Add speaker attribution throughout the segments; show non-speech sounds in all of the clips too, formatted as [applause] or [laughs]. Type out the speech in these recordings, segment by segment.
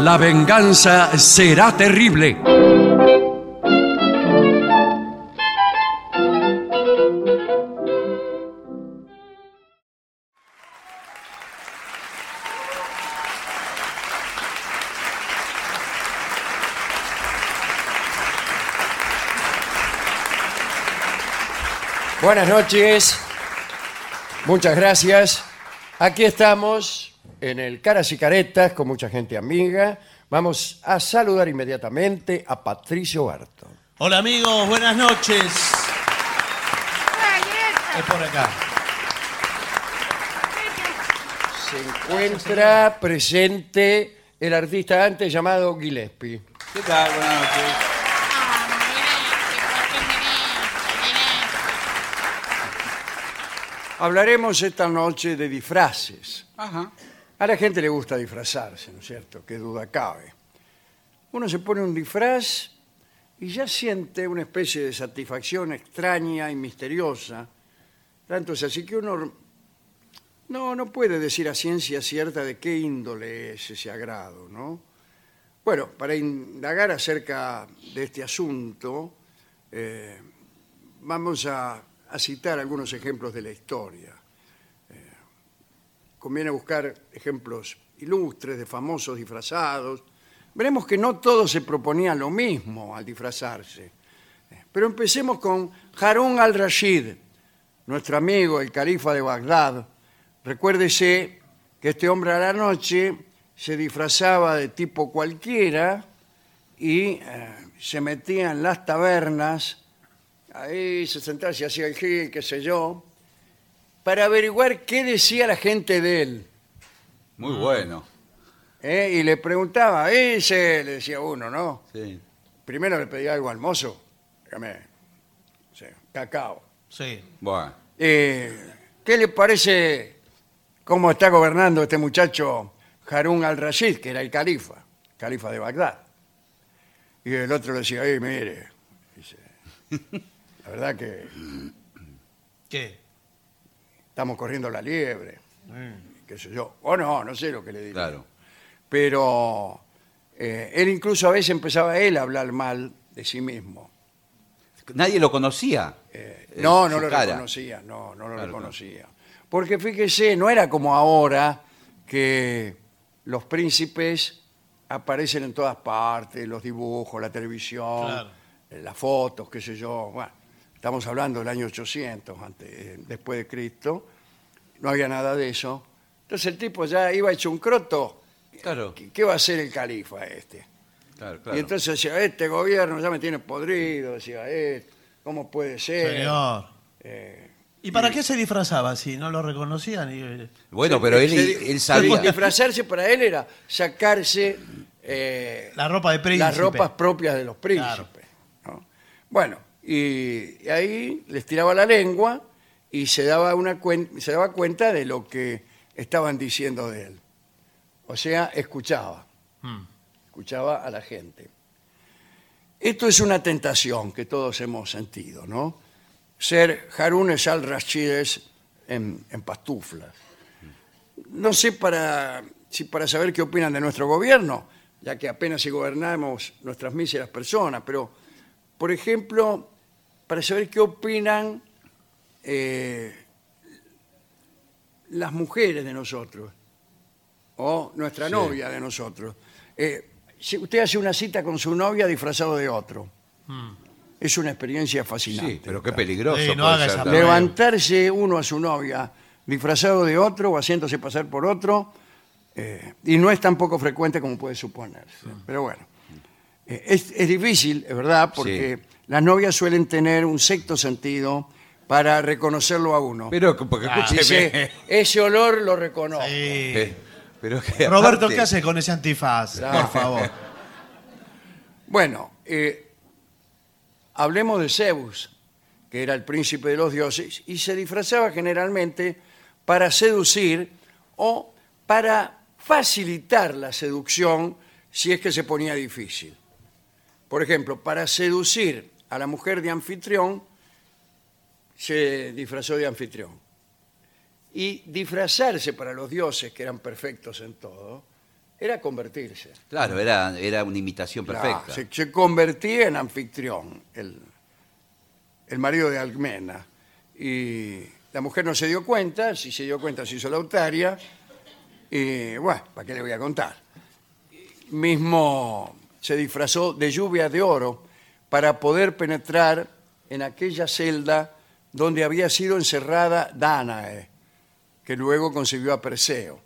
Speaker 1: La venganza será terrible.
Speaker 2: Buenas noches. Muchas gracias. Aquí estamos en el Caras y Caretas con mucha gente amiga. Vamos a saludar inmediatamente a Patricio Barto.
Speaker 3: Hola amigos, buenas noches. Es por acá.
Speaker 2: Se encuentra presente el artista antes llamado Gillespie.
Speaker 3: ¿Qué tal? Buenas noches.
Speaker 2: Hablaremos esta noche de disfraces.
Speaker 4: Ajá.
Speaker 2: A la gente le gusta disfrazarse, ¿no es cierto? Qué duda cabe. Uno se pone un disfraz y ya siente una especie de satisfacción extraña y misteriosa. Tanto es así que uno no, no puede decir a ciencia cierta de qué índole es ese agrado, ¿no? Bueno, para indagar acerca de este asunto, eh, vamos a, a citar algunos ejemplos de la historia Eh, conviene buscar ejemplos ilustres de famosos disfrazados. Veremos que no todos se proponían lo mismo al disfrazarse. Eh, Pero empecemos con Harun al-Rashid, nuestro amigo, el califa de Bagdad. Recuérdese que este hombre a la noche se disfrazaba de tipo cualquiera y eh, se metía en las tabernas, ahí se sentaba, se hacía el gil, qué sé yo, para averiguar qué decía la gente de él.
Speaker 4: Muy
Speaker 2: Ah.
Speaker 4: bueno.
Speaker 2: ¿eh? Y le preguntaba, ese, le decía uno, ¿no?
Speaker 4: Sí.
Speaker 2: Primero le pedía algo al mozo, dígame, no sé, cacao.
Speaker 3: Sí.
Speaker 4: Bueno.
Speaker 2: Eh, ¿Qué le parece cómo está gobernando este muchacho Harun al-Rashid, que era el califa, califa de Bagdad? Y el otro le decía, "Ey, mire, dice, la verdad que
Speaker 3: ¿Qué?
Speaker 2: estamos corriendo la liebre, qué sé yo. O no, no sé lo que le diría.
Speaker 4: Claro.
Speaker 2: pero eh, él incluso a veces empezaba él a hablar mal de sí mismo.
Speaker 4: Nadie lo conocía.
Speaker 2: Eh,
Speaker 4: Eh,
Speaker 2: no, no
Speaker 4: su
Speaker 2: lo
Speaker 4: cara.
Speaker 2: reconocía, no, no lo
Speaker 4: Claro,
Speaker 2: reconocía. Porque fíjese, no era como ahora que los príncipes aparecen en todas partes, los dibujos, la televisión,
Speaker 3: Claro.
Speaker 2: eh, las fotos, qué sé yo. Bueno, estamos hablando del año 800, antes, eh, después de Cristo, no había nada de eso. Entonces el tipo ya iba hecho un croto.
Speaker 4: Claro,
Speaker 2: ¿Qué- ¿Qué va a hacer el califa este?
Speaker 4: claro,
Speaker 2: Y
Speaker 4: claro.
Speaker 2: entonces decía, este gobierno ya me tiene podrido, decía, eh, ¿cómo puede ser?
Speaker 3: Señor.
Speaker 2: Eh,
Speaker 3: ¿Y para qué se disfrazaba si no lo reconocían? Y- eh,
Speaker 4: bueno, pero él,
Speaker 2: se-
Speaker 4: él
Speaker 2: se-
Speaker 4: sabía.
Speaker 2: Disfrazarse para él era sacarse eh,
Speaker 3: La ropa de príncipe.
Speaker 2: las ropas propias de los príncipes.
Speaker 3: Claro.
Speaker 2: ¿no? Bueno, y, y ahí les tiraba la lengua y se daba, una cuen- se daba cuenta de lo que estaban diciendo de él. O sea, escuchaba.
Speaker 3: Mm.
Speaker 2: escuchaba a la gente. Esto es una tentación que todos hemos sentido, ¿no? Ser Harunes al-Rashides en, en pastuflas. No sé para, si para saber qué opinan de nuestro gobierno, ya que apenas si gobernamos nuestras míseras personas, pero, por ejemplo, para saber qué opinan eh, las mujeres de nosotros o nuestra novia de nosotros. Eh, si usted hace una cita con su novia disfrazado de otro. Es una experiencia fascinante.
Speaker 4: Hmm. Sí, pero qué peligroso.
Speaker 3: Sí, no
Speaker 4: puede
Speaker 3: haga
Speaker 4: ser
Speaker 3: esa
Speaker 4: también.
Speaker 3: prueba.
Speaker 2: Levantarse uno a su novia disfrazado de otro o haciéndose pasar por otro, eh, y no es tan poco frecuente como puede suponerse. Pero bueno, Eh, es, es difícil, es verdad, porque las novias suelen tener un sexto sentido para reconocerlo a uno.
Speaker 4: Pero, porque
Speaker 2: Ah.
Speaker 4: [laughs] escúcheme.
Speaker 2: Dice, ese olor lo reconozco.
Speaker 3: Sí.
Speaker 4: Eh, Pero
Speaker 3: [laughs]
Speaker 4: que
Speaker 3: Roberto,
Speaker 4: aparte-
Speaker 3: ¿qué hace con ese antifaz?
Speaker 2: Claro.
Speaker 3: Por favor.
Speaker 2: Bueno, eh, hablemos de Zeus, que era el príncipe de los dioses, y se disfrazaba generalmente para seducir o para facilitar la seducción si es que se ponía difícil. Por ejemplo, para seducir a la mujer de anfitrión, se disfrazó de anfitrión. Y disfrazarse para los dioses, que eran perfectos en todo, era convertirse.
Speaker 4: Claro, era, era una imitación perfecta.
Speaker 2: La- se, se convertía en anfitrión, el, el marido de Almena. Y la mujer no se dio cuenta, si se dio cuenta se hizo la autaria. Y bueno, ¿para qué le voy a contar? Mismo se disfrazó de lluvia de oro para poder penetrar en aquella celda donde había sido encerrada Danae, que luego concibió a Perseo.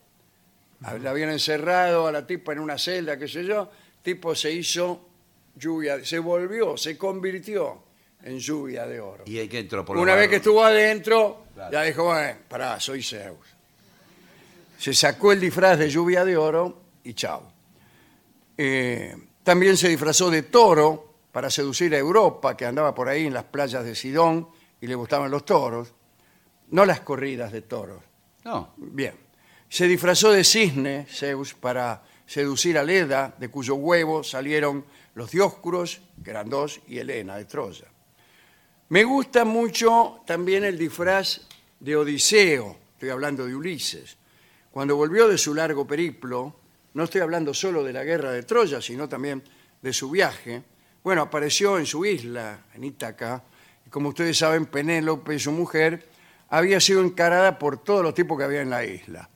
Speaker 2: La habían encerrado a la tipa en una celda, qué sé yo. Tipo se hizo lluvia, se volvió, se convirtió en lluvia de oro.
Speaker 4: Y el que entró por los
Speaker 2: Una vez que
Speaker 4: barros.
Speaker 2: estuvo adentro,
Speaker 4: Claro.
Speaker 2: ya dijo, bueno, pará, soy Zeus. Se sacó el disfraz de lluvia de oro y chao. Eh, también se disfrazó de toro para seducir a Europa, que andaba por ahí en las playas de Sidón y le gustaban los toros, no las corridas de toros.
Speaker 4: No,
Speaker 2: Bien. Se disfrazó de cisne, Zeus, para seducir a Leda, de cuyo huevo salieron los Dioscuros, que eran dos, y Helena de Troya. Me gusta mucho también el disfraz de Odiseo, estoy hablando de Ulises. Cuando volvió de su largo periplo, no estoy hablando solo de la guerra de Troya, sino también de su viaje. Bueno, apareció en su isla, en Ítaca, y como ustedes saben, Penélope, su mujer, había sido encarada por todos los tipos que había en la isla.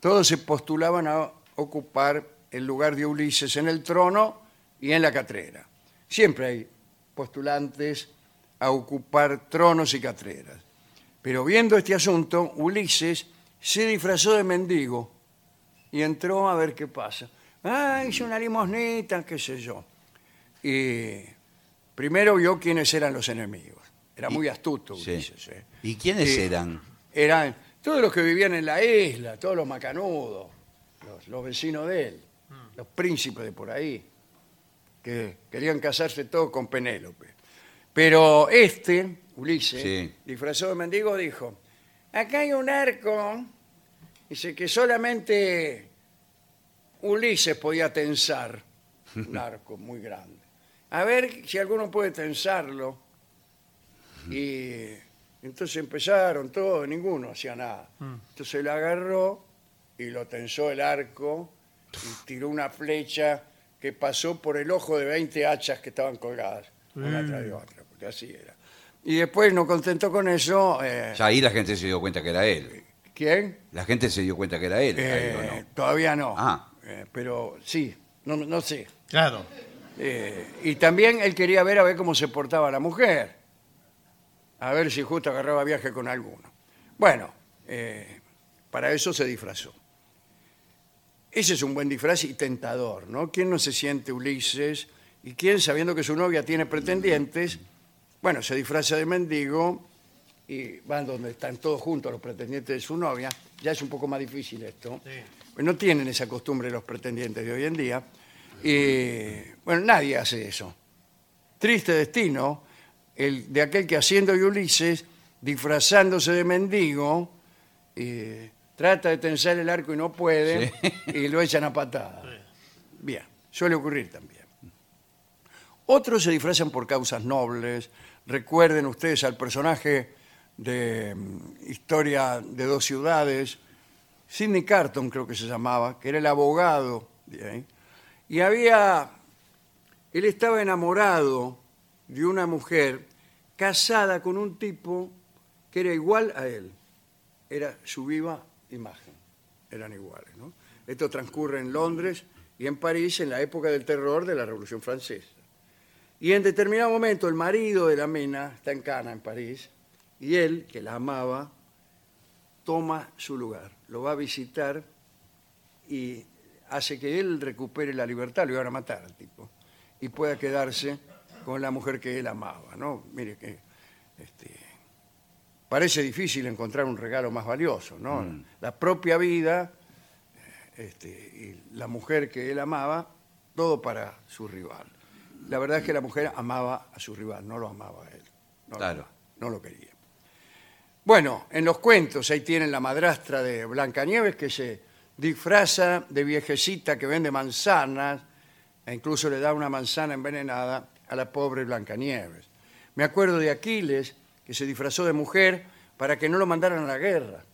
Speaker 2: Todos se postulaban a ocupar el lugar de Ulises en el trono y en la catrera. Siempre hay postulantes a ocupar tronos y catreras. Pero viendo este asunto, Ulises se disfrazó de mendigo y entró a ver qué pasa. Ah, hice una limosnita, qué sé yo. Y primero vio quiénes eran los enemigos. Era muy
Speaker 4: Y-
Speaker 2: astuto
Speaker 4: sí.
Speaker 2: Ulises. ¿eh?
Speaker 4: ¿Y quiénes
Speaker 2: Sí.
Speaker 4: eran?
Speaker 2: Eran todos los que vivían en la isla, todos los macanudos, los, los vecinos de él, los príncipes de por ahí, que querían casarse todos con Penélope. Pero este, Ulises,
Speaker 4: Sí.
Speaker 2: disfrazado de mendigo, dijo, acá hay un arco, dice que solamente Ulises podía tensar, un arco muy grande. A ver si alguno puede tensarlo. Y entonces empezaron todos, ninguno hacía nada. Entonces él agarró y lo tensó el arco y tiró una flecha que pasó por el ojo de 20 hachas que estaban colgadas, una tras de otra, porque así era. Y después no contentó con eso, eh,
Speaker 4: Ya ahí la gente se dio cuenta que era él.
Speaker 2: ¿quién?
Speaker 4: La gente se dio cuenta que era él. ahí, ¿o no?
Speaker 2: Eh, Todavía no,
Speaker 4: Ah.
Speaker 2: Eh, pero sí, no, no sé.
Speaker 3: Claro.
Speaker 2: Eh, y también él quería ver a ver cómo se portaba la mujer. A ver si justo agarraba viaje con alguno. Bueno, eh, para eso se disfrazó. Ese es un buen disfraz y tentador, ¿no? ¿Quién no se siente Ulises? ¿Y quién, sabiendo que su novia tiene pretendientes, bueno, se disfraza de mendigo y van donde están todos juntos los pretendientes de su novia? Ya es un poco más difícil esto. Pues No tienen esa costumbre los pretendientes de hoy en día. Y, bueno, nadie hace eso. Triste destino el de aquel que haciendo de Ulises, disfrazándose de mendigo, eh, trata de tensar el arco y no puede, y lo echan a patada. Bien, suele ocurrir también. Otros se disfrazan por causas nobles. Recuerden ustedes al personaje de mm, Historia de dos ciudades, Sidney Carton creo que se llamaba, que era el abogado. ¿bien? Y había, él estaba enamorado de una mujer casada con un tipo que era igual a él. Era su viva imagen. Eran iguales, ¿no? Esto transcurre en Londres y en París en la época del terror de la Revolución Francesa. Y en determinado momento el marido de la mina está en Cana, en París, y él, que la amaba, toma su lugar, lo va a visitar y hace que él recupere la libertad, lo iban a matar al tipo, y pueda quedarse con la mujer que él amaba, ¿no? Mire que este, parece difícil encontrar un regalo más valioso, ¿no? La propia vida este, y la mujer que él amaba, todo para su rival. La verdad es que la mujer amaba a su rival, no lo amaba a él. No lo
Speaker 4: Claro.
Speaker 2: amaba, No lo quería. Bueno, en los cuentos ahí tienen la madrastra de Blancanieves que se disfraza de viejecita que vende manzanas e incluso le da una manzana envenenada a la pobre Blancanieves. Me acuerdo de Aquiles que se disfrazó de mujer para que no lo mandaran a la guerra.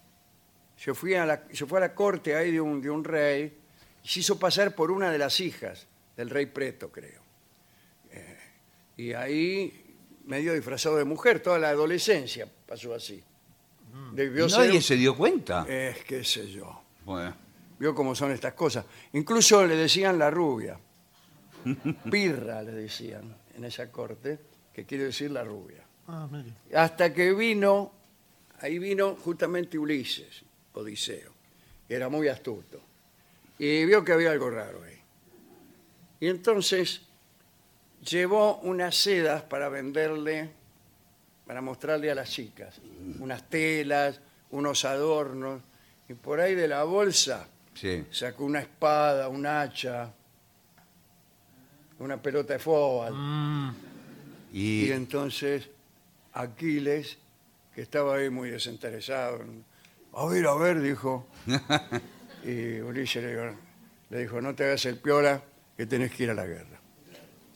Speaker 2: Se, fui a la- se fue a la corte ahí de un, de un rey y y se hizo pasar por una de las hijas del rey preto, creo. Eh, y ahí, medio disfrazado de mujer, toda la adolescencia pasó así. Debió ser
Speaker 4: Nadie
Speaker 2: un-
Speaker 4: se dio cuenta.
Speaker 2: eh, qué sé yo.
Speaker 4: Bueno,
Speaker 2: Vio cómo son estas cosas. Incluso le decían la
Speaker 4: [laughs]
Speaker 2: rubia. Pirra le decían en esa corte, que quiere decir la rubia.
Speaker 3: Ah, mire.
Speaker 2: Hasta que vino, ahí vino justamente Ulises, Odiseo, que era muy astuto. Y vio que había algo raro ahí. Y entonces llevó unas sedas para venderle, para mostrarle a las chicas. Unas telas, unos adornos. Y por ahí de la bolsa
Speaker 4: sí.
Speaker 2: sacó una espada, un hacha, una pelota de fútbol.
Speaker 3: Mm,
Speaker 4: Y,
Speaker 2: Y entonces Aquiles, que estaba ahí muy desinteresado, en- a ver, a ver, dijo. Y Ulises le dijo, le dijo, no te hagas el piola, que tenés que ir a la guerra.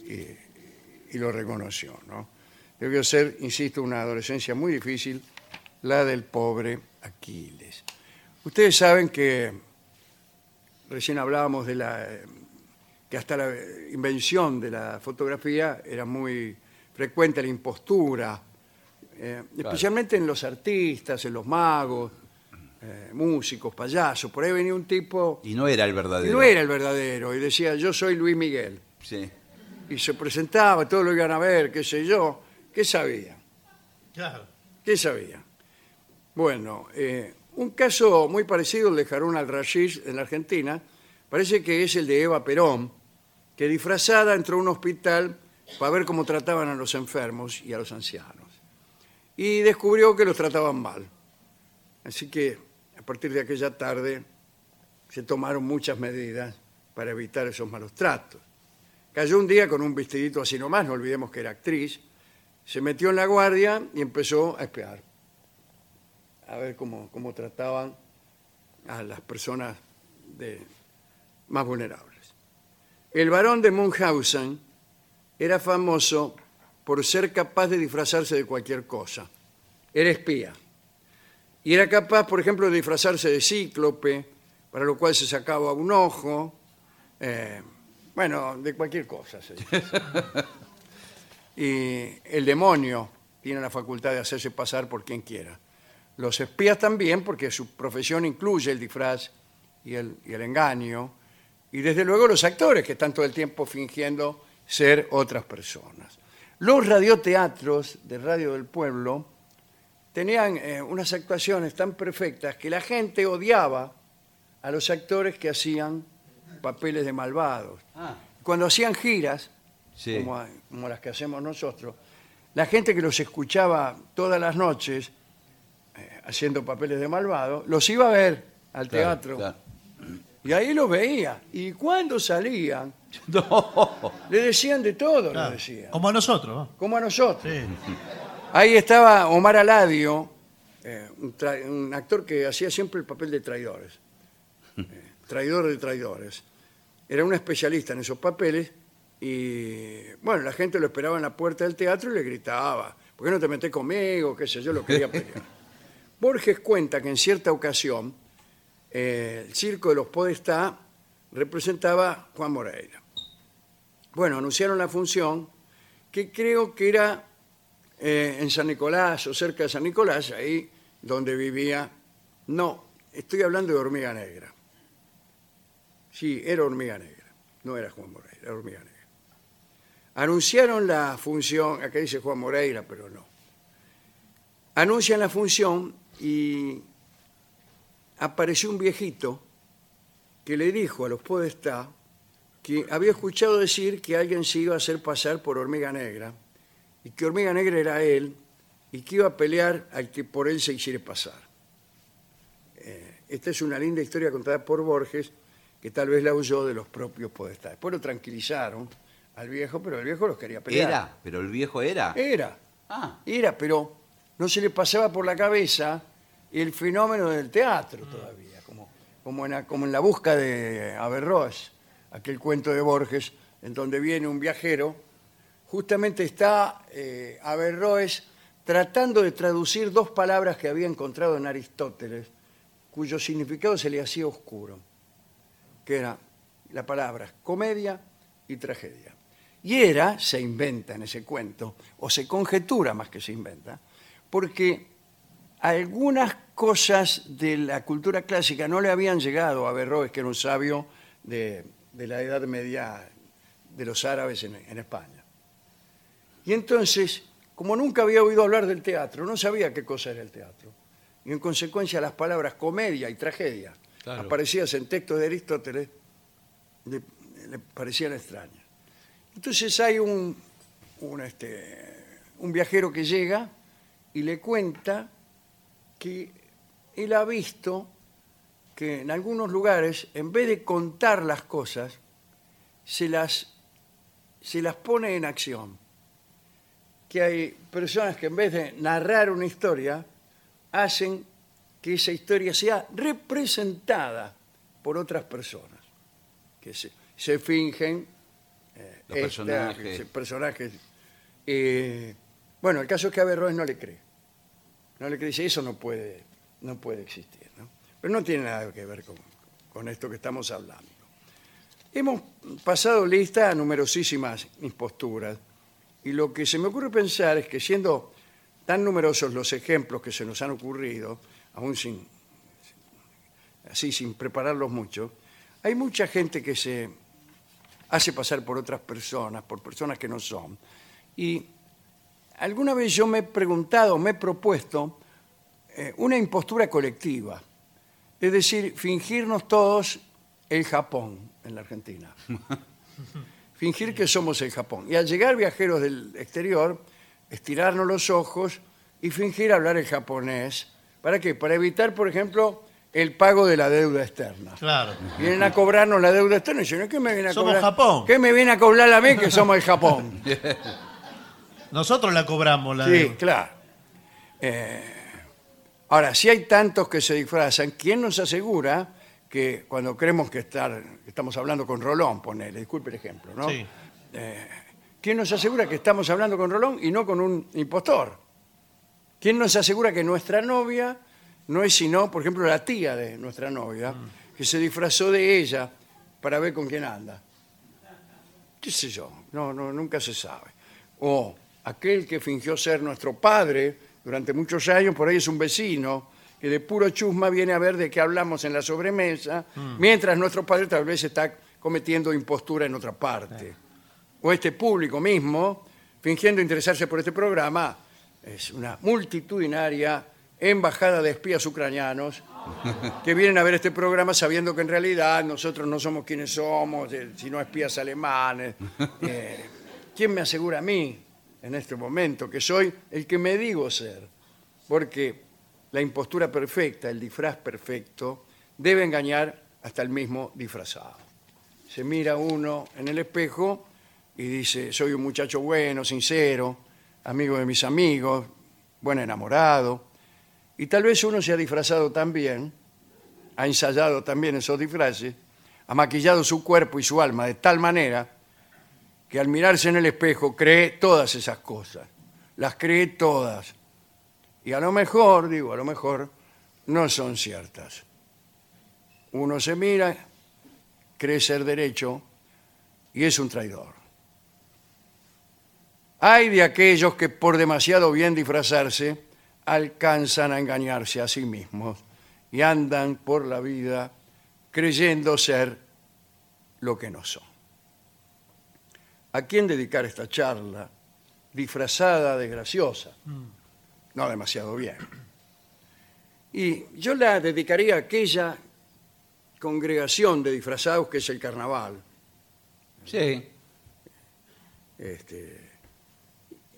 Speaker 2: Y, y lo reconoció, ¿no? Debió ser, insisto, una adolescencia muy difícil, la del pobre Aquiles. Ustedes saben que recién hablábamos de la eh, que hasta la eh, invención de la fotografía era muy frecuente la impostura, eh, especialmente en los artistas, en los magos, eh, músicos, payasos. Por ahí venía un tipo
Speaker 4: [laughs] y no era el
Speaker 2: que
Speaker 4: verdadero.
Speaker 2: no era el verdadero y decía yo soy Luis Miguel
Speaker 4: Sí.
Speaker 2: y se presentaba, todos lo iban a ver, qué sé yo, qué sabía.
Speaker 3: claro.
Speaker 2: ¿Qué sabía? Bueno, eh, un caso muy parecido al de Harun al-Rashid en la Argentina, parece que es el de Eva Perón, que disfrazada entró a un hospital para ver cómo trataban a los enfermos y a los ancianos. Y descubrió que los trataban mal. Así que a partir de aquella tarde se tomaron muchas medidas para evitar esos malos tratos. Cayó un día con un vestidito así nomás, no olvidemos que era actriz, se metió en la guardia y empezó a espiar. A ver cómo, cómo trataban a las personas de- más vulnerables. El varón de Munchausen era famoso por ser capaz de disfrazarse de cualquier cosa. Era espía. Y era capaz, por ejemplo, de disfrazarse de cíclope, para lo cual se sacaba un ojo. eh, bueno, de cualquier cosa. se y el demonio tiene la facultad de hacerse pasar por quien quiera. Los espías también, porque su profesión incluye el disfraz y el, y el engaño, y desde luego los actores que están todo el tiempo fingiendo ser otras personas. Los radioteatros de Radio del Pueblo tenían eh, unas actuaciones tan perfectas que la gente odiaba a los actores que hacían papeles de malvados. Cuando hacían giras,
Speaker 4: Sí.
Speaker 2: como, a- como las que hacemos nosotros, la gente que los escuchaba todas las noches eh, haciendo papeles de malvado, los iba a ver al
Speaker 4: Claro,
Speaker 2: teatro.
Speaker 3: [laughs]
Speaker 4: claro.
Speaker 2: Y ahí los veía. Y cuando salían, le decían de todo,
Speaker 3: claro.
Speaker 2: le decían.
Speaker 3: Como a nosotros. ¿no?
Speaker 2: Como a nosotros.
Speaker 3: Sí.
Speaker 2: Ahí estaba Omar Aladio, eh, un, tra- un actor que hacía siempre el papel de traidores. Eh, traidor de traidores. Era un especialista en esos papeles y, bueno, la gente lo esperaba en la puerta del teatro y le gritaba, ¿por qué no te metes conmigo? ¿Qué sé yo? Lo quería pelear. Borges cuenta que en cierta ocasión eh, el circo de los Podestá representaba Juan Moreira. Bueno, anunciaron la función que creo que era eh, en San Nicolás o cerca de San Nicolás, ahí donde vivía. No, estoy hablando de Hormiga Negra. Sí, era Hormiga Negra, no era Juan Moreira, era Hormiga Negra. Anunciaron la función, acá dice Juan Moreira, pero no. Anuncian la función y apareció un viejito que le dijo a los podestá que había escuchado decir que alguien se iba a hacer pasar por Hormiga Negra y que Hormiga Negra era él y que iba a pelear al que por él se hiciera pasar. Eh, esta es una linda historia contada por Borges que tal vez la huyó de los propios podestá. Después lo tranquilizaron al viejo, pero el viejo los quería pelear.
Speaker 4: Era, pero el viejo era.
Speaker 3: Eh.
Speaker 2: Era.
Speaker 4: Ah.
Speaker 2: Era, pero no se le pasaba por la cabeza el fenómeno del teatro todavía, como, como, en, la- como en la busca de Averroes, aquel cuento de Borges, en donde viene un viajero, justamente está eh, Averroes tratando de traducir dos palabras que había encontrado en Aristóteles, cuyo significado se le hacía oscuro, que era las palabras comedia y tragedia. Y era, se inventa en ese cuento, o se conjetura más que se inventa, porque algunas cosas de la cultura clásica no le habían llegado a Berroes, que era un sabio de, de la Edad Media de los árabes en- en España. Y entonces, como nunca había oído hablar del teatro, no sabía qué cosa era el teatro. Y en consecuencia las palabras comedia y tragedia,
Speaker 1: Claro.
Speaker 2: aparecidas en textos de Aristóteles, le, le parecían extrañas. Entonces hay un, un, este, un viajero que llega y le cuenta que él ha visto que en algunos lugares, en vez de contar las cosas, se las, se las pone en acción que hay personas que en vez de narrar una historia, hacen que esa historia sea representada por otras personas, que se, se fingen eh,
Speaker 4: Los
Speaker 2: esta-
Speaker 4: personajes.
Speaker 2: se- personajes. Eh, bueno, el caso es que Averroes no le cree. No le cree, dice, eso no puede, no puede existir. ¿no? Pero no tiene nada que ver con, con esto que estamos hablando. Hemos pasado lista a numerosísimas imposturas y lo que se me ocurre pensar es que siendo tan numerosos los ejemplos que se nos han ocurrido, aún sin así sin prepararlos mucho, hay mucha gente que se hace pasar por otras personas, por personas que no son. Y alguna vez yo me he preguntado, me he propuesto eh, una impostura colectiva, es decir, fingirnos todos el Japón en la Argentina. fingir que somos el Japón. Y al llegar viajeros del exterior, estirarnos los ojos y fingir hablar el japonés. ¿Para qué? Para evitar, por ejemplo, el pago de la deuda externa.
Speaker 3: Claro.
Speaker 2: Vienen a cobrarnos la deuda externa y dicen, ¿qué me viene a
Speaker 3: Somos
Speaker 2: cobrar?
Speaker 3: Japón.
Speaker 2: ¿Qué me viene a cobrar a mí que somos el Japón?
Speaker 3: [laughs] Nosotros la cobramos la
Speaker 2: Sí,
Speaker 3: deuda.
Speaker 2: claro. Eh, ahora, si hay tantos que se disfrazan, ¿quién nos asegura que cuando creemos que estar, que estamos hablando con Rolón, ponele, disculpe el ejemplo, ¿no?
Speaker 3: Sí.
Speaker 2: ¿Quién nos asegura que estamos hablando con Rolón y no con un impostor? ¿Quién nos asegura que nuestra novia no es sino, por ejemplo, la tía de nuestra novia, que se disfrazó de ella para ver con quién anda? ¿Qué sé yo? No, no, nunca se sabe. O aquel que fingió ser nuestro padre durante muchos años, por ahí es un vecino, que de puro chusma viene a ver de qué hablamos en la sobremesa, mientras nuestro padre tal vez está cometiendo impostura en otra parte o este público mismo, fingiendo interesarse por este programa, es una multitudinaria embajada de espías ucranianos que vienen a ver este programa sabiendo que en realidad nosotros no somos quienes somos, eh, sino espías alemanes. Eh, ¿Quién me asegura a mí en este momento que soy el que me digo ser? Porque la impostura perfecta, el disfraz perfecto, debe engañar hasta el mismo disfrazado se mira uno en el espejo y dice, soy un muchacho bueno, sincero, amigo de mis amigos, buen enamorado. Y tal vez uno se ha disfrazado también, ha ensayado también esos disfraces, ha maquillado su cuerpo y su alma de tal manera que al mirarse en el espejo cree todas esas cosas, las cree todas. Y a lo mejor, digo, a lo mejor no son ciertas. Uno se mira, cree ser derecho y es un traidor. Hay de aquellos que por demasiado bien disfrazarse alcanzan a engañarse a sí mismos y andan por la vida creyendo ser lo que no son. ¿A quién dedicar esta charla disfrazada de graciosa? No demasiado bien. Y yo la dedicaría a aquella congregación de disfrazados que es el carnaval.
Speaker 4: Sí.
Speaker 2: Este,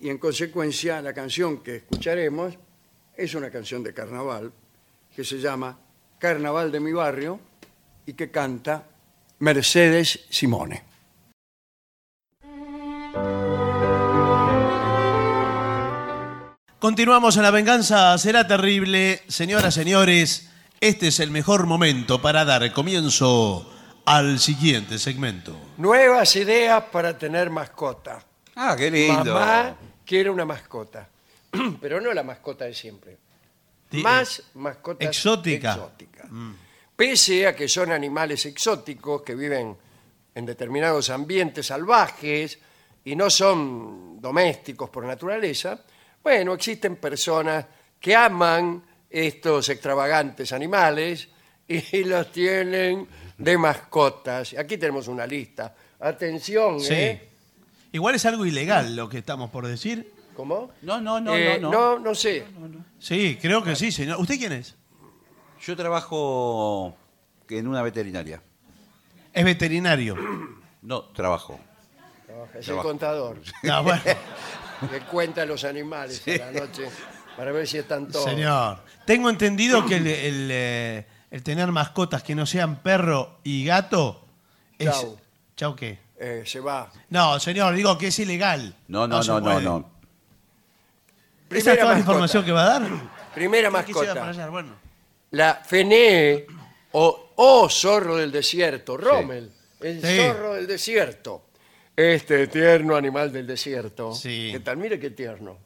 Speaker 2: y en consecuencia, la canción que escucharemos es una canción de carnaval que se llama Carnaval de mi barrio y que canta Mercedes Simone.
Speaker 3: Continuamos en La Venganza Será Terrible. Señoras, señores, este es el mejor momento para dar comienzo al siguiente segmento.
Speaker 2: Nuevas ideas para tener mascota.
Speaker 4: Ah, qué lindo.
Speaker 2: Mamá quiere una mascota, [clears throat] pero no la mascota de siempre.
Speaker 3: Sí,
Speaker 2: Más mascotas
Speaker 3: exótica. Mm.
Speaker 2: exóticas. Pese a que son animales exóticos que viven en determinados ambientes salvajes y no son domésticos por naturaleza, bueno, existen personas que aman estos extravagantes animales y los tienen de mascotas. Aquí tenemos una lista. Atención,
Speaker 3: Sí.
Speaker 2: ¿eh?
Speaker 3: Igual es algo ilegal lo que estamos por decir.
Speaker 2: ¿Cómo?
Speaker 4: No, no, no,
Speaker 2: Eh,
Speaker 4: no, no.
Speaker 2: no, no sé.
Speaker 3: Sí, creo que sí, señor. ¿Usted quién es?
Speaker 4: Yo trabajo en una veterinaria.
Speaker 3: Es veterinario.
Speaker 4: No, trabajo.
Speaker 2: Es el contador. [laughs]
Speaker 3: No, bueno,
Speaker 2: que cuenta los animales a la noche para ver si están todos.
Speaker 3: señor. Tengo entendido que el, el, eh, el tener mascotas que no sean perro y gato es.
Speaker 2: Chau.
Speaker 3: ¿Chau qué?
Speaker 2: Eh, se va.
Speaker 3: No, señor, digo que es ilegal.
Speaker 4: No, no,
Speaker 3: se
Speaker 4: no, no,
Speaker 3: puede.
Speaker 4: no.
Speaker 3: ¿Esa es toda
Speaker 2: mascota.
Speaker 3: la información que va a dar?
Speaker 2: Primera
Speaker 3: ¿Qué se va a
Speaker 2: mascota.
Speaker 3: fallar? Bueno.
Speaker 2: La Fenee o, o zorro del desierto. Rommel. El
Speaker 3: Sí.
Speaker 2: zorro del desierto. Este tierno animal del desierto.
Speaker 3: Sí.
Speaker 2: ¿Qué tal? Mire qué tierno.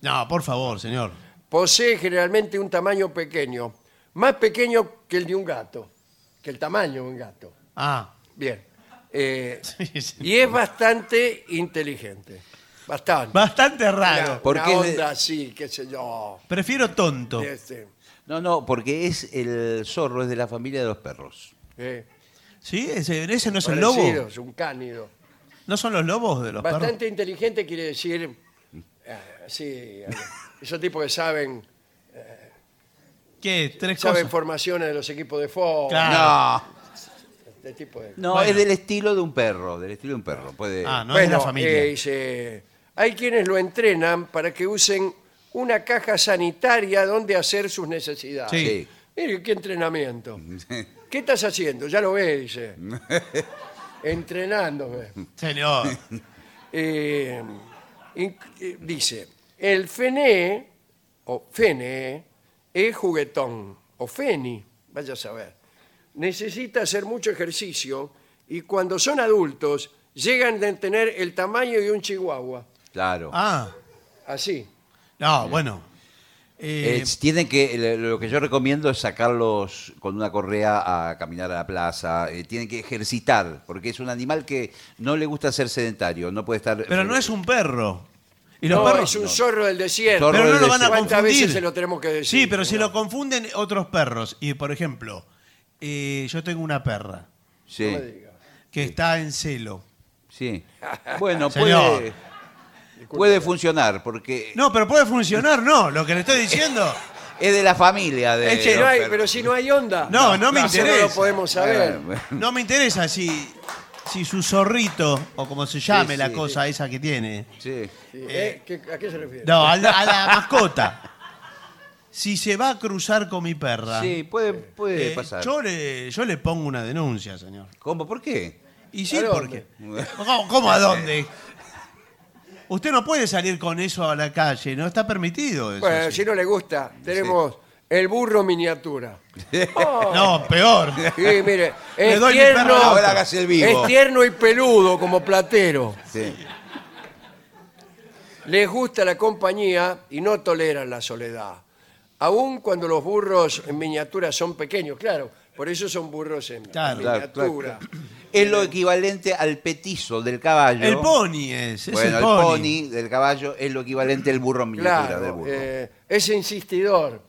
Speaker 3: No, por favor, señor.
Speaker 2: Posee generalmente un tamaño pequeño. Más pequeño que el de un gato. Que el tamaño de un gato.
Speaker 3: Ah. [laughs]
Speaker 2: Bien. Eh,
Speaker 3: Sí, sí.
Speaker 2: y es bastante inteligente. Bastante.
Speaker 3: Bastante
Speaker 2: Una-
Speaker 3: raro.
Speaker 4: Porque
Speaker 2: una
Speaker 4: es de-
Speaker 2: onda así, qué sé yo.
Speaker 3: Prefiero tonto.
Speaker 2: Este,
Speaker 4: No, no, porque es el zorro, es de la familia de los perros.
Speaker 2: eh,
Speaker 3: ¿Sí? ¿Ese, ese no es el lobo?
Speaker 2: parecidos, un cánido.
Speaker 3: ¿No son los lobos de los perros?
Speaker 2: Bastante inteligente quiere decir, eh, sí,
Speaker 3: [laughs]
Speaker 2: eh, esos tipos que saben,
Speaker 3: ¿Qué? ¿Tres
Speaker 2: saben
Speaker 3: cosas?
Speaker 2: formaciones de los equipos de fútbol,
Speaker 3: Claro.
Speaker 2: este tipo de-
Speaker 4: No,
Speaker 3: Ah. Bueno.
Speaker 4: es del estilo de un perro, del estilo de un perro. Puede...
Speaker 3: Ah, no es de
Speaker 2: Bueno,
Speaker 3: la familia.
Speaker 2: eh, dice, hay quienes lo entrenan para que usen una caja sanitaria donde hacer sus necesidades.
Speaker 3: Sí.
Speaker 4: Sí.
Speaker 2: Mire, qué
Speaker 3: [laughs]
Speaker 2: entrenamiento. ¿Qué estás haciendo? Ya lo ves, dice. Entrenándome. [laughs]
Speaker 3: Señor.
Speaker 2: Eh, in- eh, dice, el fene, o fene, es juguetón, o feni, vaya a saber. Necesita hacer mucho ejercicio y cuando son adultos llegan a tener el tamaño de un chihuahua,
Speaker 4: Claro.
Speaker 3: Ah.
Speaker 2: así.
Speaker 3: No, bueno. Eh,
Speaker 4: Eh, tienen que, le- lo que yo recomiendo es sacarlos con una correa a caminar a la plaza. eh, tienen que ejercitar, porque es un animal que no le gusta ser sedentario, no puede estar. eh,
Speaker 3: pero no es un perro. Y los
Speaker 2: No,
Speaker 3: perros.
Speaker 2: es un zorro del desierto.
Speaker 4: Zorro
Speaker 3: Pero no
Speaker 4: del
Speaker 3: lo van a
Speaker 4: desierto.
Speaker 2: ¿Cuántas
Speaker 3: confundir.
Speaker 2: veces se lo tenemos que decir?
Speaker 3: Sí, pero si
Speaker 2: No,
Speaker 3: lo confunden otros perros. Y por ejemplo, eh, yo tengo una perra
Speaker 2: no
Speaker 4: Sí,
Speaker 2: me diga.
Speaker 3: que está en celo.
Speaker 4: sí.
Speaker 3: [laughs]
Speaker 4: Bueno,
Speaker 3: Señor.
Speaker 4: puede, puede funcionar, porque
Speaker 3: No, pero puede funcionar, no. Lo que le estoy diciendo.
Speaker 4: es de la familia. De
Speaker 3: Es que
Speaker 2: Si
Speaker 4: los
Speaker 2: no hay-
Speaker 4: perros.
Speaker 2: pero si no hay onda.
Speaker 3: No, no me
Speaker 2: Eso No
Speaker 3: interesa.
Speaker 2: lo podemos saber.
Speaker 4: Bueno,
Speaker 3: No me interesa si, si su zorrito, o como se llame
Speaker 4: Sí,
Speaker 3: la
Speaker 4: sí.
Speaker 3: cosa esa que tiene.
Speaker 4: sí.
Speaker 2: Sí, ¿eh? ¿Qué- ¿A qué se refiere?
Speaker 3: No, a la, a la mascota. Si se va a cruzar con mi perra.
Speaker 4: Sí, puede, puede
Speaker 3: Ah. eh,
Speaker 4: pasar.
Speaker 3: yo, le, yo le pongo una denuncia, señor.
Speaker 4: ¿Cómo? ¿Por qué?
Speaker 3: Y sí,
Speaker 2: ¿A
Speaker 3: porque.
Speaker 2: dónde?
Speaker 3: ¿Cómo, cómo
Speaker 4: [laughs]
Speaker 3: a dónde? Usted no puede salir con eso a la calle, no está permitido eso.
Speaker 2: Bueno,
Speaker 3: sí.
Speaker 2: si no le gusta, tenemos el burro miniatura. Oh,
Speaker 3: No,
Speaker 4: [laughs]
Speaker 3: peor.
Speaker 2: sí, mire,
Speaker 3: Le
Speaker 2: es
Speaker 3: doy mi
Speaker 2: tierno,
Speaker 3: perro al
Speaker 4: Ahora hágase el vivo.
Speaker 2: es tierno y peludo como platero.
Speaker 4: Sí.
Speaker 2: Les gusta la compañía y no toleran la soledad. Aun cuando los burros en miniatura son pequeños, claro, por eso son burros en
Speaker 3: Claro.
Speaker 4: Claro, claro,
Speaker 2: miniatura.
Speaker 4: claro. Es lo equivalente al petizo del caballo.
Speaker 3: El pony es, es
Speaker 4: Bueno,
Speaker 3: el
Speaker 4: el
Speaker 3: pony.
Speaker 4: pony del caballo es lo equivalente al burro en miniatura del
Speaker 2: Claro,
Speaker 4: burro.
Speaker 2: eh, es insistidor.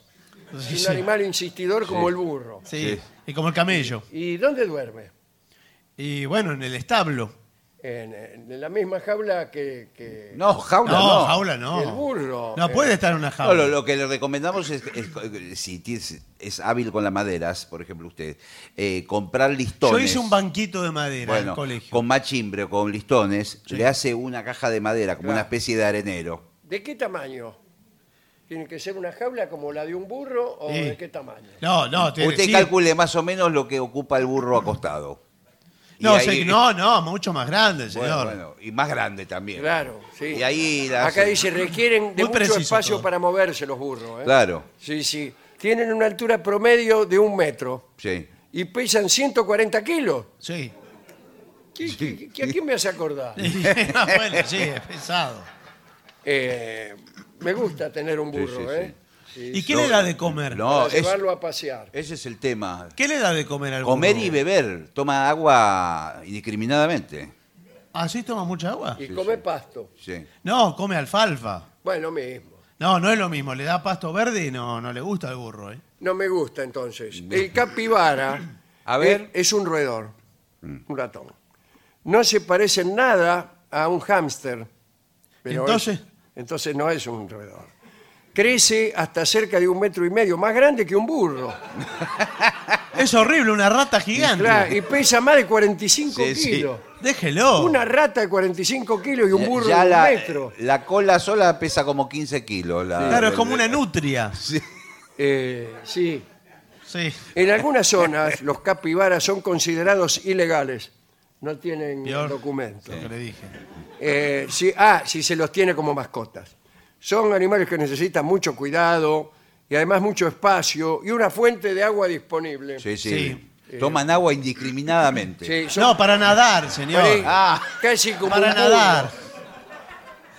Speaker 3: Sí,
Speaker 2: es
Speaker 3: sí.
Speaker 2: un animal insistidor como el burro.
Speaker 3: Sí,
Speaker 4: Sí.
Speaker 3: y como el camello.
Speaker 2: ¿Y dónde duerme?
Speaker 3: Y bueno, en el establo.
Speaker 2: En, en la misma jaula que- que,
Speaker 4: No, jaula
Speaker 3: no,
Speaker 4: no.
Speaker 3: jaula no.
Speaker 2: El burro.
Speaker 3: No
Speaker 2: Eh,
Speaker 3: puede estar en una
Speaker 4: No,
Speaker 3: jaula.
Speaker 4: lo, lo que le recomendamos es, es- si tienes- es hábil con las maderas, por ejemplo usted, eh, comprar listones.
Speaker 3: Yo hice un banquito de madera en
Speaker 4: bueno,
Speaker 3: el colegio.
Speaker 4: con machimbre o con listones, le hace una caja de madera, como
Speaker 2: Claro.
Speaker 4: una especie de arenero.
Speaker 2: ¿De qué tamaño? ¿Tiene que ser una jaula como la de un burro o
Speaker 3: Sí.
Speaker 2: de qué tamaño?
Speaker 3: No, no, tiene-
Speaker 4: Usted
Speaker 3: sí.
Speaker 4: calcule más o menos lo que ocupa el burro acostado. Y
Speaker 3: No,
Speaker 4: ahí-
Speaker 3: se- no, no, mucho más grande,
Speaker 4: Bueno,
Speaker 3: señor.
Speaker 4: bueno, y más grande también.
Speaker 2: Claro, sí.
Speaker 4: Y ahí la
Speaker 2: Acá
Speaker 4: hace-
Speaker 2: dice, requieren de
Speaker 3: Muy
Speaker 2: mucho
Speaker 3: preciso
Speaker 2: espacio
Speaker 3: todo.
Speaker 2: para moverse los burros. ¿eh?
Speaker 4: Claro,
Speaker 2: Sí, sí. Tienen una altura promedio de un metro
Speaker 4: sí.
Speaker 2: y pesan 140 kilos.
Speaker 3: Sí. [laughs]
Speaker 2: ¿Qué- qué- qué- ¿A quién me hace acordar?
Speaker 3: No, bueno, sí, es pesado.
Speaker 2: Eh, me gusta tener un burro,
Speaker 4: sí,
Speaker 2: ¿eh? Sí,
Speaker 3: ¿Y qué
Speaker 4: No,
Speaker 3: le da de comer?
Speaker 4: No,
Speaker 2: para
Speaker 4: es-
Speaker 2: llevarlo a pasear.
Speaker 4: ese es el tema.
Speaker 3: ¿Qué le da de comer al
Speaker 4: Comer y
Speaker 3: burro?
Speaker 4: beber. Toma agua indiscriminadamente.
Speaker 3: ¿Así Ah, toma mucha agua?
Speaker 2: Y come pasto.
Speaker 4: Sí.
Speaker 3: No, come alfalfa.
Speaker 2: Bueno, lo mismo.
Speaker 3: No, no es lo mismo. Le da pasto verde y no, no le gusta al burro, ¿eh?
Speaker 2: No me gusta entonces. El capibara
Speaker 4: A ver. Mm.
Speaker 2: es, es un roedor, un ratón. No se parece en nada a un hámster. pero es-
Speaker 3: Entonces.
Speaker 2: entonces no es un roedor. Crece hasta cerca de un metro y medio, más grande que un burro.
Speaker 3: Es horrible, una rata gigante.
Speaker 2: Claro, y pesa más de 45
Speaker 4: Sí, sí.
Speaker 2: kilos.
Speaker 3: Déjelo.
Speaker 2: Una rata de 45 kilos y un
Speaker 4: Ya-
Speaker 2: burro
Speaker 4: ya
Speaker 2: de un
Speaker 4: la,
Speaker 2: metro.
Speaker 4: la cola sola pesa como 15 kilos. la-
Speaker 3: Claro, es
Speaker 4: la-
Speaker 3: como una nutria.
Speaker 2: Eh, sí.
Speaker 3: Sí.
Speaker 2: En algunas zonas los capibaras son considerados ilegales. No tienen
Speaker 3: Peor.
Speaker 2: documento.
Speaker 3: Lo que le dije.
Speaker 2: Eh, si, ah, si se los tiene como mascotas. Son animales que necesitan mucho cuidado y además mucho espacio y una fuente de agua disponible.
Speaker 4: Sí, sí.
Speaker 3: Sí.
Speaker 4: Toman agua indiscriminadamente.
Speaker 2: Sí, son
Speaker 3: No, para nadar, señor.
Speaker 2: por ahí
Speaker 4: Ah.
Speaker 2: casi como
Speaker 3: para
Speaker 2: un burro.
Speaker 3: nadar.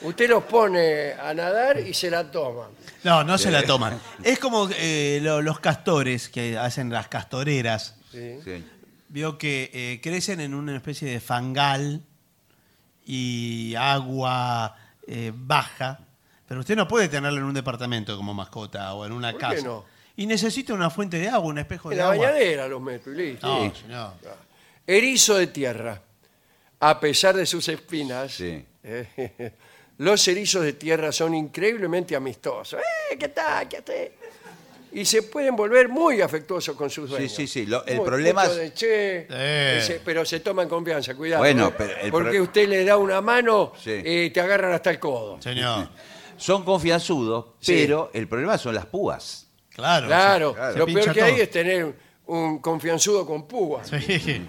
Speaker 2: Usted los pone a nadar y se la toman.
Speaker 3: No, no se la toman. Es como eh, lo- los castores que hacen las castoreras.
Speaker 2: Sí.
Speaker 4: Sí.
Speaker 3: Vio que eh, crecen en una especie de fangal y agua eh, baja. Pero usted no puede tenerla en un departamento como mascota o en una
Speaker 2: ¿Por qué
Speaker 3: casa.
Speaker 2: no?
Speaker 3: Y necesita una fuente de agua, un espejo
Speaker 2: En
Speaker 3: de
Speaker 2: la
Speaker 3: agua.
Speaker 2: bañadera los meto y listo.
Speaker 3: No, señor.
Speaker 2: Erizo de tierra. A pesar de sus espinas,
Speaker 4: Sí.
Speaker 2: eh, [laughs] los erizos de tierra son increíblemente amistosos. ¡Eh, qué tal, qué tal! Y se pueden volver muy afectuosos con sus dueños.
Speaker 4: sí, sí, lo- el
Speaker 2: Muy-
Speaker 4: problema
Speaker 2: mucho
Speaker 4: es-
Speaker 2: de che,
Speaker 3: Eh.
Speaker 2: ese- pero se toman confianza, cuidado.
Speaker 4: Bueno,
Speaker 2: ¿eh?
Speaker 4: pero el
Speaker 2: porque
Speaker 4: pro-
Speaker 2: usted le da una mano eh, y
Speaker 4: Sí.
Speaker 2: te agarran hasta el codo.
Speaker 3: Señor.
Speaker 4: Son confianzudos,
Speaker 2: Sí.
Speaker 4: pero el problema son las púas.
Speaker 3: Claro.
Speaker 2: Claro,
Speaker 3: se- se
Speaker 2: lo
Speaker 3: pincha
Speaker 2: peor que
Speaker 3: todo.
Speaker 2: hay es tener un confianzudo con púa.
Speaker 3: Sí.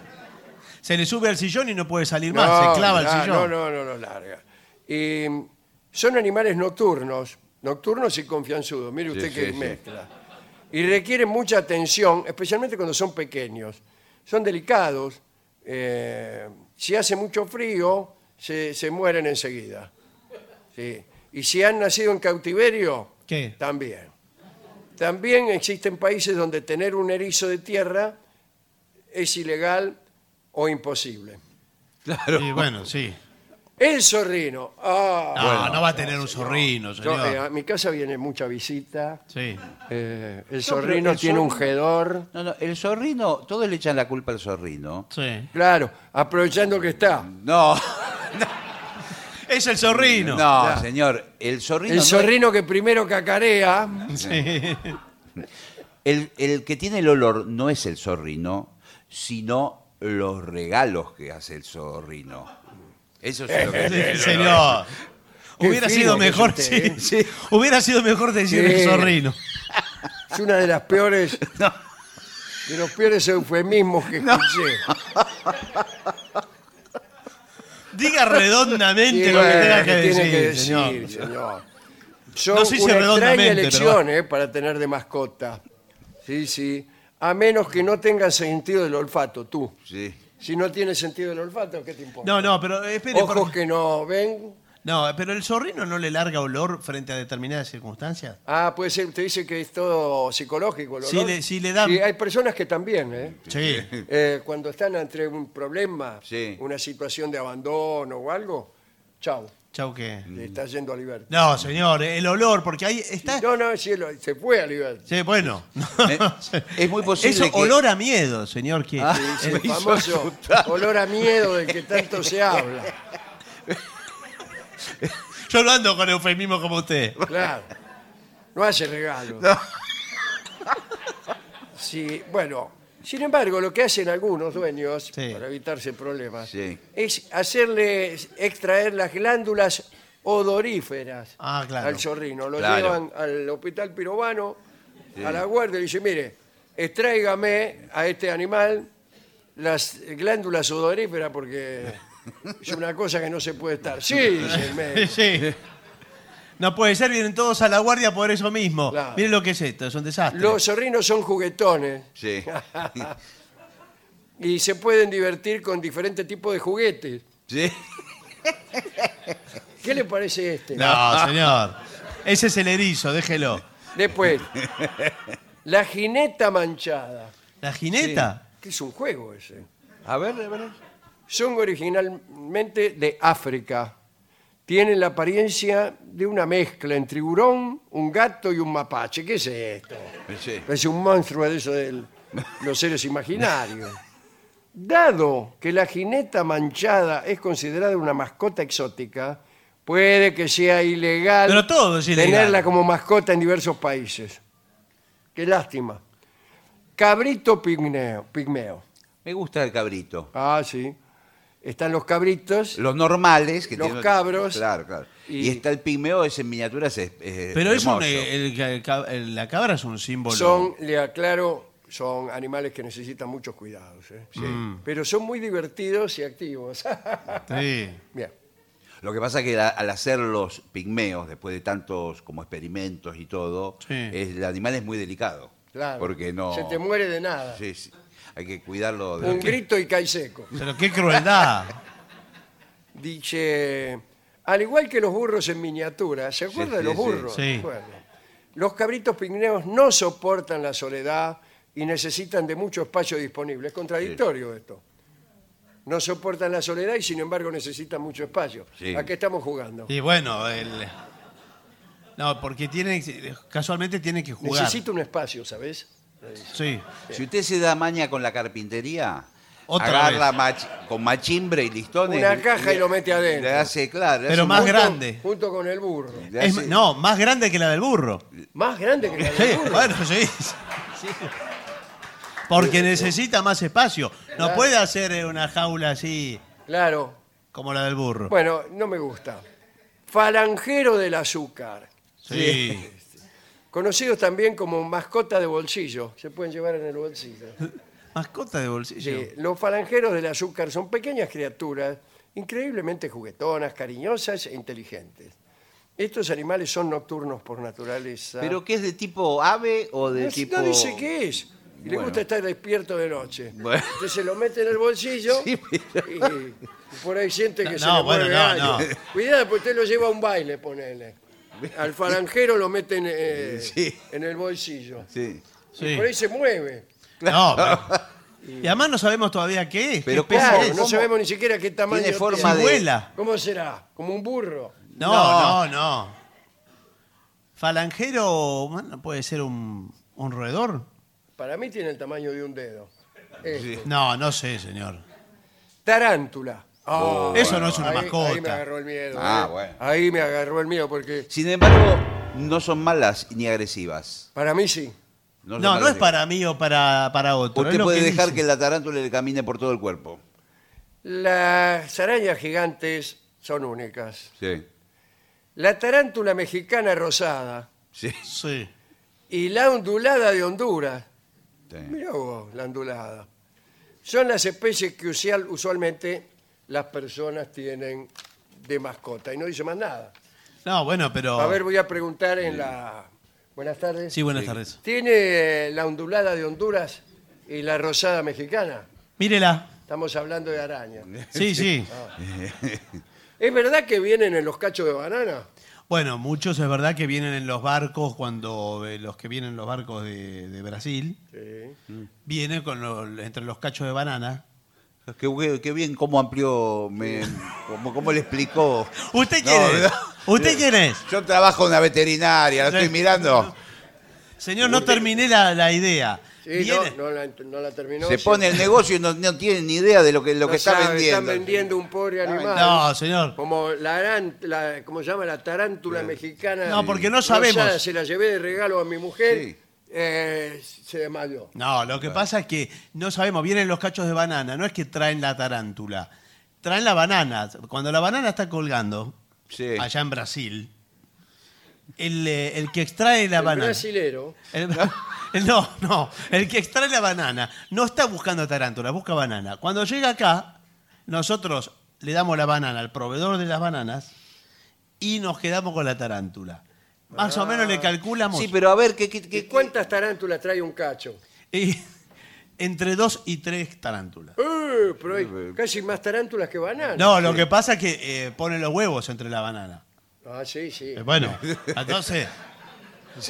Speaker 3: Se le sube al sillón y no puede salir más,
Speaker 2: Mm. No,
Speaker 3: se clava
Speaker 2: la-
Speaker 3: al sillón.
Speaker 2: No, no, no, no, larga. Y, mm, son animales nocturnos, nocturnos y confianzudos, mire
Speaker 4: Sí,
Speaker 2: usted que
Speaker 4: sí, sí.
Speaker 2: mezcla. Y requieren mucha atención, especialmente cuando son pequeños. Son delicados, eh, si hace mucho frío, se, se mueren enseguida. Sí. Y si han nacido en cautiverio,
Speaker 3: ¿Qué?
Speaker 2: también. También existen países donde tener un erizo de tierra es ilegal o imposible.
Speaker 4: Claro.
Speaker 3: Y
Speaker 2: [laughs]
Speaker 3: bueno, sí.
Speaker 2: El zorrino. Ah,
Speaker 3: No, no va a tener un zorrino,
Speaker 2: yo,
Speaker 3: señor.
Speaker 2: eh, a mi casa viene mucha visita.
Speaker 3: Sí.
Speaker 2: eh, el
Speaker 4: pero
Speaker 2: zorrino
Speaker 4: el
Speaker 2: tiene un
Speaker 4: zorrino-
Speaker 2: gedor.
Speaker 4: No, no, el zorrino, todos le echan la culpa al zorrino.
Speaker 3: Sí.
Speaker 2: Claro, aprovechando que está.
Speaker 4: No,
Speaker 3: Es el zorrino.
Speaker 4: no, señor, el zorrino.
Speaker 2: El
Speaker 4: no es-
Speaker 2: zorrino que primero
Speaker 3: [laughs]
Speaker 2: cacarea.
Speaker 3: Sí.
Speaker 4: el, el que tiene el olor no es el zorrino, sino los regalos que hace el zorrino. Eso es lo que
Speaker 2: [laughs]
Speaker 3: Sí, [laughs]
Speaker 4: tiene el olor.
Speaker 3: señor.
Speaker 2: Qué
Speaker 3: Hubiera
Speaker 2: fino
Speaker 3: sido
Speaker 2: que es
Speaker 3: mejor,
Speaker 2: usted, ¿eh?
Speaker 3: sí, sí. [laughs] Hubiera sido mejor decir
Speaker 2: Sí.
Speaker 3: el zorrino.
Speaker 2: Es una de las peores.
Speaker 4: No.
Speaker 2: De los peores eufemismos que escuché. [laughs]
Speaker 3: Diga
Speaker 2: Y
Speaker 3: redondamente lo que
Speaker 2: bueno,
Speaker 3: tenga que
Speaker 2: ¿qué
Speaker 3: decir,
Speaker 2: tiene
Speaker 3: señor.
Speaker 2: decir, señor? Son
Speaker 3: No se dice
Speaker 2: una extraña
Speaker 3: redondamente,
Speaker 2: elección
Speaker 3: pero
Speaker 2: eh, para tener de mascota. Sí, sí. A menos que no tengan sentido del olfato, tú.
Speaker 4: Sí.
Speaker 2: Si no tiene sentido el olfato, ¿qué te importa?
Speaker 3: No, no, pero espere.
Speaker 2: Ojos
Speaker 3: porque-
Speaker 2: que no ven.
Speaker 3: No, pero el zorrino no le larga olor frente a determinadas circunstancias.
Speaker 2: Ah, puede ser, usted dice que es todo psicológico. el
Speaker 3: Sí,
Speaker 2: olor.
Speaker 3: le- sí, le dan-
Speaker 2: Sí, hay personas que también, ¿eh? [laughs]
Speaker 3: Sí.
Speaker 2: Eh, cuando están entre un problema,
Speaker 4: Sí.
Speaker 2: una situación de abandono o algo, chau,
Speaker 3: Chau que.
Speaker 2: le está yendo a Liberty.
Speaker 3: No, señor, el olor, porque ahí está.
Speaker 2: No, no, sí, lo- se fue a
Speaker 3: [laughs]
Speaker 2: Liberty.
Speaker 3: Sí, bueno.
Speaker 4: [laughs] Eh, es muy posible
Speaker 3: Eso,
Speaker 4: que-
Speaker 3: olor a miedo, señor. Que
Speaker 4: Ah,
Speaker 2: Sí, sí,
Speaker 4: me
Speaker 2: el
Speaker 4: hizo
Speaker 2: famoso
Speaker 4: asustar.
Speaker 2: olor a miedo del que tanto se habla.
Speaker 3: Yo no ando con eufemismo como usted.
Speaker 2: Claro. No hace regalo. [laughs] Sí, bueno, sin embargo, lo que hacen algunos dueños
Speaker 3: Sí.
Speaker 2: para evitarse problemas
Speaker 4: Sí.
Speaker 2: es hacerle extraer las glándulas odoríferas
Speaker 3: Ah, claro.
Speaker 2: al zorrino. Lo
Speaker 4: Claro.
Speaker 2: llevan al hospital pirobano, a la guardia, y dice, mire, extráigame a este animal las glándulas odoríferas porque es una cosa que no se puede estar. Sí, dice el médico.
Speaker 3: Sí. No puede ser, vienen todos a la guardia por eso mismo.
Speaker 2: Claro.
Speaker 3: Miren lo que es esto, es un desastre.
Speaker 2: Los zorrinos son juguetones.
Speaker 4: Sí.
Speaker 2: y se pueden divertir con diferentes tipos de juguetes.
Speaker 4: Sí.
Speaker 2: ¿Qué le parece este?
Speaker 4: [laughs]
Speaker 3: No, señor. Ese es el erizo, déjelo.
Speaker 2: Después, la jineta manchada.
Speaker 3: ¿La jineta?
Speaker 2: Que es un juego ese.
Speaker 4: A ver, a ver.
Speaker 2: Son originalmente de África. Tienen la apariencia de una mezcla entre hurón, un gato y un mapache. ¿Qué es esto?
Speaker 4: Sí.
Speaker 2: Es un monstruo de eso de los seres imaginarios. Dado que la jineta manchada es considerada una mascota exótica, puede que sea ilegal,
Speaker 3: Pero todo es ilegal.
Speaker 2: tenerla como mascota en diversos países. Qué lástima. Cabrito pigmeo. pigmeo.
Speaker 4: Me gusta el cabrito.
Speaker 2: Ah, sí. Están los cabritos.
Speaker 4: Los normales. Que
Speaker 2: Los
Speaker 4: tienen-
Speaker 2: cabros.
Speaker 4: Claro, claro. Y,
Speaker 2: Y-
Speaker 4: está el pigmeo, es en miniaturas. Es, es
Speaker 3: Pero es un, eh, el-
Speaker 4: hermoso.
Speaker 3: el- el- la cabra es un símbolo.
Speaker 2: Son, le aclaro, son animales que necesitan muchos cuidados. ¿eh?
Speaker 3: Mm.
Speaker 2: Pero son muy divertidos y activos. [laughs]
Speaker 3: Sí.
Speaker 2: Bien.
Speaker 4: Lo que pasa es que la- al hacer los pigmeos, después de tantos como experimentos y todo,
Speaker 3: Sí.
Speaker 4: es- el animal es muy delicado.
Speaker 2: Claro.
Speaker 4: Porque no.
Speaker 2: Se te muere de nada.
Speaker 4: Sí, sí. Hay que cuidarlo. de-
Speaker 2: Un grito y cae seco.
Speaker 3: Pero qué crueldad.
Speaker 2: Dice, al igual que los burros en miniatura, ¿se acuerdan de
Speaker 4: sí,
Speaker 2: los
Speaker 4: sí.
Speaker 2: burros?
Speaker 3: Sí.
Speaker 2: ¿Se acuerdan? Los cabritos pigmeos no soportan la soledad y necesitan de mucho espacio disponible. Es contradictorio esto. No soportan la soledad y sin embargo necesitan mucho espacio.
Speaker 4: Sí.
Speaker 2: ¿A qué estamos jugando?
Speaker 3: Y bueno, el- no, porque tiene, casualmente tiene que jugar.
Speaker 2: Necesito un espacio, ¿sabes?
Speaker 3: Sí.
Speaker 4: Si usted se da maña con la carpintería,
Speaker 3: Otra
Speaker 4: agarra
Speaker 3: vez.
Speaker 4: mach- con machimbre y listones.
Speaker 2: Una caja y lo mete adentro.
Speaker 4: Le hace, claro. le
Speaker 3: Pero
Speaker 4: hace
Speaker 3: más
Speaker 4: un-
Speaker 2: Junto-
Speaker 3: grande.
Speaker 2: Junto con el burro.
Speaker 4: le
Speaker 3: Es-
Speaker 4: hace-
Speaker 3: no, más grande que la del burro.
Speaker 2: Más grande que la
Speaker 3: Sí,
Speaker 2: del burro.
Speaker 3: bueno, sí. sí. Porque necesita más espacio. No puede hacer eh, una jaula así
Speaker 2: Claro.
Speaker 3: como la del burro.
Speaker 2: Bueno, no me gusta. Falangero del azúcar.
Speaker 3: Sí.
Speaker 2: Conocidos también como mascota de bolsillo. Se pueden llevar en el bolsillo.
Speaker 3: Mascota de bolsillo.
Speaker 2: Sí, los falangeros del azúcar son pequeñas criaturas, increíblemente juguetonas, cariñosas e inteligentes. Estos animales son nocturnos por naturaleza.
Speaker 4: ¿Pero qué es de tipo ave o de
Speaker 2: no,
Speaker 4: tipo.?
Speaker 2: no dice qué es. Y le
Speaker 4: Bueno.
Speaker 2: gusta estar despierto de noche.
Speaker 4: Bueno.
Speaker 2: Entonces se lo mete en el bolsillo
Speaker 4: [laughs] Sí,
Speaker 2: y, y por ahí siente que
Speaker 3: No,
Speaker 2: se le
Speaker 3: no, bueno,
Speaker 2: mueve
Speaker 3: no,
Speaker 2: algo.
Speaker 3: no.
Speaker 2: Cuidado, porque usted lo lleva a un baile, ponele. Al falangero lo meten eh,
Speaker 4: Sí.
Speaker 2: en el bolsillo.
Speaker 4: Sí.
Speaker 3: Sí.
Speaker 2: Por ahí se mueve.
Speaker 3: No, pero- y además no sabemos todavía qué es.
Speaker 4: Pero
Speaker 3: qué especie
Speaker 2: Claro,
Speaker 4: ¿cómo?
Speaker 2: no
Speaker 4: ¿Cómo?
Speaker 2: sabemos ni siquiera qué tamaño
Speaker 4: Tiene
Speaker 3: es.
Speaker 4: forma
Speaker 3: Si
Speaker 4: de-
Speaker 3: vuela.
Speaker 2: ¿Cómo será? ¿Como un burro?
Speaker 3: No, no, no, Falangero bueno, puede ser un, un roedor.
Speaker 2: Para mí tiene el tamaño de un dedo. Este.
Speaker 3: No, no sé, señor.
Speaker 2: Tarántula. Ah,
Speaker 3: Eso no es una
Speaker 2: ahí- Ahí me
Speaker 3: mascota.
Speaker 2: agarró el miedo.
Speaker 4: Oh, Ah,
Speaker 2: eh.
Speaker 4: bueno.
Speaker 2: Ahí me agarró el miedo porque
Speaker 4: Sin embargo, no son malas ni agresivas.
Speaker 2: para mí sí.
Speaker 4: son
Speaker 3: No, no es
Speaker 4: agresivas.
Speaker 3: para mí o para, para otro. es
Speaker 4: Usted
Speaker 3: lo
Speaker 4: puede dejar
Speaker 3: dice.
Speaker 4: que la tarántula le camine por todo el cuerpo.
Speaker 2: Las arañas gigantes son únicas.
Speaker 4: Sí.
Speaker 2: La tarántula mexicana rosada
Speaker 4: Sí.
Speaker 3: Sí.
Speaker 2: y la ondulada de Honduras.
Speaker 4: Sí.
Speaker 2: Mira vos, la ondulada. Son las especies que usual- usualmente las personas tienen de mascota. Y no dice más nada.
Speaker 3: No, bueno, pero...
Speaker 2: A ver, voy a preguntar en la... Buenas tardes.
Speaker 3: sí, buenas tardes.
Speaker 2: ¿Tiene la ondulada de Honduras y la rosada mexicana?
Speaker 3: Mírela.
Speaker 2: Estamos hablando de
Speaker 3: [laughs]
Speaker 2: araña.
Speaker 3: Sí, sí.
Speaker 2: ¿Es verdad que vienen en los cachos de banana?
Speaker 3: Bueno, muchos es verdad que vienen en los barcos cuando eh, los que vienen en los barcos de, de Brasil
Speaker 2: Sí.
Speaker 3: vienen con los- entre los cachos de banana.
Speaker 4: Qué, bu- qué bien cómo amplió, me, cómo, cómo le explicó.
Speaker 3: [laughs] ¿Usted
Speaker 4: No,
Speaker 3: quién es?
Speaker 4: no.
Speaker 3: ¿Usted quién es?
Speaker 4: Yo trabajo en una veterinaria, la estoy
Speaker 3: Sí.
Speaker 4: mirando.
Speaker 3: Señor, no terminé la, la idea.
Speaker 2: Sí,
Speaker 3: Viene-
Speaker 2: no, no la, no la terminó.
Speaker 4: Se
Speaker 2: sí.
Speaker 4: pone el negocio y no, no tiene ni idea de lo que, lo
Speaker 2: No
Speaker 4: que está
Speaker 2: sabe,
Speaker 4: vendiendo.
Speaker 2: Están vendiendo un pobre animal.
Speaker 3: No, señor.
Speaker 2: Como la, aran- la- ¿cómo se llama? La tarántula mexicana.
Speaker 3: No, porque no
Speaker 2: rosada,
Speaker 3: sabemos.
Speaker 2: se la llevé de regalo a mi mujer.
Speaker 4: Sí.
Speaker 2: eh, se desmayó.
Speaker 3: No, lo que pasa es que no sabemos, vienen los cachos de banana, no es que traen la tarántula, traen la banana. Cuando la banana está colgando,
Speaker 4: Sí.
Speaker 3: allá en Brasil, el, eh, el que extrae la
Speaker 2: El
Speaker 3: banana...
Speaker 2: brasilero.
Speaker 3: el- el- Eh, no, [laughs] no, el que extrae la banana no está buscando tarántula, busca banana. Cuando llega acá, nosotros le damos la banana al proveedor de las bananas y nos quedamos con la tarántula. Más o menos le calculamos...
Speaker 4: Ah. Sí, pero a ver, ¿qué, qué- qué-
Speaker 2: ¿Y cuántas tarántulas trae un cacho?
Speaker 3: Y [laughs] entre dos y tres tarántulas.
Speaker 2: Eh, pero hay casi más tarántulas que bananas.
Speaker 3: No, lo que pasa es que eh, ponen los huevos entre la banana.
Speaker 4: [laughs]
Speaker 2: Ah, sí, sí.
Speaker 3: Eh, Bueno, entonces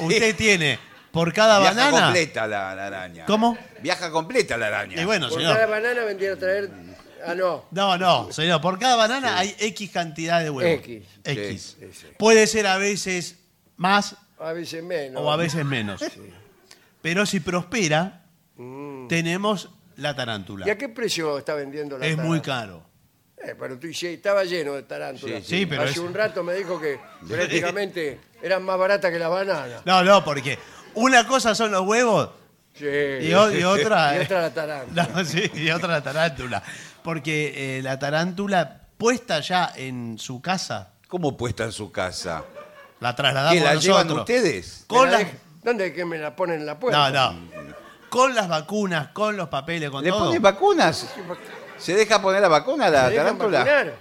Speaker 3: Usted tiene por cada
Speaker 4: Viaja
Speaker 3: banana.
Speaker 4: completa la, la araña.
Speaker 3: ¿Cómo?
Speaker 4: Viaja completa la araña.
Speaker 3: Y bueno,
Speaker 2: Por cada
Speaker 3: señor.
Speaker 2: banana vendría a traer. Ah, no.
Speaker 3: No, no, señor. Por cada banana hay X cantidad de huevos.
Speaker 2: X.
Speaker 3: X.
Speaker 2: Sí, sí, sí.
Speaker 3: Puede ser a veces más
Speaker 2: A veces menos.
Speaker 3: o a veces menos. Pero si prospera, tenemos la tarántula.
Speaker 2: Mm. ¿Y a qué precio está vendiendo la
Speaker 3: Es muy
Speaker 2: tará-
Speaker 3: caro.
Speaker 2: Eh, pero tú dices, estaba lleno de tarántulas.
Speaker 4: Sí,
Speaker 3: sí, pero
Speaker 2: Hace
Speaker 3: es-
Speaker 2: un rato me dijo
Speaker 3: [laughs]
Speaker 2: que prácticamente eran más baratas que las bananas.
Speaker 3: No, no, porque una cosa son los huevos
Speaker 2: Sí.
Speaker 3: y, o- y otra.
Speaker 2: [laughs] Y otra la tarántula.
Speaker 3: [laughs] No, sí, y otra la tarántula. Porque eh, la tarántula puesta ya en su casa,
Speaker 4: ¿Cómo puesta en su casa?
Speaker 3: la trasladamos
Speaker 4: ¿Que la
Speaker 3: nosotros.
Speaker 4: llevan ustedes?
Speaker 2: Me
Speaker 3: Con
Speaker 2: la
Speaker 3: las-
Speaker 2: dej- ¿Dónde es que me la ponen en la
Speaker 3: no,
Speaker 2: puerta?
Speaker 3: no. Con las vacunas, con los papeles, con
Speaker 4: ¿Le
Speaker 3: todo.
Speaker 4: ponen vacunas? ¿Se deja poner la vacuna a la
Speaker 2: ¿Me dejan
Speaker 3: [laughs]
Speaker 4: tarántula?
Speaker 2: vacunar?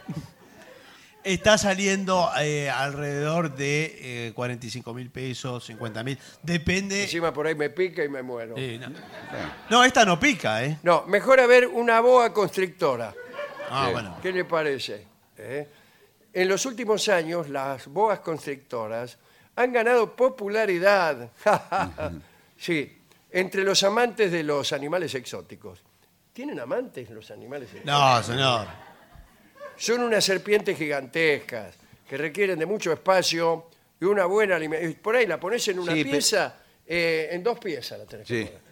Speaker 3: Está saliendo eh, alrededor de eh, 45 mil pesos, 50 mil. Depende.
Speaker 2: Encima por ahí me pica y me muero.
Speaker 3: Sí, no. No, esta no pica, ¿eh?
Speaker 2: No, mejor haber una boa constrictora.
Speaker 3: Ah, bueno.
Speaker 2: ¿Qué le parece? ¿Eh? En los últimos años, las boas constrictoras han ganado popularidad. [laughs] sí, entre los amantes de los animales exóticos. ¿Tienen amantes los animales exóticos?
Speaker 3: No, señor.
Speaker 2: Son unas serpientes gigantescas que requieren de mucho espacio y una buena alimentación. Por ahí la pones en una
Speaker 4: Sí, pe-
Speaker 2: pieza, eh, en dos piezas la tenés. que
Speaker 4: Sí.
Speaker 2: poner.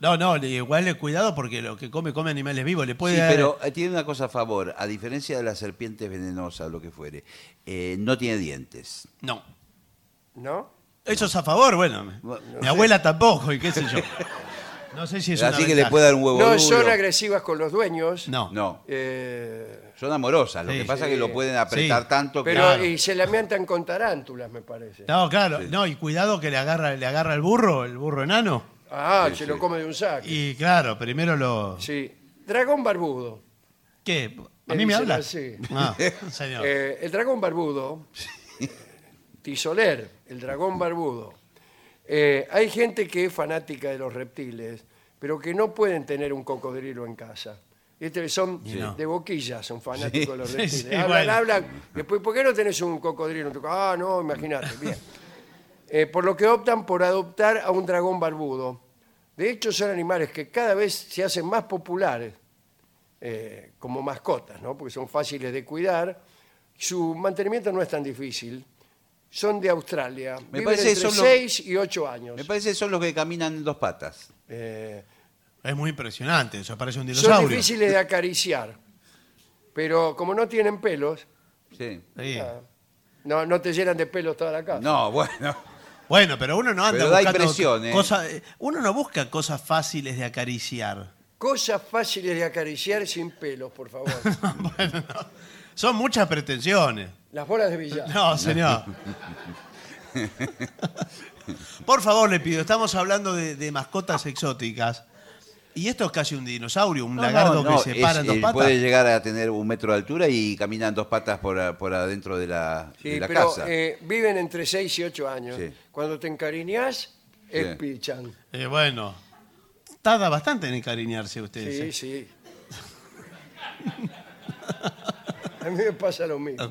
Speaker 3: No, no, le- igual le cuidado porque lo que come, come animales vivos. Le puede
Speaker 4: Sí,
Speaker 3: dar-
Speaker 4: pero eh, tiene una cosa a favor. A diferencia de las serpientes venenosas, lo que fuere, eh, no tiene dientes.
Speaker 3: eh, No.
Speaker 2: ¿No?
Speaker 3: Eso es a favor, bueno. mi- mi abuela tampoco, y qué sé
Speaker 4: [laughs]
Speaker 3: yo. No sé si es una
Speaker 4: Así que le
Speaker 3: ventaja.
Speaker 4: puede dar un huevo
Speaker 2: No
Speaker 4: duro.
Speaker 2: son agresivas con los dueños.
Speaker 3: No.
Speaker 4: No,
Speaker 2: Eh,
Speaker 4: son amorosas. Lo
Speaker 3: Sí,
Speaker 4: que pasa
Speaker 2: sí.
Speaker 4: es que lo pueden apretar
Speaker 3: Sí.
Speaker 4: tanto que...
Speaker 2: pero
Speaker 3: Claro.
Speaker 2: y se lamentan con tarántulas, me parece.
Speaker 3: No, claro, no, y cuidado que le agarra, le agarra el burro, el burro enano.
Speaker 2: Ah,
Speaker 4: Sí,
Speaker 2: se
Speaker 4: sí.
Speaker 2: lo come de un saco.
Speaker 3: Y claro, primero lo.
Speaker 2: Sí. Dragón barbudo.
Speaker 3: ¿Qué? ¿A
Speaker 2: Me
Speaker 3: mí me
Speaker 2: dicen
Speaker 3: habla?
Speaker 2: así. [laughs]
Speaker 3: Ah, señor.
Speaker 2: Eh, el dragón barbudo,
Speaker 3: [laughs]
Speaker 2: Tisoler, el dragón barbudo. Eh, hay gente que es fanática de los reptiles, pero que no pueden tener un cocodrilo en casa. Este, son
Speaker 3: Sí.
Speaker 2: de boquilla, son fanáticos de los
Speaker 3: Sí,
Speaker 2: reptiles.
Speaker 3: sí,
Speaker 2: hablan,
Speaker 3: bueno.
Speaker 2: hablan. Después, ¿por qué no tenés un cocodrilo en tu casa? Ah, no, imagínate. Bien. Eh, por lo que optan por adoptar a un dragón barbudo. De hecho, son animales que cada vez se hacen más populares eh, como mascotas, ¿no? porque son fáciles de cuidar. Su mantenimiento no es tan difícil. Son de Australia.
Speaker 4: Me
Speaker 2: Viven
Speaker 4: parece
Speaker 2: entre
Speaker 4: que son los-
Speaker 2: 6 y 8 años.
Speaker 4: Me parece que son los que caminan en dos patas.
Speaker 2: Eh,
Speaker 3: Es muy impresionante, eso parece un
Speaker 2: son
Speaker 3: dinosaurio.
Speaker 2: difíciles de acariciar. Pero como no tienen pelos,
Speaker 4: Sí.
Speaker 3: Sí.
Speaker 2: ah, no, no te llenan de pelos toda la casa.
Speaker 4: No, bueno.
Speaker 3: Bueno, pero uno no anda
Speaker 4: Pero da
Speaker 3: buscando
Speaker 4: impresión, ¿eh?
Speaker 3: cosas- uno no busca cosas fáciles de acariciar. [laughs]
Speaker 2: Cosas fáciles de acariciar sin pelos, por
Speaker 4: [laughs]
Speaker 2: favor.
Speaker 3: Bueno, no. son muchas pretensiones.
Speaker 2: Las bolas de billar.
Speaker 3: No,
Speaker 4: [laughs]
Speaker 3: señor. Por favor, le pido, estamos hablando de, de mascotas exóticas. Y esto es casi un dinosaurio, un
Speaker 4: No,
Speaker 3: lagarto
Speaker 4: no, no,
Speaker 3: que se
Speaker 4: es-
Speaker 3: para en dos
Speaker 4: eh,
Speaker 3: patas.
Speaker 4: Puede llegar a tener un metro de altura y caminan dos patas por, a- por adentro de la,
Speaker 2: Sí,
Speaker 4: de la
Speaker 2: pero
Speaker 4: casa.
Speaker 2: eh, viven entre 6 y 8 años.
Speaker 4: Sí.
Speaker 2: Cuando te encariñas, espichan.
Speaker 3: Eh, bueno, tarda bastante en encariñarse usted.
Speaker 2: Sí, sí.
Speaker 3: ¿eh?
Speaker 2: [laughs] A mí me pasa lo mismo.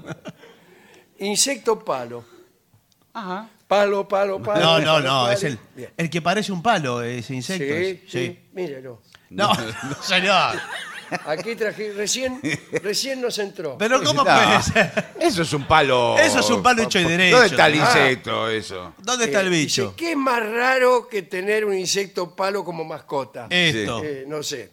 Speaker 2: Insecto palo.
Speaker 4: Ajá.
Speaker 2: Palo, palo, palo.
Speaker 3: No, no,
Speaker 2: palo,
Speaker 3: no,
Speaker 2: palo.
Speaker 3: es el,
Speaker 2: Bien.
Speaker 3: el que parece un palo, ese
Speaker 2: Sí,
Speaker 3: insecto.
Speaker 2: sí,
Speaker 3: es-
Speaker 2: mírelo. [laughs]
Speaker 3: No, señor.
Speaker 2: Aquí traje,
Speaker 3: [laughs]
Speaker 2: recién, recién nos entró.
Speaker 3: Pero ¿cómo
Speaker 4: [laughs] No,
Speaker 3: puede ser?
Speaker 4: Eso es un palo.
Speaker 3: Eso es un palo hecho y derecho.
Speaker 4: ¿Dónde está el
Speaker 3: Ah.
Speaker 4: insecto? Eso.
Speaker 3: ¿Dónde está el
Speaker 2: Eh, dice,
Speaker 3: bicho?
Speaker 2: ¿Qué es más raro que tener un insecto palo como mascota?
Speaker 3: Esto.
Speaker 2: Eh, no sé.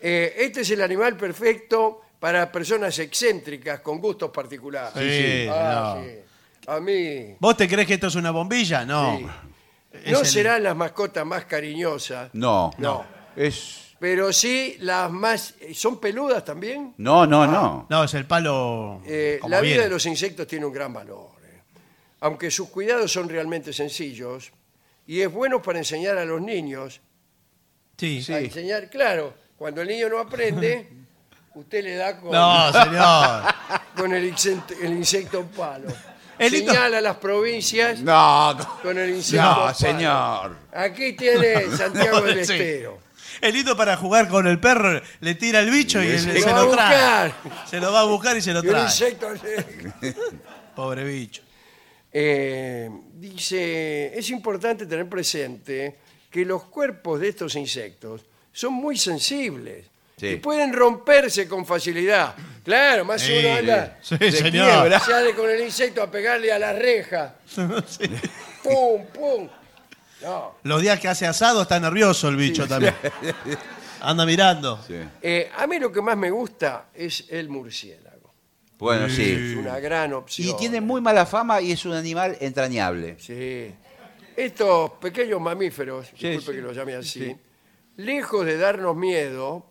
Speaker 2: Eh, este es el animal perfecto para personas excéntricas con gustos particulares.
Speaker 3: Sí, sí,
Speaker 2: Ah,
Speaker 3: no.
Speaker 2: sí. A mí.
Speaker 3: ¿Vos te crees que esto es una bombilla? No.
Speaker 2: Sí.
Speaker 3: Es
Speaker 2: No
Speaker 3: el-
Speaker 2: serán las mascotas más cariñosas,
Speaker 4: No.
Speaker 2: No.
Speaker 4: Es.
Speaker 2: pero sí las más... ¿Son peludas también?
Speaker 4: No, no, no.
Speaker 3: No, es el palo.
Speaker 2: Eh,
Speaker 3: como
Speaker 2: la vida
Speaker 3: viene.
Speaker 2: de los insectos tiene un gran valor. eh. Aunque sus cuidados son realmente sencillos y es bueno para enseñar a los niños.
Speaker 3: Sí.
Speaker 2: A enseñar, claro, cuando el niño no
Speaker 3: [laughs]
Speaker 2: aprende, usted le da con,
Speaker 3: No, señor.
Speaker 2: [laughs] con el, insecto, el insecto palo.
Speaker 3: El hito-
Speaker 2: Señala las provincias
Speaker 4: No,
Speaker 2: Ah. con el insecto
Speaker 4: no,
Speaker 2: palo.
Speaker 4: señor.
Speaker 2: Aquí
Speaker 3: [laughs]
Speaker 2: tiene Santiago del
Speaker 3: Sí.
Speaker 2: Estero.
Speaker 3: El hito para jugar con el perro le tira el bicho y
Speaker 4: Sí.
Speaker 3: él se
Speaker 2: Lo va
Speaker 3: lo
Speaker 2: a
Speaker 3: trae.
Speaker 2: buscar.
Speaker 3: Se lo va a buscar y se lo
Speaker 2: Y un
Speaker 3: trae.
Speaker 2: insecto...
Speaker 3: Pobre bicho.
Speaker 2: eh, dice, es importante tener presente que los cuerpos de estos insectos son muy sensibles
Speaker 4: Sí.
Speaker 2: y pueden romperse con facilidad. Claro, más
Speaker 3: Sí,
Speaker 2: uno anda,
Speaker 3: sí,
Speaker 4: Se
Speaker 3: señor.
Speaker 4: quiebra.
Speaker 2: sale con el insecto a pegarle a la reja. ¡Pum, pum! No.
Speaker 3: Los días que hace asado está nervioso el bicho también. Anda mirando.
Speaker 4: Sí.
Speaker 2: Eh, a mí lo que más me gusta es el murciélago.
Speaker 4: Bueno,
Speaker 2: Es
Speaker 4: sí.
Speaker 2: una gran opción.
Speaker 4: Y tiene muy mala fama y es un animal entrañable.
Speaker 2: Sí. Estos pequeños mamíferos, disculpe
Speaker 4: sí.
Speaker 2: que los llame así, lejos de darnos miedo,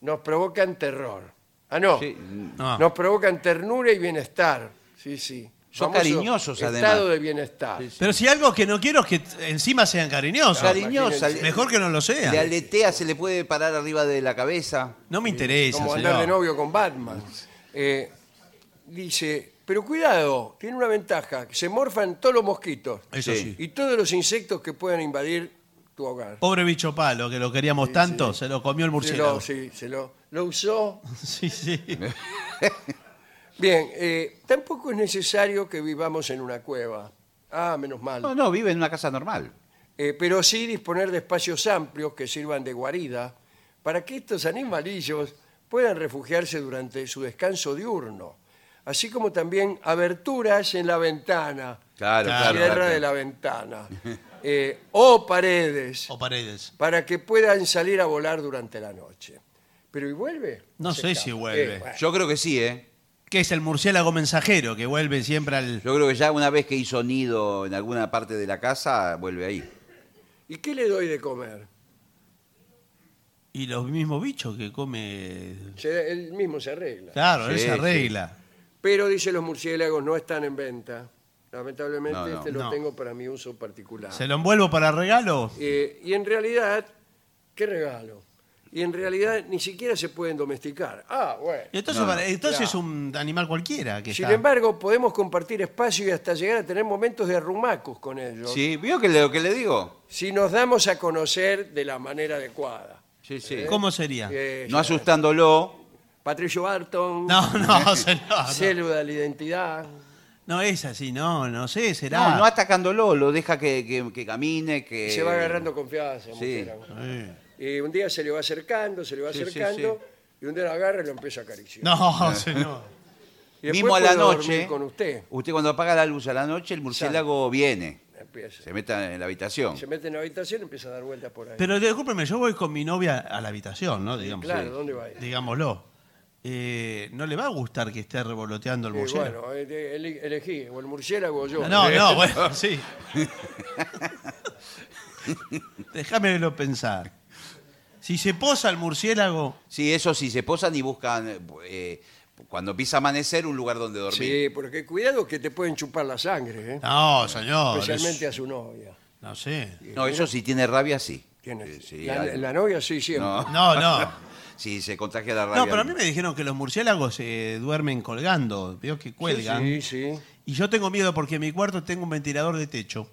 Speaker 2: nos provocan terror. Ah, no.
Speaker 4: Sí.
Speaker 3: No.
Speaker 2: Nos provocan ternura y bienestar. Sí, sí.
Speaker 4: Son
Speaker 2: Famoso
Speaker 4: cariñosos,
Speaker 2: estado
Speaker 4: además.
Speaker 2: de bienestar.
Speaker 3: Pero si algo que no quiero es que t- encima sean cariñosos.
Speaker 4: Cariñosa.
Speaker 2: imagínense.
Speaker 4: le-
Speaker 3: Mejor que no lo
Speaker 4: Le
Speaker 3: sean.
Speaker 4: aletea, se le puede parar arriba de la cabeza.
Speaker 3: No me interesa,
Speaker 2: Como andar de
Speaker 3: señor.
Speaker 2: novio con Batman. Eh, dice, pero cuidado, tiene una ventaja, que se morfan todos los mosquitos
Speaker 3: Eso
Speaker 4: Sí.
Speaker 3: sí.
Speaker 2: y todos los insectos que puedan invadir tu hogar.
Speaker 3: Pobre bicho palo, que lo queríamos tanto, se lo comió el
Speaker 2: Se lo,
Speaker 3: murciélago.
Speaker 2: sí, se lo, lo usó.
Speaker 3: [laughs] Sí, sí.
Speaker 2: [laughs] Bien, eh, tampoco es necesario que vivamos en una cueva. Ah, menos mal.
Speaker 4: No, no, vive en una casa normal.
Speaker 2: Eh, pero sí disponer de espacios amplios que sirvan de guarida para que estos animalillos puedan refugiarse durante su descanso diurno, así como también aberturas en la ventana,
Speaker 4: Claro, claro,
Speaker 2: cierre
Speaker 4: claro.
Speaker 2: de la ventana, eh, o paredes,
Speaker 3: O paredes.
Speaker 2: para que puedan salir a volar durante la noche. Pero ¿y vuelve?
Speaker 3: No
Speaker 2: Se
Speaker 3: sé
Speaker 2: escapa.
Speaker 3: si vuelve.
Speaker 2: Eh, bueno,
Speaker 4: Yo creo que sí, ¿eh?
Speaker 3: Que es el murciélago mensajero que vuelve siempre al.
Speaker 4: Yo creo que ya una vez que hizo nido en alguna parte de la casa, vuelve ahí.
Speaker 2: ¿Y qué le doy de comer?
Speaker 3: Y los mismos bichos que come.
Speaker 2: Se- él mismo se arregla.
Speaker 3: Claro,
Speaker 4: Sí,
Speaker 3: él se
Speaker 4: sí.
Speaker 3: arregla.
Speaker 2: Pero dice los murciélagos no están en venta. Lamentablemente
Speaker 4: No, no.
Speaker 2: este lo
Speaker 3: No.
Speaker 2: tengo para mi uso particular.
Speaker 3: ¿Se lo envuelvo para regalo?
Speaker 2: Eh, y en realidad, ¿qué regalo? Y en realidad ni siquiera se pueden domesticar. Ah, bueno.
Speaker 3: Entonces,
Speaker 4: No,
Speaker 3: para- entonces
Speaker 2: claro.
Speaker 3: es un animal cualquiera que
Speaker 2: Sin
Speaker 3: está-
Speaker 2: embargo, podemos compartir espacio y hasta llegar a tener momentos de arrumacos con ellos
Speaker 4: Sí, ¿vio que lo que le digo?
Speaker 2: si nos damos a conocer de la manera adecuada.
Speaker 4: Sí, sí.
Speaker 3: ¿Cómo sería?
Speaker 2: Eh,
Speaker 4: No asustándolo.
Speaker 2: Patricio Barton, [laughs]
Speaker 3: No, no, señor. No,
Speaker 2: célula de la identidad.
Speaker 3: No es así, no, no sé, será.
Speaker 4: No, no atacándolo, lo deja que, que- que camine, que...
Speaker 2: y se va agarrando confianza.
Speaker 4: sí.
Speaker 2: murciélago.
Speaker 3: Eh.
Speaker 2: Y un día se le va acercando, se le va
Speaker 4: Sí, sí,
Speaker 2: acercando, y un día lo agarra y lo empieza a acariciar. [laughs]
Speaker 3: No, señor.
Speaker 2: Y después
Speaker 4: Mismo a la
Speaker 2: puede dormir
Speaker 4: noche.
Speaker 2: Con usted.
Speaker 4: Usted cuando apaga la luz a la noche, el murciélago viene.
Speaker 2: Empieza.
Speaker 4: Se meta en la habitación.
Speaker 2: Se mete en la habitación y empieza a dar vueltas por ahí.
Speaker 3: Pero discúlpeme, yo voy con mi novia a la habitación, ¿no? Digamos,
Speaker 2: claro, ¿dónde va a ir?
Speaker 3: Digámoslo. Eh, no le va a gustar que esté revoloteando el
Speaker 2: Eh,
Speaker 3: murciélago.
Speaker 2: bueno, eh, de- ele- elegí, o el murciélago o yo.
Speaker 3: no,
Speaker 2: [laughs]
Speaker 3: no, bueno, sí. [laughs] Déjamelo pensar. Si se posa el murciélago,
Speaker 4: Sí, eso sí, se posan y buscan, eh, cuando empieza a amanecer, un lugar donde dormir.
Speaker 2: Sí, porque cuidado que te pueden chupar la sangre, ¿eh?
Speaker 3: no, señor.
Speaker 2: especialmente
Speaker 3: es-
Speaker 2: a su novia.
Speaker 3: No sé.
Speaker 4: No, eso sí tiene rabia, sí.
Speaker 2: Tiene-
Speaker 4: Eh, sí,
Speaker 2: la,
Speaker 4: hay-
Speaker 2: la novia sí, siempre.
Speaker 4: No.
Speaker 3: No, no.
Speaker 4: Sí, se contagia la rabia.
Speaker 3: No, pero a mí me dijeron que los murciélagos eh, duermen colgando, veo que cuelgan.
Speaker 2: Sí, sí,
Speaker 3: Y yo tengo miedo porque en mi cuarto tengo un ventilador de techo.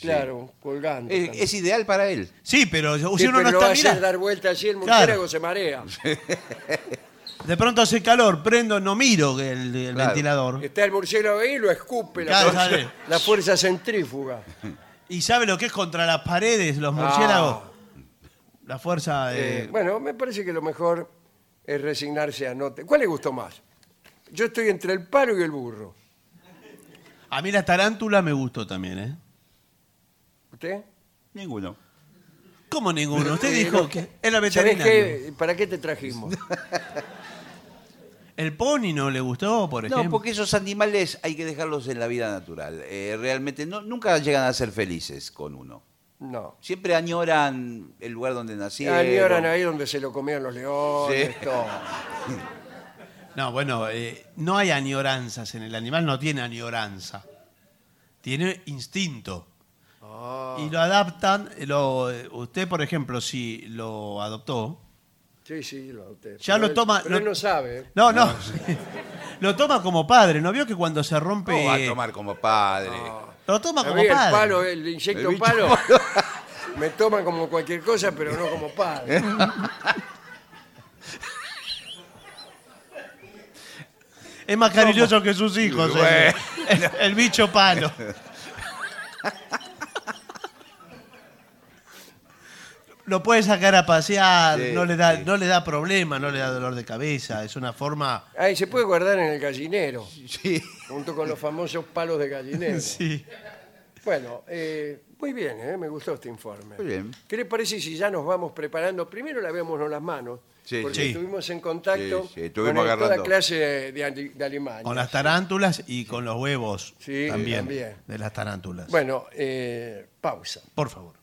Speaker 2: claro, colgando.
Speaker 4: Es,
Speaker 2: también.
Speaker 4: es ideal para él.
Speaker 3: Sí, pero si
Speaker 2: Sí,
Speaker 3: uno no
Speaker 2: pero lo
Speaker 3: está
Speaker 2: hace
Speaker 3: mirando,
Speaker 2: dar vueltas así, el murciélago
Speaker 3: Claro.
Speaker 2: se
Speaker 3: [laughs]
Speaker 2: marea.
Speaker 3: de pronto hace calor, prendo, no miro el, el
Speaker 4: Claro.
Speaker 3: ventilador.
Speaker 2: Está el murciélago ahí y lo escupe la,
Speaker 3: Claro,
Speaker 2: fuerza,
Speaker 3: sale.
Speaker 2: la fuerza centrífuga.
Speaker 3: ¿Y sabe lo que es contra las paredes los murciélagos? La fuerza de...
Speaker 2: Ah. Eh, bueno, me parece que lo mejor es resignarse a no... te- ¿Cuál le gustó más? Yo estoy entre el palo y el burro.
Speaker 3: A mí la tarántula me gustó también, ¿eh?
Speaker 2: ¿Usted?
Speaker 4: Ninguno.
Speaker 3: ¿Cómo ninguno? Usted
Speaker 2: Eh,
Speaker 3: dijo
Speaker 2: no.
Speaker 3: que era
Speaker 2: ¿Sabés
Speaker 3: veterinario.
Speaker 2: qué? ¿Para qué te
Speaker 3: [laughs]
Speaker 2: trajimos?
Speaker 3: ¿El pony no le gustó, por ejemplo?
Speaker 4: No, porque esos animales hay que dejarlos en la vida natural. Eh, realmente no, nunca llegan a ser felices con uno.
Speaker 2: No.
Speaker 4: Siempre añoran el lugar donde nacieron.
Speaker 2: Añoran ahí donde se lo comían los leones,
Speaker 4: Sí.
Speaker 3: [laughs]
Speaker 2: todo.
Speaker 3: No, bueno, eh, no hay añoranzas en el animal, no tiene añoranza. Tiene instinto.
Speaker 4: Oh.
Speaker 2: Ah,
Speaker 3: Y lo adaptan, lo, eh, usted, por ejemplo, si lo adoptó,
Speaker 2: sí, sí, lo adopté.
Speaker 3: Ya
Speaker 2: Pero
Speaker 3: lo
Speaker 2: él-
Speaker 3: toma-
Speaker 2: Pero
Speaker 3: lo-
Speaker 2: él no sabe. ¿eh?
Speaker 3: No, no. [laughs] Lo toma como padre, ¿no vio que cuando se rompe.
Speaker 4: ¿Cómo va a tomar como padre?
Speaker 3: Lo toma
Speaker 2: A
Speaker 3: como
Speaker 2: mí el
Speaker 3: padre.
Speaker 2: palo, el insecto
Speaker 4: El bicho
Speaker 2: palo, [laughs] me toman como cualquier cosa, pero no como
Speaker 3: [laughs]
Speaker 2: padre.
Speaker 3: es más cariñoso que sus hijos. eh,
Speaker 4: Bueno.
Speaker 3: El, el bicho palo. Lo puede sacar a pasear,
Speaker 4: Sí,
Speaker 3: no, le da,
Speaker 4: sí.
Speaker 3: no le da problema, no le da dolor de cabeza. Es una forma.
Speaker 2: Ay, se puede guardar en el gallinero,
Speaker 4: Sí.
Speaker 2: junto con los famosos palos de gallinero.
Speaker 3: Sí.
Speaker 2: Bueno, eh, muy bien, eh, me gustó este informe.
Speaker 4: Muy bien.
Speaker 2: ¿Qué le parece si ya nos vamos preparando? Primero lavémonos las manos,
Speaker 4: Sí,
Speaker 2: porque
Speaker 3: sí.
Speaker 2: estuvimos en contacto
Speaker 4: Sí, sí, estuvimos
Speaker 2: con eh, toda
Speaker 4: agarrando.
Speaker 2: clase de, de, ali- de alimañas.
Speaker 3: Con las tarántulas y con los huevos
Speaker 2: Sí,
Speaker 3: también,
Speaker 2: también.
Speaker 3: de las tarántulas.
Speaker 2: Bueno, eh, pausa.
Speaker 3: Por favor.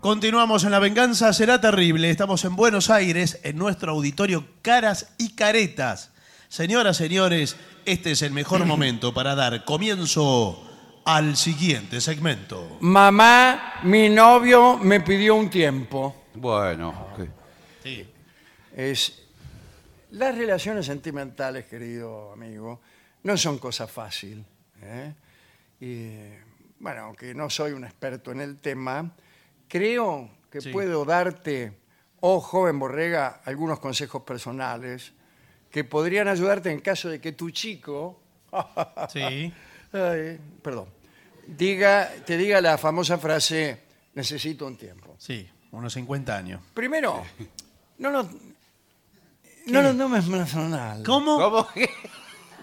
Speaker 3: Continuamos en La Venganza Será Terrible. Estamos en Buenos Aires, en nuestro auditorio Caras y Caretas. Señoras, señores, este es el mejor momento para dar comienzo al siguiente segmento.
Speaker 2: Mamá, mi novio me pidió un tiempo.
Speaker 4: Bueno. ok.
Speaker 2: es las relaciones sentimentales, querido amigo, no son cosa fácil. ¿eh? Y bueno, aunque no soy un experto en el tema, creo que
Speaker 3: Sí.
Speaker 2: puedo darte, oh joven borrega, algunos consejos personales que podrían ayudarte en caso de que tu chico, [laughs]
Speaker 3: Sí.
Speaker 2: ay, perdón, diga, te diga la famosa frase, necesito un tiempo.
Speaker 3: Sí, unos 50 años.
Speaker 2: Primero, no lo, no lo tomes personal.
Speaker 3: ¿Cómo?
Speaker 4: ¿Cómo [laughs] que?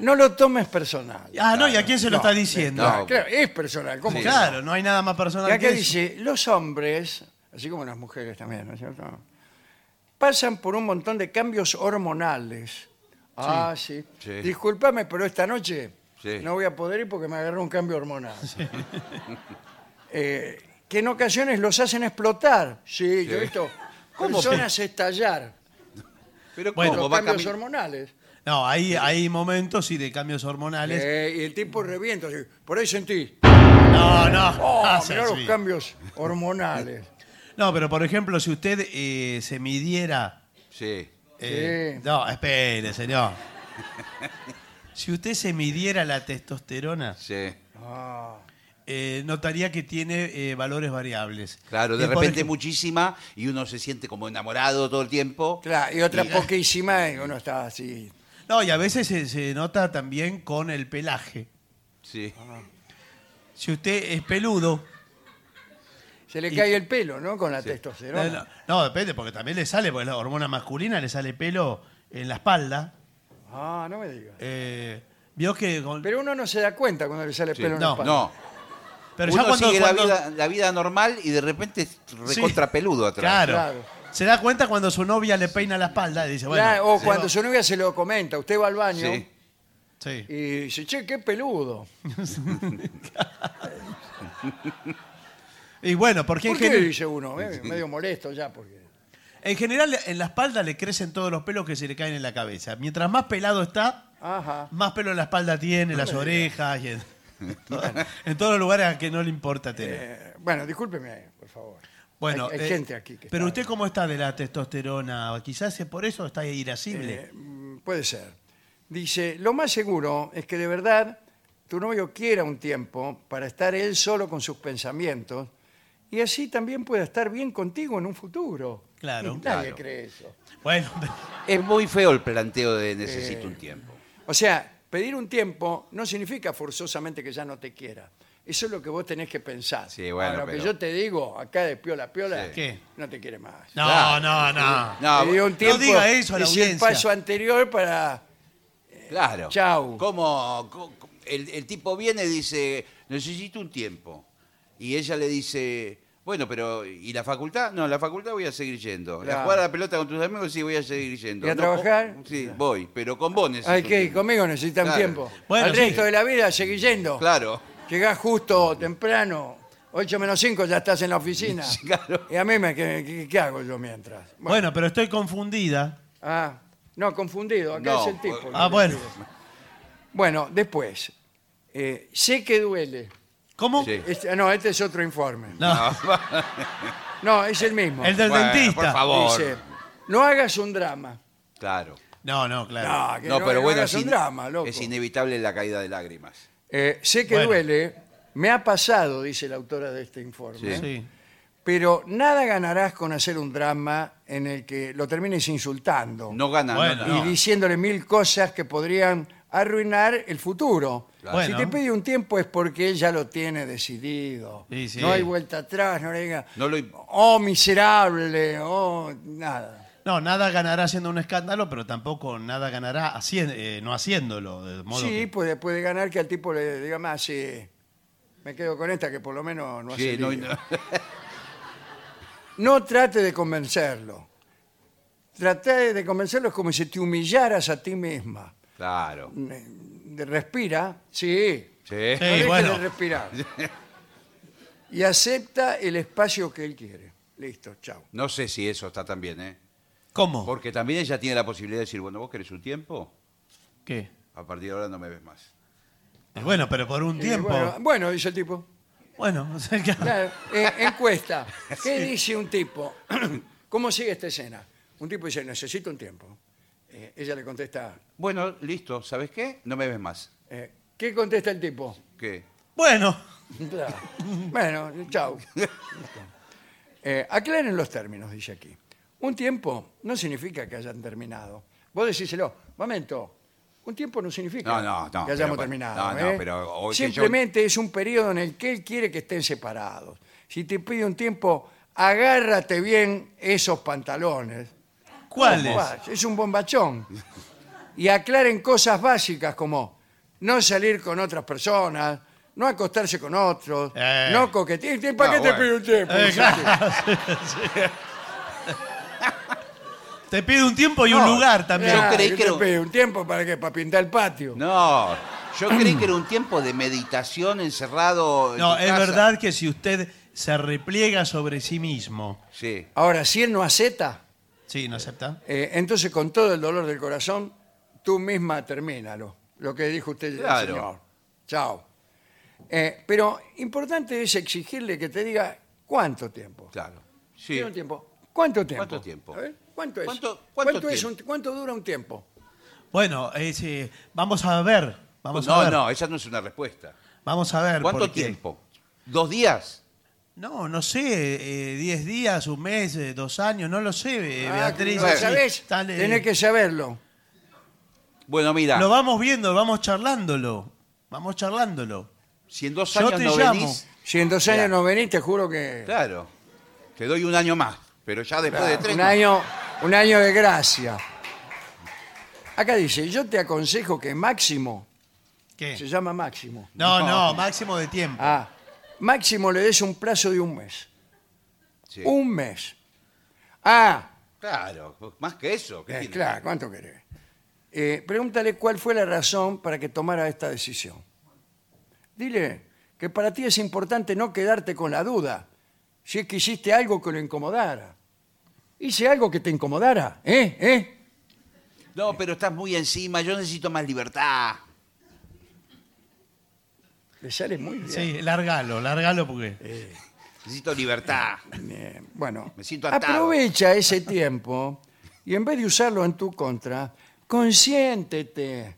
Speaker 2: No lo tomes personal.
Speaker 3: Ah, no, ¿y a quién se lo
Speaker 2: No,
Speaker 3: está diciendo?
Speaker 4: no.
Speaker 2: Claro, es personal. ¿Cómo
Speaker 4: Sí.
Speaker 2: que no?
Speaker 3: Claro, no hay nada más personal
Speaker 2: Y acá
Speaker 3: que eso.
Speaker 2: dice, los hombres, así como las mujeres también, ¿no es cierto? Pasan por un montón de cambios hormonales. Ah, sí.
Speaker 4: Sí.
Speaker 2: Discúlpame, pero esta noche
Speaker 4: Sí.
Speaker 2: no voy a poder ir porque me agarró un cambio hormonal. [laughs] Eh, que en ocasiones los hacen explotar. Sí, yo he
Speaker 4: Sí.
Speaker 2: visto personas estallar
Speaker 4: Pero
Speaker 3: Bueno,
Speaker 2: por
Speaker 4: ¿cómo va a
Speaker 2: cambios
Speaker 4: cami-
Speaker 2: hormonales.
Speaker 3: No, hay, hay momentos, sí, de cambios hormonales.
Speaker 2: Eh, y el tipo revienta. así, Por ahí sentí.
Speaker 3: No, no.
Speaker 2: Oh,
Speaker 3: [laughs] ah, sí,
Speaker 2: mirá los
Speaker 3: sí.
Speaker 2: cambios
Speaker 3: [laughs]
Speaker 2: hormonales.
Speaker 3: No, pero por ejemplo, si usted eh, se midiera...
Speaker 4: Sí.
Speaker 3: eh,
Speaker 2: Sí.
Speaker 3: No, espere, señor. Si usted se midiera la testosterona,
Speaker 4: Sí.
Speaker 2: Ah,
Speaker 3: eh, notaría que tiene eh, valores variables.
Speaker 4: Claro, de
Speaker 3: Y por
Speaker 4: repente
Speaker 3: ejemplo-
Speaker 4: muchísima y uno se siente como enamorado todo el tiempo.
Speaker 2: claro, y otra poquísima y uno está así.
Speaker 3: No, y a veces se, se nota también con el pelaje.
Speaker 4: Sí.
Speaker 3: Ah, Si usted es peludo...
Speaker 2: Se le
Speaker 3: Y-
Speaker 2: cae el pelo, ¿no? Con la testosterona.
Speaker 3: No, no, no, depende, porque también le sale, porque la hormona masculina le sale pelo en la espalda.
Speaker 2: Ah, no me digas.
Speaker 3: Eh, vio que. con- pero
Speaker 2: Pero uno no se da cuenta cuando le sale el pelo en la
Speaker 3: No,
Speaker 2: espalda.
Speaker 4: No.
Speaker 3: ya
Speaker 4: uno
Speaker 3: cuando.
Speaker 4: sigue
Speaker 3: cuando-
Speaker 4: la, vida, la vida normal y de repente es
Speaker 3: Sí.
Speaker 4: recontrapeludo atrás.
Speaker 3: Claro,
Speaker 2: Claro.
Speaker 3: Se da cuenta cuando su novia le peina la espalda y dice, bueno.
Speaker 2: Ya, o
Speaker 3: se
Speaker 2: cuando
Speaker 3: va-
Speaker 2: su novia se lo comenta, usted va al baño
Speaker 4: Sí.
Speaker 3: Sí.
Speaker 2: y dice, che, qué peludo.
Speaker 3: Y bueno, porque en,
Speaker 2: ¿Por qué?
Speaker 3: gen-
Speaker 2: Dice uno, eh, medio molesto ya, porque...
Speaker 3: en general en la espalda le crecen todos los pelos que se le caen en la cabeza. Mientras más pelado está,
Speaker 2: Ajá.
Speaker 3: más pelo en la espalda tiene, en las orejas y en, [laughs] en todos los lugares que no le importa tener.
Speaker 2: Eh, bueno, discúlpeme, por favor.
Speaker 3: Bueno,
Speaker 2: hay, hay
Speaker 3: eh,
Speaker 2: gente aquí que
Speaker 3: Pero
Speaker 2: está-
Speaker 3: usted cómo está de la testosterona, quizás es por eso está irascible.
Speaker 2: Eh, mm, puede ser. Dice, lo más seguro es que de verdad tu novio quiera un tiempo para estar él solo con sus pensamientos y así también pueda estar bien contigo en un futuro.
Speaker 3: Claro.
Speaker 2: Nadie
Speaker 4: Claro.
Speaker 2: cree eso.
Speaker 3: Bueno, [laughs]
Speaker 4: Es muy feo el planteo de
Speaker 3: Eh.
Speaker 4: necesito un tiempo.
Speaker 2: O sea, pedir un tiempo no significa forzosamente que ya no te quiera. Eso es lo que vos tenés que pensar.
Speaker 4: Sí, bueno,
Speaker 2: Ahora, lo que
Speaker 4: pero-
Speaker 2: yo te digo, acá de piola piola,
Speaker 4: Sí.
Speaker 3: ¿Qué?
Speaker 2: no te quiere más.
Speaker 3: no,
Speaker 4: Claro.
Speaker 3: no, no,
Speaker 4: No,
Speaker 2: Te dio un
Speaker 3: no
Speaker 2: tiempo,
Speaker 3: diga eso a la
Speaker 2: es el
Speaker 3: audiencia.
Speaker 2: paso anterior para...
Speaker 4: Claro.
Speaker 2: Chau.
Speaker 4: Como co- co- el, el tipo viene y dice, necesito un tiempo. Y ella le dice, bueno, pero ¿y la facultad? No, la facultad voy a seguir yendo.
Speaker 2: Claro.
Speaker 4: La jugar a la pelota con tus amigos sí voy a seguir yendo.
Speaker 2: ¿Y a
Speaker 4: No,
Speaker 2: trabajar?
Speaker 4: o- sí, voy, pero con vos necesito
Speaker 2: Hay
Speaker 4: un
Speaker 2: que ir,
Speaker 4: tiempo.
Speaker 2: conmigo necesitan
Speaker 4: Claro.
Speaker 2: tiempo.
Speaker 3: Bueno,
Speaker 2: Al
Speaker 3: sí.
Speaker 2: resto de la vida seguí yendo. [laughs]
Speaker 4: Claro.
Speaker 2: Llegás justo temprano, 8 menos 5 ya estás en la oficina.
Speaker 4: Sí, [laughs] claro.
Speaker 2: Y a mí, me, ¿qué, qué- qué hago yo mientras?
Speaker 3: Bueno, pero estoy confundida.
Speaker 2: Ah, no, confundido, acá
Speaker 4: No,
Speaker 2: es el tipo.
Speaker 3: Ah, bueno.
Speaker 2: Bueno, después. eh, sé que duele.
Speaker 3: ¿Cómo?
Speaker 4: Sí.
Speaker 2: Este- ah, no, este es otro informe.
Speaker 3: No,
Speaker 4: [laughs]
Speaker 2: No, es el mismo.
Speaker 3: el del
Speaker 4: Bueno,
Speaker 3: dentista.
Speaker 4: Ah, por favor.
Speaker 2: Dice, no hagas un drama.
Speaker 4: Claro.
Speaker 3: No, no, claro.
Speaker 2: No, que
Speaker 4: no, pero bueno,
Speaker 2: hagas
Speaker 4: es,
Speaker 2: un
Speaker 4: in-
Speaker 2: drama, loco.
Speaker 4: es inevitable la caída de lágrimas.
Speaker 2: Eh, sé que
Speaker 3: Bueno.
Speaker 2: duele, me ha pasado, dice la autora de este informe,
Speaker 4: Sí.
Speaker 3: Sí.
Speaker 2: pero nada ganarás con hacer un drama en el que lo termines insultando
Speaker 4: No gana, no,
Speaker 3: Bueno,
Speaker 4: no.
Speaker 2: y diciéndole mil cosas que podrían arruinar el futuro.
Speaker 4: Claro.
Speaker 2: Si
Speaker 3: Bueno.
Speaker 2: te pide un tiempo es porque él ya lo tiene decidido.
Speaker 3: Sí, sí.
Speaker 2: No hay vuelta atrás, no le diga,
Speaker 4: No lo-
Speaker 2: oh miserable, oh nada.
Speaker 3: No, nada ganará haciendo un escándalo, pero tampoco nada ganará haci- eh, no haciéndolo. De modo
Speaker 2: sí,
Speaker 3: que-
Speaker 2: puede, puede ganar que al tipo le diga más, sí, me quedo con esta que por lo menos no hace
Speaker 4: Sí, no-
Speaker 2: lío".
Speaker 4: no. [laughs]
Speaker 2: No trate de convencerlo. Trate de convencerlo es como si te humillaras a ti misma.
Speaker 4: Claro.
Speaker 2: De- Respira, sí,
Speaker 4: Sí.
Speaker 2: no dejes
Speaker 3: bueno.
Speaker 2: de respirar. Y acepta el espacio que él quiere. Listo, chao.
Speaker 4: No sé si eso está tan bien, ¿eh?
Speaker 3: ¿Cómo?
Speaker 4: Porque también ella tiene la posibilidad de decir, bueno, vos querés un tiempo,
Speaker 3: ¿Qué?
Speaker 4: a partir de ahora no me ves más.
Speaker 3: Eh, Bueno, pero por un
Speaker 2: Y
Speaker 3: tiempo.
Speaker 2: Bueno,
Speaker 3: Bueno,
Speaker 2: bueno, dice el tipo.
Speaker 3: o sea que-
Speaker 2: Claro, eh,
Speaker 3: [laughs]
Speaker 2: encuesta. ¿Qué dice un tipo? [clears throat] ¿Cómo sigue esta escena? Un tipo dice, necesito un tiempo. Eh, ella le contesta,
Speaker 4: Bueno, listo, ¿sabes qué? No me ves más.
Speaker 2: eh, ¿qué contesta el tipo?
Speaker 4: ¿Qué?
Speaker 3: bueno,
Speaker 2: Claro. [laughs] Bueno, chao. Eh, aclaren los términos, dice aquí. Un tiempo no significa que hayan terminado. Vos decíselo, momento, un tiempo no significa
Speaker 4: No, no, no,
Speaker 2: que
Speaker 4: pero
Speaker 2: hayamos
Speaker 4: pa-
Speaker 2: terminado.
Speaker 4: no, no,
Speaker 2: ¿eh?
Speaker 4: pero hoy que yo-
Speaker 2: Simplemente es un periodo en el que él quiere que estén separados. Si te pide un tiempo, agárrate bien esos pantalones.
Speaker 3: ¿cuál es?
Speaker 2: Guau, Es un bombachón. Y aclaren cosas básicas como no salir con otras personas, no acostarse con otros,
Speaker 3: Eh.
Speaker 2: no coquetear. ¿Para
Speaker 4: Ah,
Speaker 2: qué te
Speaker 4: bueno.
Speaker 2: pide un tiempo?
Speaker 3: Eh,
Speaker 2: Sí, Ah,
Speaker 3: claro, sí, sí. Te pide un tiempo y un
Speaker 4: No,
Speaker 3: lugar
Speaker 2: sí.
Speaker 3: también.
Speaker 2: Claro,
Speaker 4: Yo creí
Speaker 2: ¿qué
Speaker 4: que
Speaker 2: te
Speaker 4: era-
Speaker 2: pide un tiempo para qué? Para pintar el patio.
Speaker 4: No,
Speaker 3: [clears throat]
Speaker 4: yo creí que era un tiempo de meditación encerrado. en
Speaker 3: No,
Speaker 4: tu
Speaker 3: es
Speaker 4: casa.
Speaker 3: verdad que si usted se repliega sobre sí mismo.
Speaker 4: Sí.
Speaker 2: Ahora, si él no acepta,
Speaker 3: Sí, ¿no acepta?
Speaker 2: eh, entonces con todo el dolor del corazón, tú misma termínalo. Lo que dijo usted,
Speaker 4: Claro.
Speaker 2: señor. Chao. Eh, pero importante es exigirle que te diga cuánto tiempo.
Speaker 4: Claro. Sí.
Speaker 2: Tiene un tiempo. ¿Cuánto tiempo?
Speaker 4: ¿Cuánto tiempo?
Speaker 2: A ver, ¿cuánto es?
Speaker 4: ¿Cuánto- cuánto
Speaker 2: es
Speaker 4: tiempo?
Speaker 2: un- cuánto dura un tiempo?
Speaker 3: Bueno, eh, sí, vamos a ver. Vamos a
Speaker 4: No,
Speaker 3: ver.
Speaker 4: no, esa no es una respuesta.
Speaker 3: Vamos a ver.
Speaker 4: ¿Cuánto
Speaker 3: porque-
Speaker 4: tiempo? ¿Dos días?
Speaker 3: No, no sé, eh, 10 días, un mes, eh, dos años, no lo sé, eh,
Speaker 2: Ah,
Speaker 3: Beatriz.
Speaker 2: ¿no
Speaker 3: sí,
Speaker 2: ¿Sabés?
Speaker 3: tal, eh,
Speaker 2: Tenés que saberlo.
Speaker 4: Bueno, mira,
Speaker 3: Lo vamos viendo, vamos charlándolo. Vamos charlándolo.
Speaker 4: si en dos
Speaker 3: Yo
Speaker 4: años
Speaker 3: te
Speaker 4: no
Speaker 3: llamo.
Speaker 4: venís.
Speaker 2: Si en dos años
Speaker 4: Claro.
Speaker 2: no venís, te juro que...
Speaker 4: Claro. Te doy un año más, pero ya después de tres.
Speaker 2: un,
Speaker 4: no.
Speaker 2: año, un año de gracia. Acá dice, yo te aconsejo que Máximo,
Speaker 3: ¿Qué?
Speaker 2: se llama Máximo,
Speaker 3: No,
Speaker 4: No.
Speaker 3: no, máximo de tiempo.
Speaker 2: ah, Máximo le des un plazo de un mes.
Speaker 4: Sí.
Speaker 2: Un mes. Ah,
Speaker 4: Claro, más que eso. ¿qué
Speaker 2: eh,
Speaker 4: tiene?
Speaker 2: claro, ¿cuánto querés? Eh, pregúntale cuál fue la razón para que tomara esta decisión. Dile que para ti es importante no quedarte con la duda si es que hiciste algo que lo incomodara. Hice algo que te incomodara, ¿eh? ¿Eh?
Speaker 4: No, pero estás muy encima, yo necesito más libertad.
Speaker 2: Le sale muy bien.
Speaker 3: Sí, largalo, largalo porque.
Speaker 4: Necesito libertad.
Speaker 2: Eh, bueno,
Speaker 4: Me siento atado.
Speaker 2: aprovecha ese tiempo y en vez de usarlo en tu contra, consiéntete,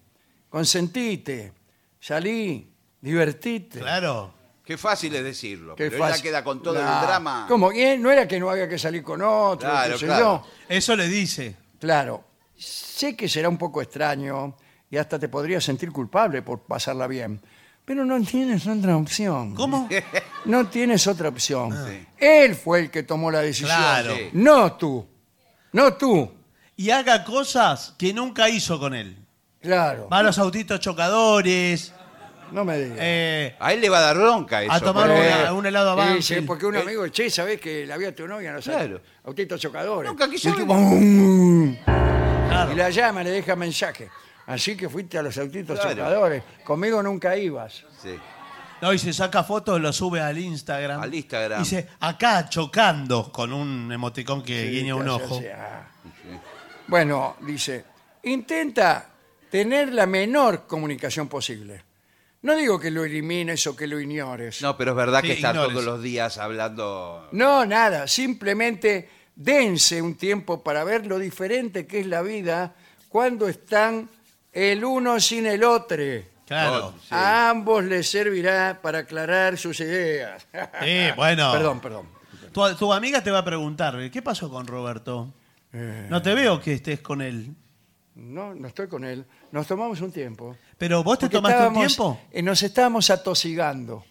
Speaker 2: consentite, salí, divertite.
Speaker 3: Claro.
Speaker 4: Qué fácil es decirlo,
Speaker 2: Qué
Speaker 4: pero ella
Speaker 2: fácil.
Speaker 4: queda con todo
Speaker 2: Nah.
Speaker 4: el drama.
Speaker 2: ¿Cómo? ¿Eh? No era que no había que salir con otro,
Speaker 4: Claro,
Speaker 2: qué sé
Speaker 4: claro.
Speaker 2: yo.
Speaker 3: Eso le dice.
Speaker 2: Claro, sé que será un poco extraño y hasta te podrías sentir culpable por pasarla bien, pero no tienes otra opción. [laughs]
Speaker 3: ¿Cómo?
Speaker 2: No tienes otra opción.
Speaker 4: Sí.
Speaker 2: Él fue el que tomó la decisión.
Speaker 3: Claro.
Speaker 4: Sí.
Speaker 2: No tú. No tú.
Speaker 3: Y haga cosas que nunca hizo con él.
Speaker 2: Claro.
Speaker 3: Va a los autitos chocadores.
Speaker 2: No me digas. Eh,
Speaker 3: eh,
Speaker 4: A él le va a dar bronca eso.
Speaker 3: A tomar
Speaker 4: porque
Speaker 3: una- un helado a
Speaker 2: Sí,
Speaker 3: Banfield.
Speaker 2: sí, porque un amigo, che, ¿sabés que la vi a tu novia? No sé,
Speaker 4: Eh. Claro.
Speaker 2: Autitos chocadores.
Speaker 4: Nunca quiso
Speaker 2: Y el
Speaker 4: ver.
Speaker 2: tipo, "Mm".
Speaker 3: claro.
Speaker 2: Y la llama, le deja mensaje. Así que fuiste a los autitos
Speaker 4: Claro.
Speaker 2: chocadores. Conmigo nunca ibas.
Speaker 4: Sí.
Speaker 3: No, y se saca fotos, lo sube al Instagram.
Speaker 4: Al Instagram.
Speaker 3: Dice, acá chocando con un emoticón que
Speaker 2: Sí,
Speaker 3: guiña
Speaker 2: te
Speaker 3: un
Speaker 2: hace
Speaker 3: ojo.
Speaker 2: así, ah. Bueno, dice, intenta tener la menor comunicación posible. No digo que lo elimines o que lo ignores.
Speaker 4: No, pero es verdad
Speaker 3: Sí,
Speaker 4: que está
Speaker 3: ignores.
Speaker 4: todos los días hablando.
Speaker 2: No, nada, simplemente dense un tiempo para ver lo diferente que es la vida cuando están el uno sin el otro.
Speaker 3: Claro.
Speaker 4: Oh, Sí.
Speaker 2: A ambos les servirá para aclarar sus ideas.
Speaker 3: Sí, bueno.
Speaker 2: [laughs] Perdón, perdón.
Speaker 3: Tu, tu amiga te va a preguntar, ¿qué pasó con Roberto?
Speaker 2: Eh.
Speaker 3: No te veo que estés con él.
Speaker 2: No, no estoy con él. Nos tomamos un tiempo.
Speaker 3: Pero vos te
Speaker 2: Porque
Speaker 3: tomaste un
Speaker 2: estábamos-
Speaker 3: tiempo.
Speaker 2: eh, nos estábamos atosigando.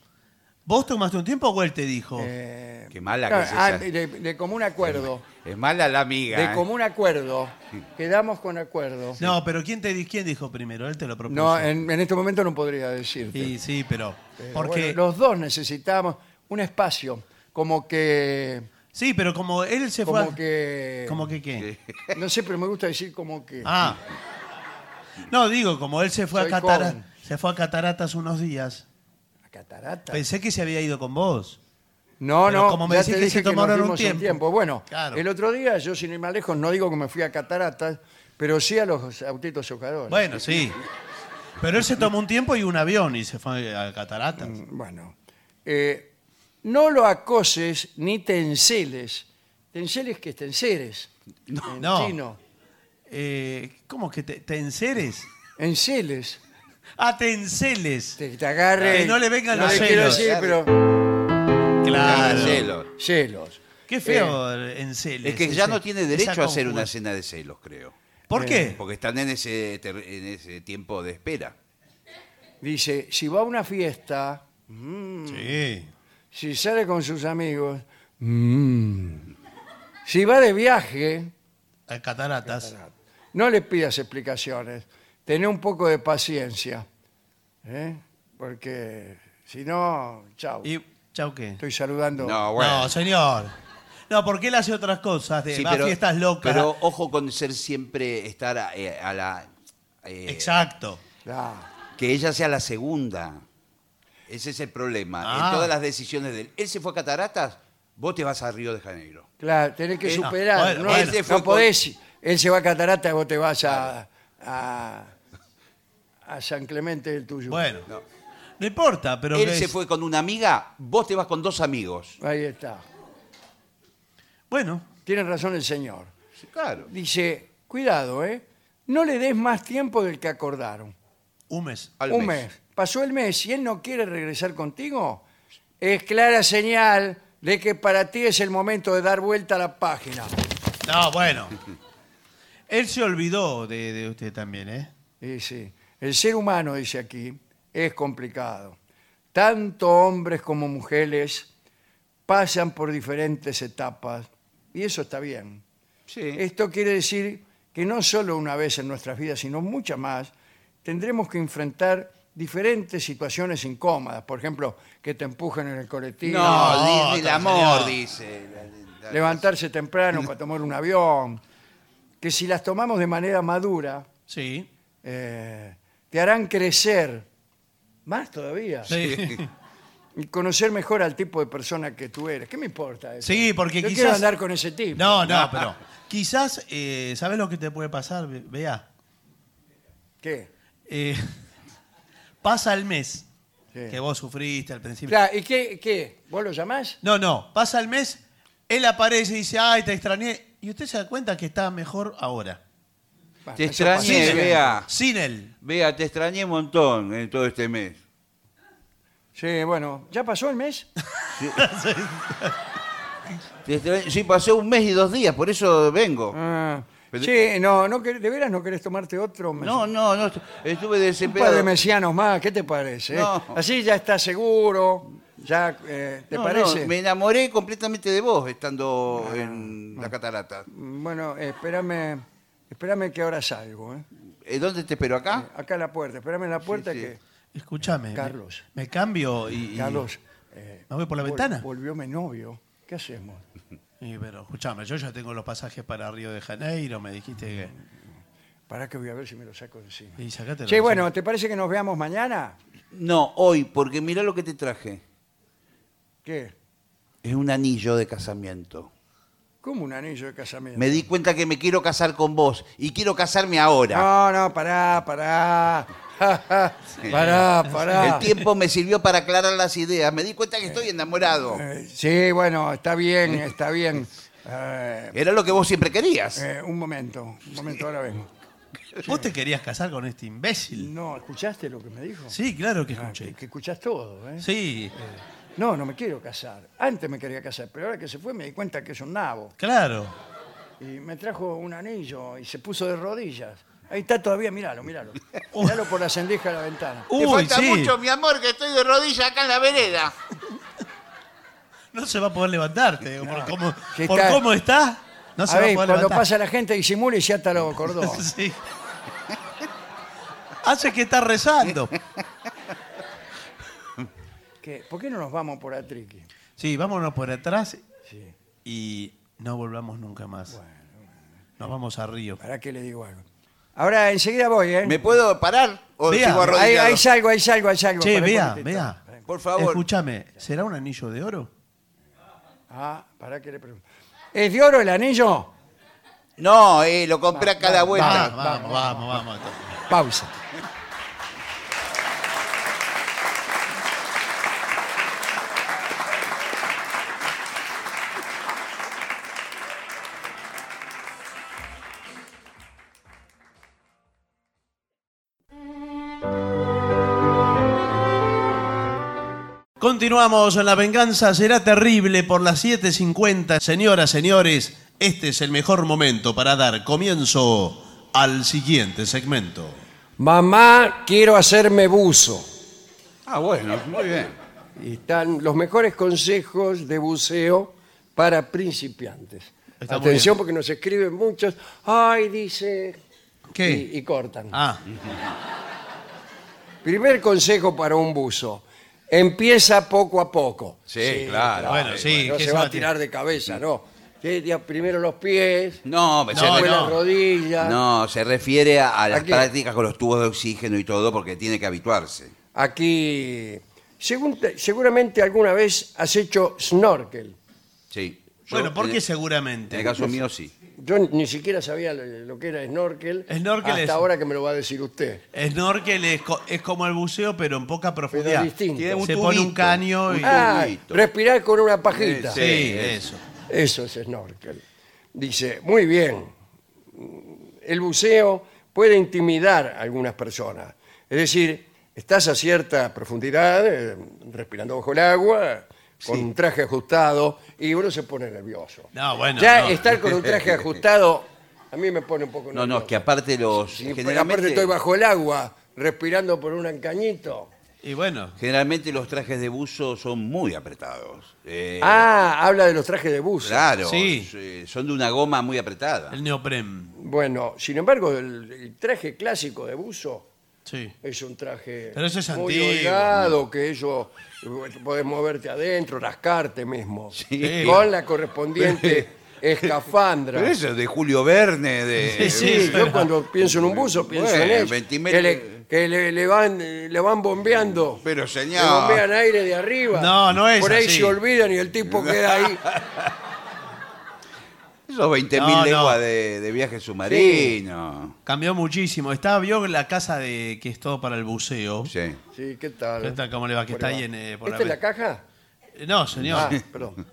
Speaker 3: ¿Vos tomaste un tiempo o él te dijo?
Speaker 2: Eh,
Speaker 4: Qué mala
Speaker 2: claro,
Speaker 4: que es
Speaker 2: ah,
Speaker 4: esa.
Speaker 2: de, de común acuerdo.
Speaker 4: Es mala la amiga.
Speaker 2: De
Speaker 4: ¿eh?
Speaker 2: común acuerdo. Quedamos con acuerdo.
Speaker 3: No, pero ¿quién te di- quién dijo primero? Él te lo propuso.
Speaker 2: No, en, en este momento no podría decirte.
Speaker 3: Sí, sí, pero.
Speaker 2: Pero
Speaker 3: Porque.
Speaker 2: bueno, los dos necesitábamos un espacio. Como que.
Speaker 3: Sí, pero como él se fue.
Speaker 2: Como
Speaker 3: a-
Speaker 2: que.
Speaker 3: ¿Cómo que qué?
Speaker 2: No sé, pero me gusta decir como que.
Speaker 3: Ah. No, digo, como él se fue, a
Speaker 2: Soy
Speaker 3: Catara-
Speaker 2: joven.
Speaker 3: se fue a Cataratas unos días,
Speaker 2: Catarata.
Speaker 3: pensé que se había ido con vos.
Speaker 2: No,
Speaker 3: Pero
Speaker 2: no,
Speaker 3: como me
Speaker 2: ya
Speaker 3: decís
Speaker 2: te
Speaker 3: que
Speaker 2: dije
Speaker 3: se
Speaker 2: que nos
Speaker 3: tomaron un
Speaker 2: dimos
Speaker 3: tiempo.
Speaker 2: Bueno,
Speaker 3: Claro.
Speaker 2: el otro día yo sin ir más lejos no digo que me fui a cataratas, pero sí a los autitos chocadores.
Speaker 3: Bueno, sí. Pero él se tomó un tiempo y un avión y se fue a Cataratas.
Speaker 2: Bueno, eh, no lo acoses ni te enceles. Tenceles que es tenceres. en
Speaker 3: No.
Speaker 2: chino.
Speaker 3: Eh, ¿Cómo que te, te enceres?
Speaker 2: Enceles.
Speaker 3: Ah, te enceles.
Speaker 2: Te, te agarre.
Speaker 3: Que no le vengan
Speaker 2: no
Speaker 3: los
Speaker 2: le quiero
Speaker 3: celos.
Speaker 2: decir, pero
Speaker 4: Ah,
Speaker 3: Claro.
Speaker 4: celos.
Speaker 2: celos.
Speaker 3: Qué feo enceles.
Speaker 4: Es que ya
Speaker 3: ese-
Speaker 4: no tiene derecho
Speaker 3: esa
Speaker 4: a hacer
Speaker 3: conjug-
Speaker 4: una cena de celos, creo.
Speaker 3: ¿Por qué?
Speaker 4: Porque están en ese, ter- en ese tiempo de espera.
Speaker 2: Eh, Dice, si va a una fiesta,
Speaker 3: Mm. Sí.
Speaker 2: si sale con sus amigos, mm, si va de viaje,
Speaker 3: A Cataratas.
Speaker 2: No le pidas explicaciones. Tené un poco de paciencia. ¿eh? Porque si no, chao.
Speaker 3: ¿Y chau qué?
Speaker 2: Estoy saludando.
Speaker 4: No, Ah, bueno.
Speaker 3: No, señor. No, porque él hace otras cosas. De,
Speaker 4: Sí,
Speaker 3: va a fiestas locas.
Speaker 4: Pero ojo con ser siempre, estar a, eh, a la... eh,
Speaker 3: Exacto.
Speaker 2: Ah,
Speaker 4: Que ella sea la segunda. Ese es el problema.
Speaker 3: Ah.
Speaker 4: En todas las decisiones de él. Él se fue a Cataratas, vos te vas a Río de Janeiro.
Speaker 2: claro, tenés que
Speaker 4: Eh, no,
Speaker 2: superar.
Speaker 3: bueno,
Speaker 2: no,
Speaker 3: bueno.
Speaker 2: no
Speaker 4: Ese fue
Speaker 2: podés. Él se va a Catarata, vos te vas a, a, a San Clemente del Tuyo.
Speaker 3: Bueno. No,
Speaker 4: No.
Speaker 3: importa, pero.
Speaker 4: él
Speaker 3: que
Speaker 4: se
Speaker 3: es-
Speaker 4: fue con una amiga, vos te vas con dos amigos.
Speaker 2: Ahí está.
Speaker 3: Bueno.
Speaker 2: Tiene razón el señor.
Speaker 4: Sí, Claro.
Speaker 2: Dice, cuidado, ¿eh? No le des más tiempo del que acordaron.
Speaker 3: Un mes.
Speaker 4: Al
Speaker 2: un mes.
Speaker 4: mes.
Speaker 2: Pasó el mes y él no quiere regresar contigo. Es clara señal de que para ti es el momento de dar vuelta a la página.
Speaker 3: No, bueno. [laughs] Él se olvidó de, de usted también, ¿eh?
Speaker 2: Y sí, el ser humano, dice aquí, es complicado. Tanto hombres como mujeres pasan por diferentes etapas y eso está bien. Esto quiere decir que no solo una vez en nuestras vidas, sino muchas más, tendremos que enfrentar diferentes situaciones incómodas. Por ejemplo, que te empujen en el colectivo.
Speaker 3: No,
Speaker 4: No, di- di- el
Speaker 3: no,
Speaker 4: amor,
Speaker 3: señor.
Speaker 4: dice. La- la-
Speaker 2: levantarse temprano para tomar un avión, que si las tomamos de manera madura,
Speaker 3: Sí.
Speaker 2: eh, te harán crecer más todavía
Speaker 3: Sí.
Speaker 2: y conocer mejor al tipo de persona que tú eres. ¿Qué me importa eso?
Speaker 3: Sí, porque
Speaker 2: Yo
Speaker 3: quizás-
Speaker 2: quiero andar con ese tipo. [laughs]
Speaker 3: No, no, pero. Quizás, eh, ¿sabes lo que te puede pasar? Ve- Vea.
Speaker 2: ¿Qué?
Speaker 3: Eh, [laughs] pasa el mes
Speaker 2: Sí.
Speaker 3: que vos sufriste al principio.
Speaker 2: Claro, ¿y qué, qué? ¿Vos lo llamás?
Speaker 3: No, no. Pasa el mes, él aparece y dice, ay, te extrañé. Y usted se da cuenta que está mejor ahora.
Speaker 2: Bueno,
Speaker 4: Te
Speaker 2: eso
Speaker 4: extrañé,
Speaker 2: pasa.
Speaker 4: vea.
Speaker 3: Sin él.
Speaker 4: [laughs] Vea, te extrañé un montón en todo este mes.
Speaker 2: Sí, bueno, ¿ya pasó el mes?
Speaker 4: [laughs] Te extrañé- Sí, pasé un mes y dos días, por eso vengo.
Speaker 2: Ah,
Speaker 4: Pero-
Speaker 2: sí, no, no quer- ¿de veras no querés tomarte otro mes?
Speaker 4: No, no, no, estuve
Speaker 2: Un par
Speaker 4: desesperado.
Speaker 2: de mesianos más, ¿qué te parece?
Speaker 4: No.
Speaker 2: Así ya estás seguro, ya, eh, ¿te
Speaker 4: No,
Speaker 2: parece? Ah,
Speaker 4: no, me enamoré completamente de vos estando en la catarata.
Speaker 2: Bueno, espérame, espérame que ahora salgo, ¿eh?
Speaker 4: ¿Eh, ¿Dónde te espero acá?
Speaker 2: Acá en la puerta, espérame en la puerta
Speaker 4: sí.
Speaker 2: que...
Speaker 3: Escúchame. me-
Speaker 2: Carlos.
Speaker 3: Me, cambio y. y-
Speaker 2: Carlos... eh,
Speaker 3: ¿Me voy por la
Speaker 2: vol-
Speaker 3: ventana?
Speaker 2: Volvió mi novio, ¿qué hacemos?
Speaker 3: y, pero escúchame, yo ya tengo los pasajes para Río de Janeiro, me dijiste que.
Speaker 2: Para que voy a ver si me lo saco de encima.
Speaker 3: Y sacate
Speaker 2: Che, bueno, ¿te parece que nos veamos mañana?
Speaker 4: Eh, No, hoy, porque mirá lo que te traje.
Speaker 2: ¿Qué?
Speaker 4: Es un anillo de casamiento.
Speaker 2: Como un anillo de casamiento.
Speaker 4: Me di cuenta que me quiero casar con vos y quiero casarme ahora.
Speaker 2: No, no, pará,
Speaker 3: [laughs]
Speaker 2: pará. pará, pará.
Speaker 4: El tiempo me sirvió para aclarar las ideas. Me di cuenta que estoy enamorado.
Speaker 2: Eh, sí, bueno, está bien, está bien. Eh,
Speaker 4: Era lo que vos siempre querías.
Speaker 2: eh, un momento, un momento, ahora vengo.
Speaker 3: Vos te querías casar con este imbécil.
Speaker 2: No, ¿escuchaste lo que me dijo?
Speaker 3: Sí, claro que
Speaker 2: Mm. Ah,
Speaker 3: escuché.
Speaker 2: que, que escuchás todo, ¿eh?
Speaker 3: Sí,
Speaker 2: No, no me quiero casar. Antes me quería casar, pero ahora que se fue me di cuenta que es un nabo.
Speaker 3: claro.
Speaker 2: Y me trajo un anillo y se puso de rodillas. Ahí está todavía, míralo, míralo. Míralo por la sendija de la ventana.
Speaker 5: Te
Speaker 3: Uy,
Speaker 5: falta
Speaker 3: sí.
Speaker 5: mucho, mi amor, que estoy de rodilla acá en la vereda.
Speaker 3: No se va a poder levantarte. Por, cómo,
Speaker 2: Sí,
Speaker 3: por
Speaker 2: está.
Speaker 3: cómo está, no
Speaker 2: a
Speaker 3: se va
Speaker 2: ver,
Speaker 3: a poder
Speaker 2: cuando
Speaker 3: levantar.
Speaker 2: pasa la gente disimula y se ata
Speaker 3: [laughs]
Speaker 2: los cordones.
Speaker 3: Sí. Hace que está rezando.
Speaker 2: ¿Qué? ¿Por qué no nos vamos por Atriqui?
Speaker 3: Sí, vámonos por atrás
Speaker 2: Sí.
Speaker 3: y no volvamos nunca más. Nos vamos a Río.
Speaker 2: ¿Para qué le digo algo? Ahora enseguida voy, ¿eh?
Speaker 4: ¿Me puedo parar o
Speaker 3: Vea,
Speaker 4: sigo
Speaker 2: Ahí,
Speaker 4: arrodillado?
Speaker 2: ahí salgo, ahí salgo, ahí salgo.
Speaker 3: Che,
Speaker 2: Pará un
Speaker 3: vea,
Speaker 2: momentito.
Speaker 3: vea.
Speaker 4: Por favor.
Speaker 3: Escúchame, ¿será un anillo de oro?
Speaker 2: Ah, ¿para qué le pregunto? ¿Es de oro el anillo?
Speaker 4: No, eh, lo compré a cada vuelta.
Speaker 3: vamos, vamos, vamos, vamos.
Speaker 2: Pausa.
Speaker 3: Continuamos en La Venganza Será Terrible por las 7.50. Señoras, señores, este es el mejor momento para dar comienzo al siguiente segmento.
Speaker 1: Mamá, quiero hacerme buzo.
Speaker 4: Ah, bueno, muy bien.
Speaker 2: Y están los mejores consejos de buceo para principiantes.
Speaker 3: Está muy
Speaker 2: Atención
Speaker 3: bien.
Speaker 2: porque nos escriben muchos. Ay, dice.
Speaker 3: ¿Qué?
Speaker 2: Y, y cortan.
Speaker 3: Ah,
Speaker 2: Primer consejo para un buzo. Empieza poco a poco.
Speaker 4: Sí, claro.
Speaker 3: bueno, sí.
Speaker 2: No
Speaker 3: ¿qué
Speaker 2: se va a tirar de cabeza, no. Sí, ya Primero los pies,
Speaker 4: No, me- se
Speaker 3: No,
Speaker 4: re-
Speaker 2: después
Speaker 3: no.
Speaker 2: las rodillas.
Speaker 4: No, se refiere a, a las
Speaker 2: qué?
Speaker 4: prácticas con los tubos de oxígeno y todo porque tiene que habituarse.
Speaker 2: Aquí. Según te- seguramente alguna vez has hecho snorkel.
Speaker 4: Sí. Yo,
Speaker 3: Bueno, ¿por
Speaker 4: en-
Speaker 3: qué
Speaker 4: En
Speaker 3: seguramente?
Speaker 4: el caso mío sí.
Speaker 2: Yo ni siquiera sabía lo, lo que era snorkel.
Speaker 3: Snorkel
Speaker 2: hasta
Speaker 3: es-
Speaker 2: ahora que me lo va a decir usted.
Speaker 3: Snorkel es, co- es como el buceo, pero en poca profundidad.
Speaker 2: distinto.
Speaker 4: Tiene un
Speaker 3: Se pone un
Speaker 4: tubito,
Speaker 3: caño y...
Speaker 4: un
Speaker 2: Ah,
Speaker 4: Tubito.
Speaker 2: respirar con una pajita.
Speaker 4: Sí,
Speaker 3: sí, eso.
Speaker 2: Eso es snorkel. Dice, muy bien, el buceo puede intimidar a algunas personas. Es decir, estás a cierta profundidad, eh, respirando bajo el agua, con un traje ajustado, y uno se pone nervioso.
Speaker 3: No, bueno,
Speaker 2: ya
Speaker 3: no.
Speaker 2: estar con un
Speaker 4: [laughs]
Speaker 2: traje ajustado a mí me pone un poco
Speaker 4: No,
Speaker 2: nervioso.
Speaker 4: no, es que aparte los...
Speaker 2: Y
Speaker 4: generalmente,
Speaker 2: aparte estoy bajo el agua, respirando por un encañito.
Speaker 3: Y bueno,
Speaker 4: generalmente los trajes de buzo son muy apretados. Eh,
Speaker 2: Ah, habla de los trajes de buzo.
Speaker 4: Claro,
Speaker 3: Sí.
Speaker 4: eh, son de una goma muy apretada.
Speaker 3: el neopren.
Speaker 2: Bueno, sin embargo, el, el traje clásico de buzo
Speaker 3: Sí.
Speaker 2: es un traje
Speaker 3: Pero eso es
Speaker 2: muy
Speaker 3: antiguo.
Speaker 2: holgado, que eso eh, podés moverte adentro, rascarte mismo,
Speaker 4: Sí.
Speaker 2: con la correspondiente escafandra.
Speaker 4: Pero eso es de Julio Verne, de...
Speaker 3: Sí,
Speaker 2: Sí,
Speaker 3: sí,
Speaker 2: yo cuando pienso en un buzo pienso
Speaker 4: Bueno,
Speaker 2: en eso,
Speaker 4: ventimetro-
Speaker 2: que, le, que le- le van, eh, le van bombeando,
Speaker 4: Pero
Speaker 2: le bombean
Speaker 4: señor...
Speaker 2: aire de arriba,
Speaker 3: No, no es
Speaker 2: por ahí
Speaker 3: así.
Speaker 2: se olvidan y el tipo queda
Speaker 3: [laughs]
Speaker 2: ahí.
Speaker 4: Esos 20.000
Speaker 3: No, no.
Speaker 4: leguas de, de viaje submarino.
Speaker 3: Cambió muchísimo. Está, vio la casa de que es todo para el buceo.
Speaker 4: Sí.
Speaker 2: Sí, ¿qué tal?
Speaker 3: ¿Qué tal? ¿Cómo le va? ¿Qué
Speaker 2: ¿Cómo
Speaker 3: está
Speaker 2: le
Speaker 3: ahí
Speaker 2: va?
Speaker 3: en, eh, por
Speaker 2: ¿Esta es
Speaker 3: la-
Speaker 2: la caja?
Speaker 3: Eh, No, señor.
Speaker 2: Ah, perdón.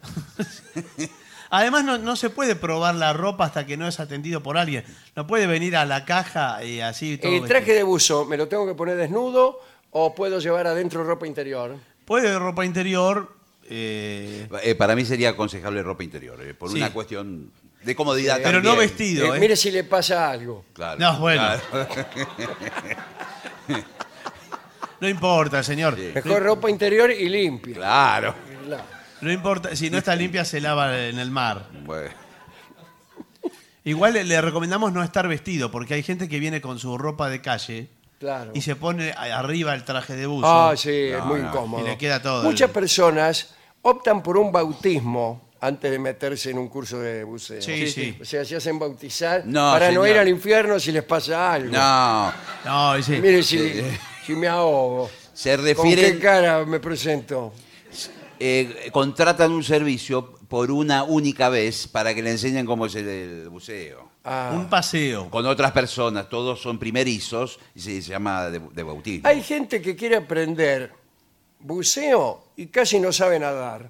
Speaker 3: Además, no, no se puede probar la ropa hasta que no es atendido por alguien. No puede venir a la caja y así [laughs] todo.
Speaker 2: El traje de buzo, ¿me lo tengo que poner desnudo o puedo llevar adentro ropa interior?
Speaker 3: vestido. Puede ropa interior. eh,
Speaker 4: Eh, para mí sería aconsejable ropa interior, eh, por
Speaker 3: Sí.
Speaker 4: una cuestión de comodidad
Speaker 3: pero no
Speaker 4: también.
Speaker 3: vestido.
Speaker 2: Eh,
Speaker 3: ¿eh?
Speaker 2: Mire si le pasa algo.
Speaker 4: Claro,
Speaker 3: No, bueno.
Speaker 4: claro. [laughs]
Speaker 3: No importa, señor.
Speaker 2: Mejor ropa interior y limpia.
Speaker 4: Claro.
Speaker 3: No importa. Si no está limpia, se lava en el mar.
Speaker 4: Bueno,
Speaker 3: Igual le, le recomendamos no estar vestido, porque hay gente que viene con su ropa de calle
Speaker 2: Claro.
Speaker 3: y se pone a- arriba el traje de buzo.
Speaker 2: Ah, sí, es
Speaker 4: No,
Speaker 2: muy
Speaker 4: no.
Speaker 2: incómodo.
Speaker 3: Y le queda todo
Speaker 2: Muchas
Speaker 3: el-
Speaker 2: personas optan por un bautismo antes de meterse en un curso de buceo.
Speaker 3: Sí, sí.
Speaker 2: O sea, se hacen bautizar
Speaker 4: No,
Speaker 2: para no
Speaker 4: señor.
Speaker 2: ir al infierno si les pasa algo.
Speaker 4: No,
Speaker 3: No, y sí.
Speaker 2: Mire si, si me
Speaker 3: [laughs]
Speaker 2: ahogo.
Speaker 4: se
Speaker 2: ¿Con qué
Speaker 4: refieren,
Speaker 2: cara me presento?
Speaker 4: eh, contratan un servicio por una única vez para que le enseñen cómo es el, el buceo.
Speaker 2: Ah.
Speaker 3: Un paseo. [laughs]
Speaker 4: Con otras personas, todos son primerizos y se llama de, de bautismo.
Speaker 2: Hay gente que quiere aprender buceo y casi no sabe nadar.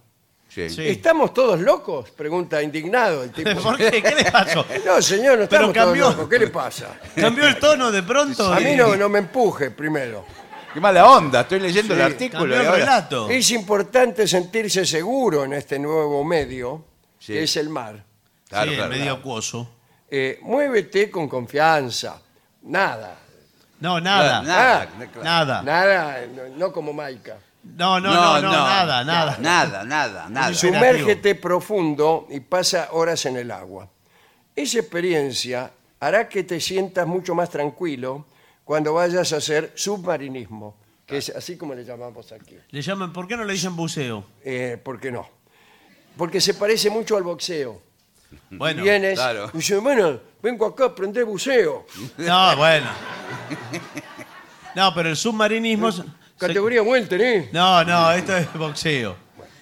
Speaker 4: Sí.
Speaker 3: Sí.
Speaker 2: ¿Estamos todos locos? Pregunta indignado el tipo.
Speaker 3: ¿Por qué? ¿Qué le pasó?
Speaker 2: No, señor, no
Speaker 3: Pero
Speaker 2: estamos
Speaker 3: cambió.
Speaker 2: todos locos. ¿Qué le pasa?
Speaker 3: ¿Cambió el tono de pronto?
Speaker 2: A mí no, no me empuje primero.
Speaker 4: Qué mala onda, estoy leyendo
Speaker 2: Sí,
Speaker 4: el artículo.
Speaker 3: Cambió
Speaker 4: y
Speaker 3: el
Speaker 4: ahora-
Speaker 3: relato.
Speaker 2: Es importante sentirse seguro en este nuevo medio,
Speaker 4: Sí.
Speaker 2: que es el mar.
Speaker 4: Claro,
Speaker 3: sí,
Speaker 4: claro,
Speaker 3: medio
Speaker 4: claro.
Speaker 3: acuoso.
Speaker 2: Eh, muévete con confianza. Nada.
Speaker 3: No, nada.
Speaker 4: Claro, nada,
Speaker 2: Ah,
Speaker 4: claro.
Speaker 3: Nada.
Speaker 2: Nada, no, no como Maica.
Speaker 3: No, no, no, no, nada, nada.
Speaker 4: Nada, nada, nada.
Speaker 3: Su-
Speaker 2: Sumérgete profundo y pasa horas en el agua. Esa experiencia hará que te sientas mucho más tranquilo cuando vayas a hacer submarinismo, que es así como le llamamos aquí.
Speaker 3: Le llaman, ¿por qué no le dicen buceo?
Speaker 2: Eh, ¿Por qué no? Porque se parece mucho al boxeo.
Speaker 3: Bueno.
Speaker 2: Vienes
Speaker 4: claro.
Speaker 2: y dices, bueno, vengo acá a aprender buceo.
Speaker 3: No, bueno. No, pero el submarinismo. se-
Speaker 2: Categoría welter, ¿eh?
Speaker 3: No, no, esto es boxeo.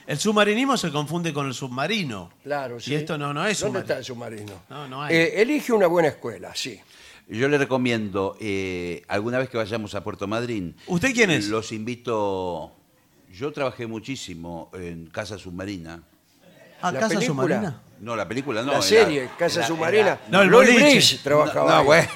Speaker 3: El submarinismo se confunde con el submarino.
Speaker 2: Claro, sí.
Speaker 3: Y esto no, no es
Speaker 2: ¿Dónde está
Speaker 3: submarino.
Speaker 2: el submarino?
Speaker 3: No, no hay.
Speaker 2: Eh, elige una buena escuela, sí.
Speaker 4: Yo le recomiendo, eh, alguna vez que vayamos a Puerto Madryn.
Speaker 3: ¿Usted quién es?
Speaker 4: Los invito. Yo trabajé muchísimo en Casa Submarina.
Speaker 3: Ah,
Speaker 2: La
Speaker 3: casa
Speaker 2: película.
Speaker 3: submarina.
Speaker 4: No, la película no.
Speaker 2: la
Speaker 4: en
Speaker 2: serie,
Speaker 4: en
Speaker 2: Casa
Speaker 4: la- en
Speaker 2: Submarina.
Speaker 4: la-
Speaker 3: No, el
Speaker 2: Lloyd
Speaker 3: boliche.
Speaker 2: Bridge trabajaba
Speaker 4: No,
Speaker 2: ahí.
Speaker 4: bueno.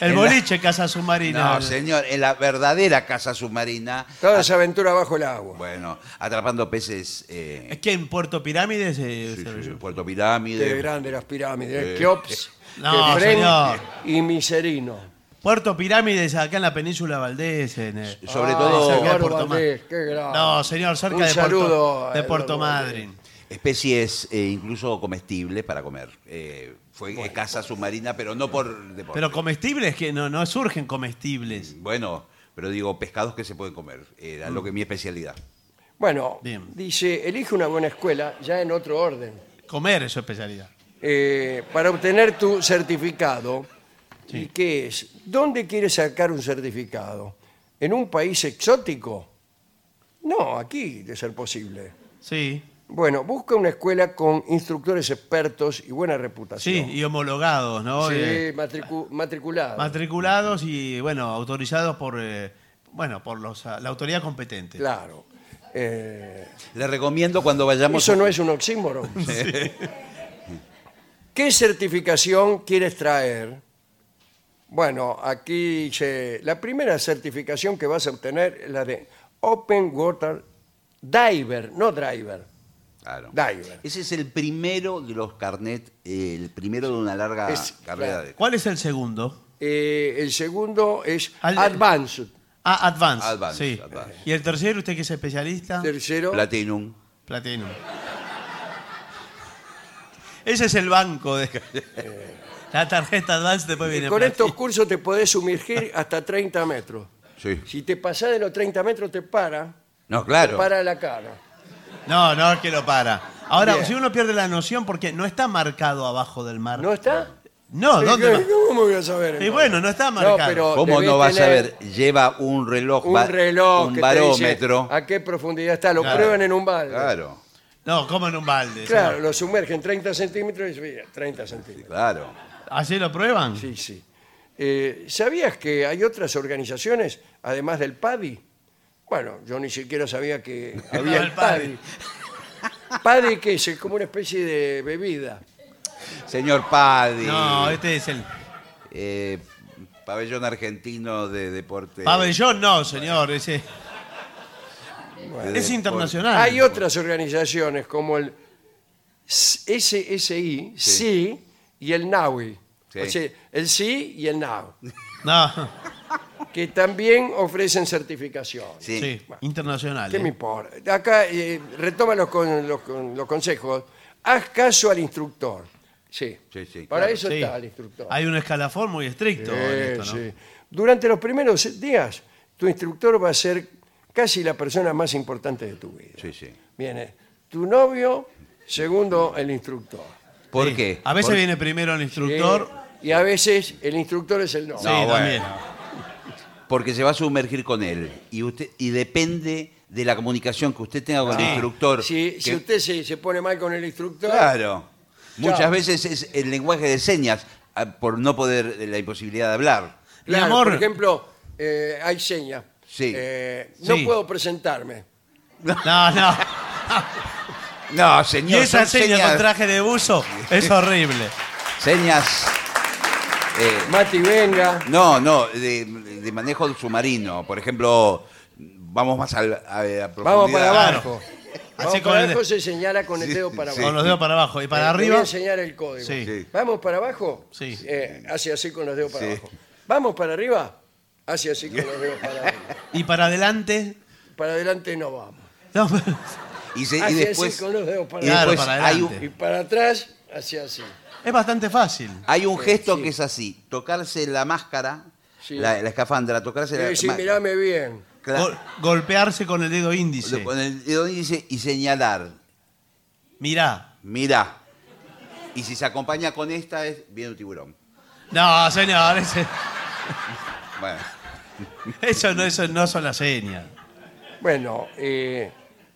Speaker 3: El
Speaker 4: En la-
Speaker 3: boliche, casa submarina.
Speaker 4: No, señor, en la verdadera Casa Submarina.
Speaker 2: Toda esa aventura bajo el agua.
Speaker 4: Bueno, atrapando peces. eh,
Speaker 3: Es que en Puerto Pirámides. eh,
Speaker 4: sí,
Speaker 3: se lo
Speaker 4: sí,
Speaker 3: llevo.
Speaker 4: Puerto
Speaker 2: Qué
Speaker 4: Pirámide.
Speaker 2: grande las pirámides.
Speaker 4: Eh.
Speaker 2: Keops,
Speaker 3: No,
Speaker 2: Kefren
Speaker 3: señor.
Speaker 2: y Miserino.
Speaker 3: Puerto Pirámides, acá en la península Valdés. en, eh,
Speaker 4: Sobre
Speaker 2: Ah,
Speaker 4: todo.
Speaker 3: cerca de
Speaker 2: Eduardo
Speaker 3: Puerto Ma-
Speaker 2: Valdés, qué grande.
Speaker 3: No, señor, cerca
Speaker 2: Un
Speaker 3: de
Speaker 2: saludo
Speaker 3: Puerto,
Speaker 2: a
Speaker 3: de Puerto
Speaker 2: Eduardo Valdés.
Speaker 3: Madryn.
Speaker 4: especies eh, incluso comestibles para comer. Eh, fue eh, casa submarina, pero no por deporte.
Speaker 3: Pero comestibles que no, no surgen comestibles.
Speaker 4: bueno, pero digo, pescados que se pueden comer. Era
Speaker 2: Mm.
Speaker 4: lo que mi especialidad.
Speaker 2: Bueno,
Speaker 3: Bien.
Speaker 2: dice, elige una buena escuela, ya en otro orden.
Speaker 3: Comer es su especialidad.
Speaker 2: eh, para obtener tu certificado. ¿Y qué es? ¿Dónde quieres sacar un certificado? ¿En un país exótico? No, aquí, de ser posible.
Speaker 3: Sí,
Speaker 2: Bueno, busca una escuela con instructores expertos y buena reputación.
Speaker 3: sí, y homologados, ¿no?
Speaker 2: Sí,
Speaker 3: Eh,
Speaker 2: matricu- matriculado.
Speaker 3: matriculados y, bueno, autorizados por, eh, bueno, por los, ah, la autoridad competente.
Speaker 2: claro. Eh,
Speaker 4: Les recomiendo cuando vayamos.
Speaker 2: eso no es un oxímoron. ¿Qué certificación quieres traer? Bueno, aquí dice, la primera certificación que vas a obtener es la de Open Water Diver, no Driver.
Speaker 4: Claro.
Speaker 2: Diver.
Speaker 4: Ese es el primero de los carnet, eh, el primero de una larga
Speaker 2: Es-
Speaker 4: carrera
Speaker 2: claro.
Speaker 4: de
Speaker 3: ¿Cuál es el segundo?
Speaker 2: Eh, el segundo es
Speaker 3: Al-
Speaker 2: Advanced.
Speaker 3: Ah, Advance.
Speaker 4: Advance,
Speaker 3: sí.
Speaker 4: Advance.
Speaker 3: Y el tercero, usted que es especialista,
Speaker 2: Tercero,
Speaker 4: Platinum.
Speaker 3: Platinum. Ese es el banco de...
Speaker 2: [laughs]
Speaker 3: La tarjeta Advance después
Speaker 2: y
Speaker 3: viene
Speaker 2: con estos
Speaker 3: Platinum.
Speaker 2: cursos te podés sumergir hasta 30 metros.
Speaker 4: Sí.
Speaker 2: Si te pasás de los 30 metros, te para,
Speaker 4: No, claro.
Speaker 2: para la cara.
Speaker 3: No, no es que lo para. Ahora,
Speaker 2: Bien.
Speaker 3: si uno pierde la noción porque no está marcado abajo del mar.
Speaker 2: ¿No está?
Speaker 3: No, ¿dónde
Speaker 2: Eh,
Speaker 3: va?
Speaker 2: ¿Cómo voy a saber?
Speaker 3: Y
Speaker 2: entonces?
Speaker 3: bueno, no está marcado.
Speaker 2: pero
Speaker 4: ¿Cómo
Speaker 2: debés
Speaker 4: no vas a
Speaker 2: tener
Speaker 4: ver? Lleva un reloj,
Speaker 2: Un
Speaker 4: va-
Speaker 2: reloj,
Speaker 4: un
Speaker 2: que te
Speaker 4: barómetro.
Speaker 2: dice a qué profundidad está. Lo
Speaker 3: Claro.
Speaker 2: prueban en un balde.
Speaker 4: Claro,
Speaker 3: No, como en un balde.
Speaker 2: Claro,
Speaker 3: señor.
Speaker 2: lo sumergen 30 centímetros y mira, 30 centímetros.
Speaker 4: claro.
Speaker 3: ¿Así lo prueban?
Speaker 2: Sí, sí. Eh, ¿Sabías que hay otras organizaciones, además del PADI? Bueno, yo ni siquiera sabía
Speaker 3: [laughs]
Speaker 2: que había el
Speaker 3: el PADI.
Speaker 2: PADI. PADI que es como una especie de bebida.
Speaker 4: Señor Paddy.
Speaker 3: No, este es el
Speaker 4: Eh, pabellón argentino de deporte.
Speaker 3: pabellón, no, señor. Ese, es internacional.
Speaker 2: Hay otras organizaciones como el SSI, sí, y el NAWI.
Speaker 4: Sí.
Speaker 2: O sea, el sí y el NAW,
Speaker 3: No,
Speaker 2: que también ofrecen certificación.
Speaker 4: Sí.
Speaker 3: sí, internacional.
Speaker 2: ¿Qué
Speaker 3: eh.
Speaker 2: me importa? Acá eh, retoma los, con- los con- los consejos. Haz caso al instructor. Sí.
Speaker 4: Sí, sí,
Speaker 2: Para
Speaker 4: claro,
Speaker 2: eso
Speaker 3: Sí.
Speaker 2: está el instructor.
Speaker 3: Hay un escalafón muy estricto en
Speaker 2: Eh,
Speaker 3: esto, ¿no?
Speaker 2: sí. Durante los primeros días, tu instructor va a ser casi la persona más importante de tu vida.
Speaker 4: Sí, sí.
Speaker 2: Viene tu novio, segundo el instructor.
Speaker 4: ¿Por
Speaker 3: Sí.
Speaker 4: qué?
Speaker 3: A veces
Speaker 4: Por-
Speaker 3: viene primero el instructor.
Speaker 2: Eh, y a veces el instructor es el novio.
Speaker 3: Sí,
Speaker 4: No,
Speaker 3: también.
Speaker 4: Porque se va a sumergir con él. Y usted y depende de la comunicación que usted tenga con el instructor.
Speaker 2: Si,
Speaker 4: que-
Speaker 2: si usted se, se pone mal con el instructor,
Speaker 4: Claro. Muchas
Speaker 2: Chao.
Speaker 4: veces es el lenguaje de señas ah, por no poder, la imposibilidad de hablar.
Speaker 3: Mi
Speaker 2: Claro,
Speaker 3: amor.
Speaker 2: Por ejemplo, eh, hay señas.
Speaker 4: Sí.
Speaker 2: Eh, no
Speaker 3: Sí.
Speaker 4: [laughs]
Speaker 2: puedo presentarme.
Speaker 3: No, no.
Speaker 4: No,
Speaker 3: Y
Speaker 4: señor.
Speaker 3: esa
Speaker 4: son
Speaker 3: seña
Speaker 4: señas,
Speaker 3: con traje de buzo es horrible.
Speaker 4: señas, eh,
Speaker 2: Mati, venga.
Speaker 4: no, no, de, de manejo submarino. Por ejemplo, vamos más al- a, a profundidad.
Speaker 2: Vamos para
Speaker 3: Claro.
Speaker 2: abajo.
Speaker 3: Así
Speaker 2: Vamos
Speaker 3: con
Speaker 2: para
Speaker 3: el-
Speaker 2: abajo se señala con el
Speaker 4: Sí,
Speaker 2: dedo para
Speaker 4: sí.
Speaker 2: abajo.
Speaker 3: Con los dedos para abajo. Y para
Speaker 2: Eh, Te voy a
Speaker 3: arriba.
Speaker 2: enseñar el código.
Speaker 3: Sí.
Speaker 4: Sí.
Speaker 2: Vamos para abajo.
Speaker 3: Sí.
Speaker 2: Eh, hace así con los dedos para
Speaker 4: Sí.
Speaker 2: abajo. Vamos para arriba. Hace así con los dedos para arriba.
Speaker 3: Y para adelante.
Speaker 2: Para adelante no vamos.
Speaker 3: No, [laughs]
Speaker 4: Y, se- y
Speaker 2: Hace
Speaker 4: después,
Speaker 2: así Ah, con los dedos para
Speaker 4: y
Speaker 3: Claro,
Speaker 4: después
Speaker 3: para
Speaker 4: hay,
Speaker 3: adelante.
Speaker 2: Y
Speaker 4: un,
Speaker 2: para atrás, hacia así.
Speaker 3: es bastante fácil.
Speaker 4: hay un gesto que es así: tocarse la máscara,
Speaker 2: Sí.
Speaker 4: la, la escafandra, tocarse
Speaker 2: Y
Speaker 4: la
Speaker 2: decir,
Speaker 4: ma-
Speaker 2: mirame bien.
Speaker 4: cla-
Speaker 3: Gol- golpearse con el dedo índice.
Speaker 4: con el dedo índice y señalar.
Speaker 3: Mirá.
Speaker 4: Mirá. Y si se acompaña con esta, es, viene un tiburón.
Speaker 3: No, señor, [laughs] ese-
Speaker 4: Bueno.
Speaker 3: eso, no, eso no son las señas.
Speaker 2: Bueno, eh,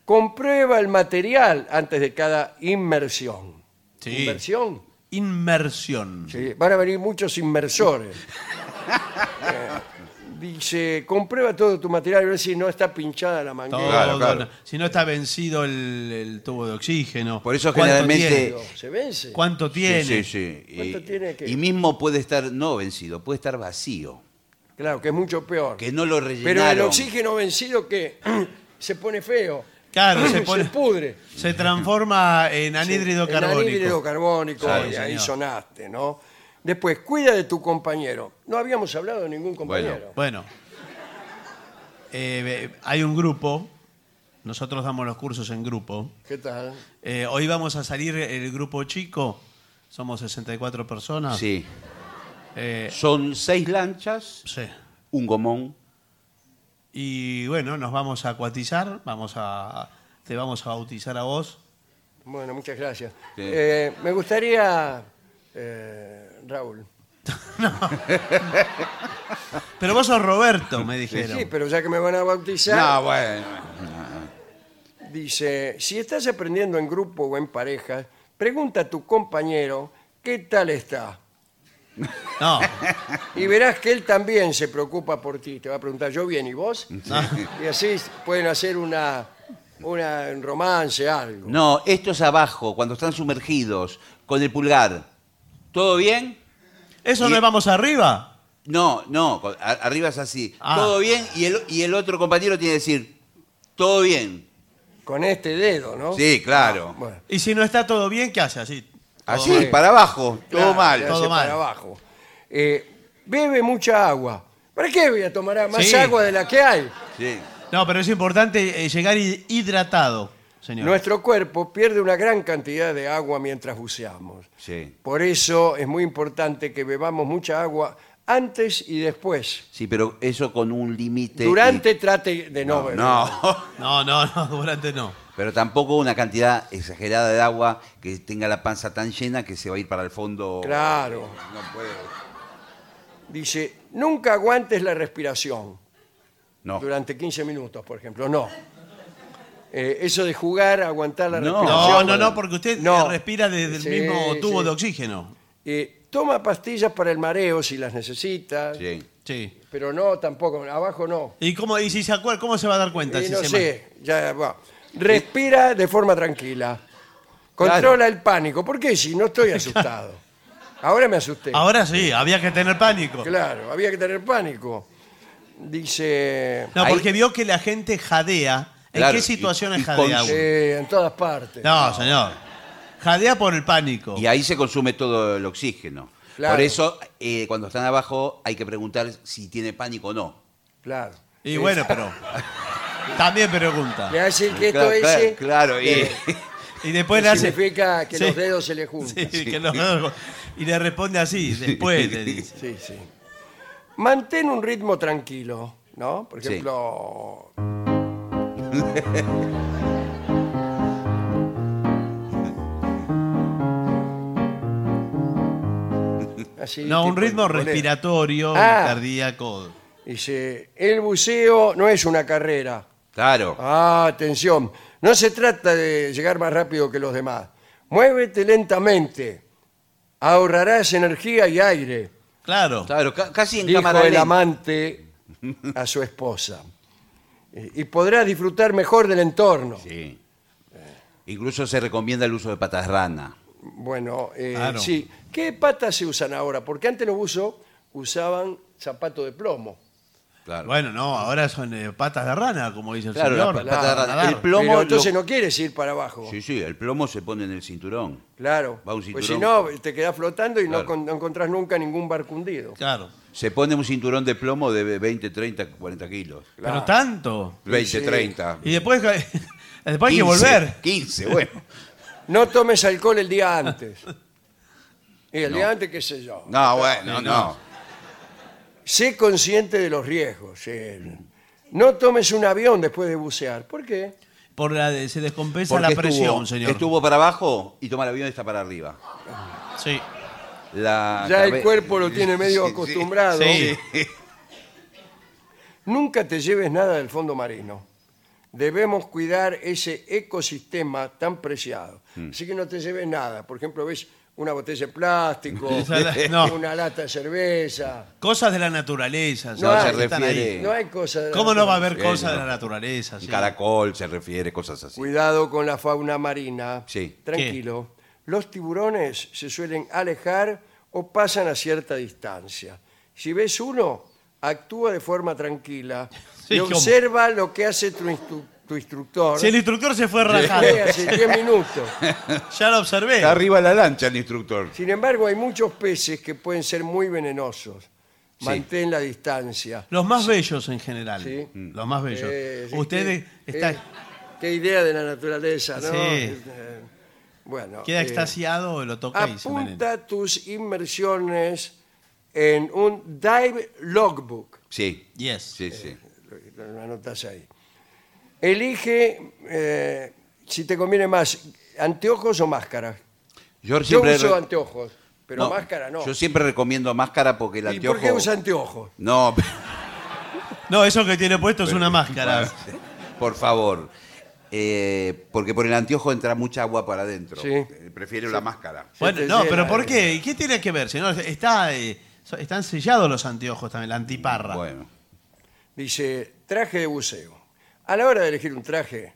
Speaker 2: comprueba el material antes de cada inmersión.
Speaker 3: Sí.
Speaker 2: ¿Inmersión?
Speaker 3: Inmersión.
Speaker 2: Sí, Van a venir muchos
Speaker 3: [laughs]
Speaker 2: inmersores. Eh, dice, comprueba todo tu material, a ver si no está pinchada la
Speaker 3: Todo,
Speaker 2: manguera.
Speaker 4: Claro, claro.
Speaker 3: no. Si no está vencido el, el tubo de oxígeno.
Speaker 4: Por eso
Speaker 3: ¿Cuánto
Speaker 4: generalmente-
Speaker 3: tiene?
Speaker 2: ¿Se vence?
Speaker 3: ¿Cuánto tiene?
Speaker 4: Sí, sí, sí.
Speaker 2: ¿Cuánto
Speaker 4: y,
Speaker 2: tiene que-
Speaker 4: y mismo puede estar no vencido, puede estar vacío.
Speaker 2: Claro, que es mucho peor.
Speaker 4: Que no lo rellenaron.
Speaker 2: Pero el oxígeno vencido que [clears throat] se pone feo.
Speaker 4: [laughs]
Speaker 3: Claro,
Speaker 2: [clears throat]
Speaker 3: se pone-
Speaker 2: pudre.
Speaker 3: Se transforma en anhídrido
Speaker 2: El
Speaker 3: carbónico.
Speaker 2: anhídrido carbónico,
Speaker 3: Claro,
Speaker 2: y ahí
Speaker 3: señor.
Speaker 2: sonaste, ¿no? Después, cuida de tu compañero. No habíamos hablado de ningún compañero.
Speaker 3: Bueno, eh, eh, hay un grupo. Nosotros damos los cursos en grupo.
Speaker 2: ¿Qué tal?
Speaker 3: Eh, hoy vamos a salir el grupo chico. Somos 64 personas.
Speaker 4: Sí.
Speaker 3: Eh,
Speaker 4: Son seis lanchas,
Speaker 3: sí.
Speaker 4: un gomón.
Speaker 3: Y bueno, nos vamos a cuatizar. Vamos a, te vamos a bautizar a vos.
Speaker 2: Bueno, muchas gracias.
Speaker 4: Sí.
Speaker 2: Eh, me gustaría, eh, Raúl.
Speaker 3: Pero vos sos Roberto, me dijeron.
Speaker 2: Sí, pero ya que me van a bautizar,
Speaker 4: No, bueno.
Speaker 2: dice, si estás aprendiendo en grupo o en pareja, pregunta a tu compañero qué tal está.
Speaker 3: No,
Speaker 2: Y verás que él también se preocupa por ti. Te va a preguntar, ¿yo bien y vos? Y así pueden hacer una, una un romance, algo.
Speaker 4: No, esto es abajo, cuando están sumergidos, con el pulgar. ¿Todo bien?
Speaker 3: eso
Speaker 4: Y-
Speaker 3: no es vamos arriba.
Speaker 4: No, no, con- a- arriba es así.
Speaker 3: Ah.
Speaker 4: ¿Todo bien? Y el, y el otro compañero tiene que decir, todo bien.
Speaker 2: Con este dedo, ¿no? Ah,
Speaker 4: Sí, claro.
Speaker 2: Bueno,
Speaker 3: Y si no está todo bien, ¿qué hace? Así.
Speaker 4: Así,
Speaker 2: bien.
Speaker 4: para abajo, todo
Speaker 2: claro,
Speaker 4: mal.
Speaker 2: te
Speaker 3: todo
Speaker 2: hace
Speaker 3: mal.
Speaker 2: Para abajo. Eh, bebe mucha agua. ¿Para qué voy a tomar más
Speaker 3: Sí.
Speaker 2: agua de la que hay?
Speaker 4: Sí.
Speaker 3: No, pero es importante eh, llegar hi- hidratado, señor.
Speaker 2: Nuestro cuerpo pierde una gran cantidad de agua mientras buceamos.
Speaker 4: Sí.
Speaker 2: Por eso es muy importante que bebamos mucha agua antes y después.
Speaker 4: Sí, pero eso con un límite. y-
Speaker 2: Durante trate de no,
Speaker 4: [laughs] No,
Speaker 2: beber.
Speaker 4: no.
Speaker 3: No, no, no, durante no.
Speaker 4: Pero tampoco una cantidad exagerada de agua que tenga la panza tan llena que se va a ir para el fondo.
Speaker 2: Claro.
Speaker 4: No puede.
Speaker 2: Dice, nunca aguantes la respiración
Speaker 4: No.
Speaker 2: durante 15 minutos, por ejemplo. No. Eh, eso de jugar, aguantar la
Speaker 4: No.
Speaker 3: No,
Speaker 2: respiración.
Speaker 3: no, no, porque usted eh,
Speaker 2: No.
Speaker 3: respira desde el
Speaker 2: Sí,
Speaker 3: mismo tubo
Speaker 2: sí.
Speaker 3: de oxígeno.
Speaker 2: Eh, toma pastillas para el mareo si las necesitas,
Speaker 4: Sí.
Speaker 3: Sí.
Speaker 2: pero no tampoco, abajo no.
Speaker 3: ¿Y cómo, y si se acuer- cómo se va a dar cuenta?
Speaker 2: Eh,
Speaker 3: si
Speaker 2: no
Speaker 3: se
Speaker 2: sé, ya va. Respira de forma tranquila. Controla el pánico. ¿Por qué si no
Speaker 3: [laughs]
Speaker 2: estoy asustado? Ahora me asusté.
Speaker 3: ma- Ahora sí, había que tener pánico.
Speaker 2: Claro, había que tener pánico. Dice
Speaker 3: No,
Speaker 4: Ahí-
Speaker 3: porque vio que la gente jadea. ¿En
Speaker 4: Claro,
Speaker 3: qué situaciones
Speaker 4: y- y
Speaker 3: jadea
Speaker 4: con-
Speaker 3: uno?
Speaker 2: eh, en todas partes.
Speaker 3: No, señor. Jadea por el pánico.
Speaker 4: Y ahí se consume todo el oxígeno.
Speaker 2: Claro.
Speaker 4: Por eso, eh, cuando están abajo, hay que preguntar si tiene pánico o no.
Speaker 2: Claro.
Speaker 3: Y bueno, pero. También pregunta.
Speaker 2: Le hace que esto
Speaker 4: Ah, claro, claro,
Speaker 2: ese
Speaker 4: claro, y-
Speaker 3: Y después le hace.
Speaker 2: significa que
Speaker 3: Sí.
Speaker 2: los dedos se le juntan.
Speaker 3: Sí, que los dedos- Y le responde así, después
Speaker 2: [laughs]
Speaker 3: le dice.
Speaker 2: Sí, sí. Mantén un ritmo tranquilo, ¿no? Por
Speaker 3: [laughs]
Speaker 4: Sí.
Speaker 2: ejemplo. Así,
Speaker 3: No, un
Speaker 2: tipo
Speaker 3: ritmo
Speaker 2: bolero.
Speaker 3: respiratorio,
Speaker 2: Ah.
Speaker 3: cardíaco.
Speaker 2: Dice, el buceo no es una carrera.
Speaker 4: claro.
Speaker 2: Ah, atención. No se trata de llegar más rápido que los demás. Muévete lentamente. Ahorrarás energía y aire.
Speaker 3: Claro.
Speaker 4: Claro, ca- casi en
Speaker 2: dijo
Speaker 4: cámara
Speaker 2: el
Speaker 4: lenta.
Speaker 2: amante a su esposa. Eh, Y podrás disfrutar mejor del entorno.
Speaker 4: Sí. Incluso se recomienda el uso de patas rana.
Speaker 2: Bueno, eh,
Speaker 3: Claro.
Speaker 2: sí. ¿Qué patas se usan ahora? Porque antes los buzos usaban zapato de plomo.
Speaker 4: Claro.
Speaker 3: Bueno, no, ahora son eh, patas de rana, como dice el
Speaker 4: Claro,
Speaker 3: señor.
Speaker 4: las patas de
Speaker 3: para
Speaker 4: rana.
Speaker 3: nadar.
Speaker 4: El pl- Plomo,
Speaker 2: Pero entonces
Speaker 4: lo-
Speaker 2: no quieres ir para abajo.
Speaker 4: Sí, sí, el plomo se pone en el cinturón.
Speaker 2: Claro.
Speaker 4: Va un
Speaker 2: Pues si no,
Speaker 4: cinturón.
Speaker 2: te quedás flotando y no
Speaker 4: Claro.
Speaker 2: con- no encontrás nunca ningún barco hundido.
Speaker 3: Claro.
Speaker 4: Se pone un cinturón de plomo de 20, 30, 40 kilos.
Speaker 2: Claro.
Speaker 3: Pero tanto.
Speaker 4: 20,
Speaker 2: Sí.
Speaker 4: 30.
Speaker 3: Y después, [laughs] después hay que
Speaker 4: 15,
Speaker 3: volver.
Speaker 4: 15, bueno.
Speaker 2: No tomes alcohol el día
Speaker 3: [laughs]
Speaker 2: antes. Y el
Speaker 4: No.
Speaker 2: día antes, qué sé yo.
Speaker 4: No, bueno, no.
Speaker 2: Sé consciente de los riesgos. eh. No tomes un avión después de bucear. ¿Por qué?
Speaker 3: Por la de- se descompensa
Speaker 4: Porque
Speaker 3: la presión,
Speaker 4: estuvo,
Speaker 3: señor.
Speaker 4: estuvo para abajo y toma el avión y está para arriba.
Speaker 3: Sí. Ah,
Speaker 4: La
Speaker 2: Ya el
Speaker 4: cabe-
Speaker 2: cuerpo lo tiene medio
Speaker 4: Sí, sí.
Speaker 2: acostumbrado.
Speaker 3: Sí.
Speaker 2: [laughs] Nunca te lleves nada del fondo marino. Debemos cuidar ese ecosistema tan preciado.
Speaker 3: Mm.
Speaker 2: Así que no te lleves nada. Por ejemplo, ves una botella de
Speaker 3: [laughs]
Speaker 2: plástico,
Speaker 3: No.
Speaker 2: una lata de cerveza.
Speaker 3: Cosas de la naturaleza.
Speaker 2: No,
Speaker 3: señor,
Speaker 2: se
Speaker 3: que están ahí.
Speaker 4: refiere-
Speaker 2: No hay cosas.
Speaker 3: ¿Cómo no va a haber
Speaker 4: Sí,
Speaker 3: cosas
Speaker 4: no.
Speaker 3: de la naturaleza?
Speaker 4: Un
Speaker 3: sí?
Speaker 4: caracol se refiere, cosas así.
Speaker 2: Cuidado con la fauna marina.
Speaker 4: Sí.
Speaker 2: Tranquilo. Los tiburones se suelen alejar o pasan a cierta distancia. Si ves uno, actúa de forma tranquila
Speaker 3: [laughs] Sí,
Speaker 2: y
Speaker 3: ¿cómo?
Speaker 2: observa lo que hace tu, instru- tu instructor.
Speaker 3: Si el instructor se fue rajado,
Speaker 2: Fue
Speaker 3: [laughs]
Speaker 4: [laughs]
Speaker 2: hace 10 minutos.
Speaker 3: ya lo observé.
Speaker 4: Está arriba de la lancha el instructor.
Speaker 2: Sin embargo, hay muchos peces que pueden ser muy venenosos. Mantén la distancia.
Speaker 3: Los más bellos en general.
Speaker 2: Sí.
Speaker 4: Mm.
Speaker 3: Los más bellos.
Speaker 2: Eh, sí,
Speaker 3: Ustedes
Speaker 2: qué,
Speaker 3: está-
Speaker 2: eh, qué idea de la naturaleza, ¿no?
Speaker 3: Sí.
Speaker 2: Eh, bueno.
Speaker 3: queda
Speaker 2: eh,
Speaker 3: extasiado, lo toca y se envenena.
Speaker 2: Apunta tus inmersiones en un dive logbook.
Speaker 4: Sí.
Speaker 3: Yes.
Speaker 4: Sí, sí.
Speaker 2: Lo, lo anotás ahí. Elige eh, si te conviene más anteojos o máscaras.
Speaker 4: Yo
Speaker 2: Yo
Speaker 4: siempre
Speaker 2: uso
Speaker 4: re-
Speaker 2: anteojos, pero
Speaker 4: No,
Speaker 2: máscara no.
Speaker 4: Yo siempre recomiendo máscara porque el
Speaker 2: ¿Y
Speaker 4: anteojo.
Speaker 2: por qué usa anteojos?
Speaker 4: No, [laughs] pero-
Speaker 3: No, eso que tiene puesto es una
Speaker 4: [laughs]
Speaker 3: máscara.
Speaker 4: por favor. Eh, porque por el anteojo entra mucha agua para adentro.
Speaker 2: Sí.
Speaker 4: Eh, Prefiero la máscara.
Speaker 3: Bueno,
Speaker 2: te
Speaker 3: no,
Speaker 2: llena,
Speaker 3: pero
Speaker 2: eh.
Speaker 3: ¿por qué? ¿Y qué tiene que ver? Si no, está, eh, so- están sellados los anteojos también, la antiparra.
Speaker 4: Bueno.
Speaker 2: Dice, traje de buceo. A la hora de elegir un traje,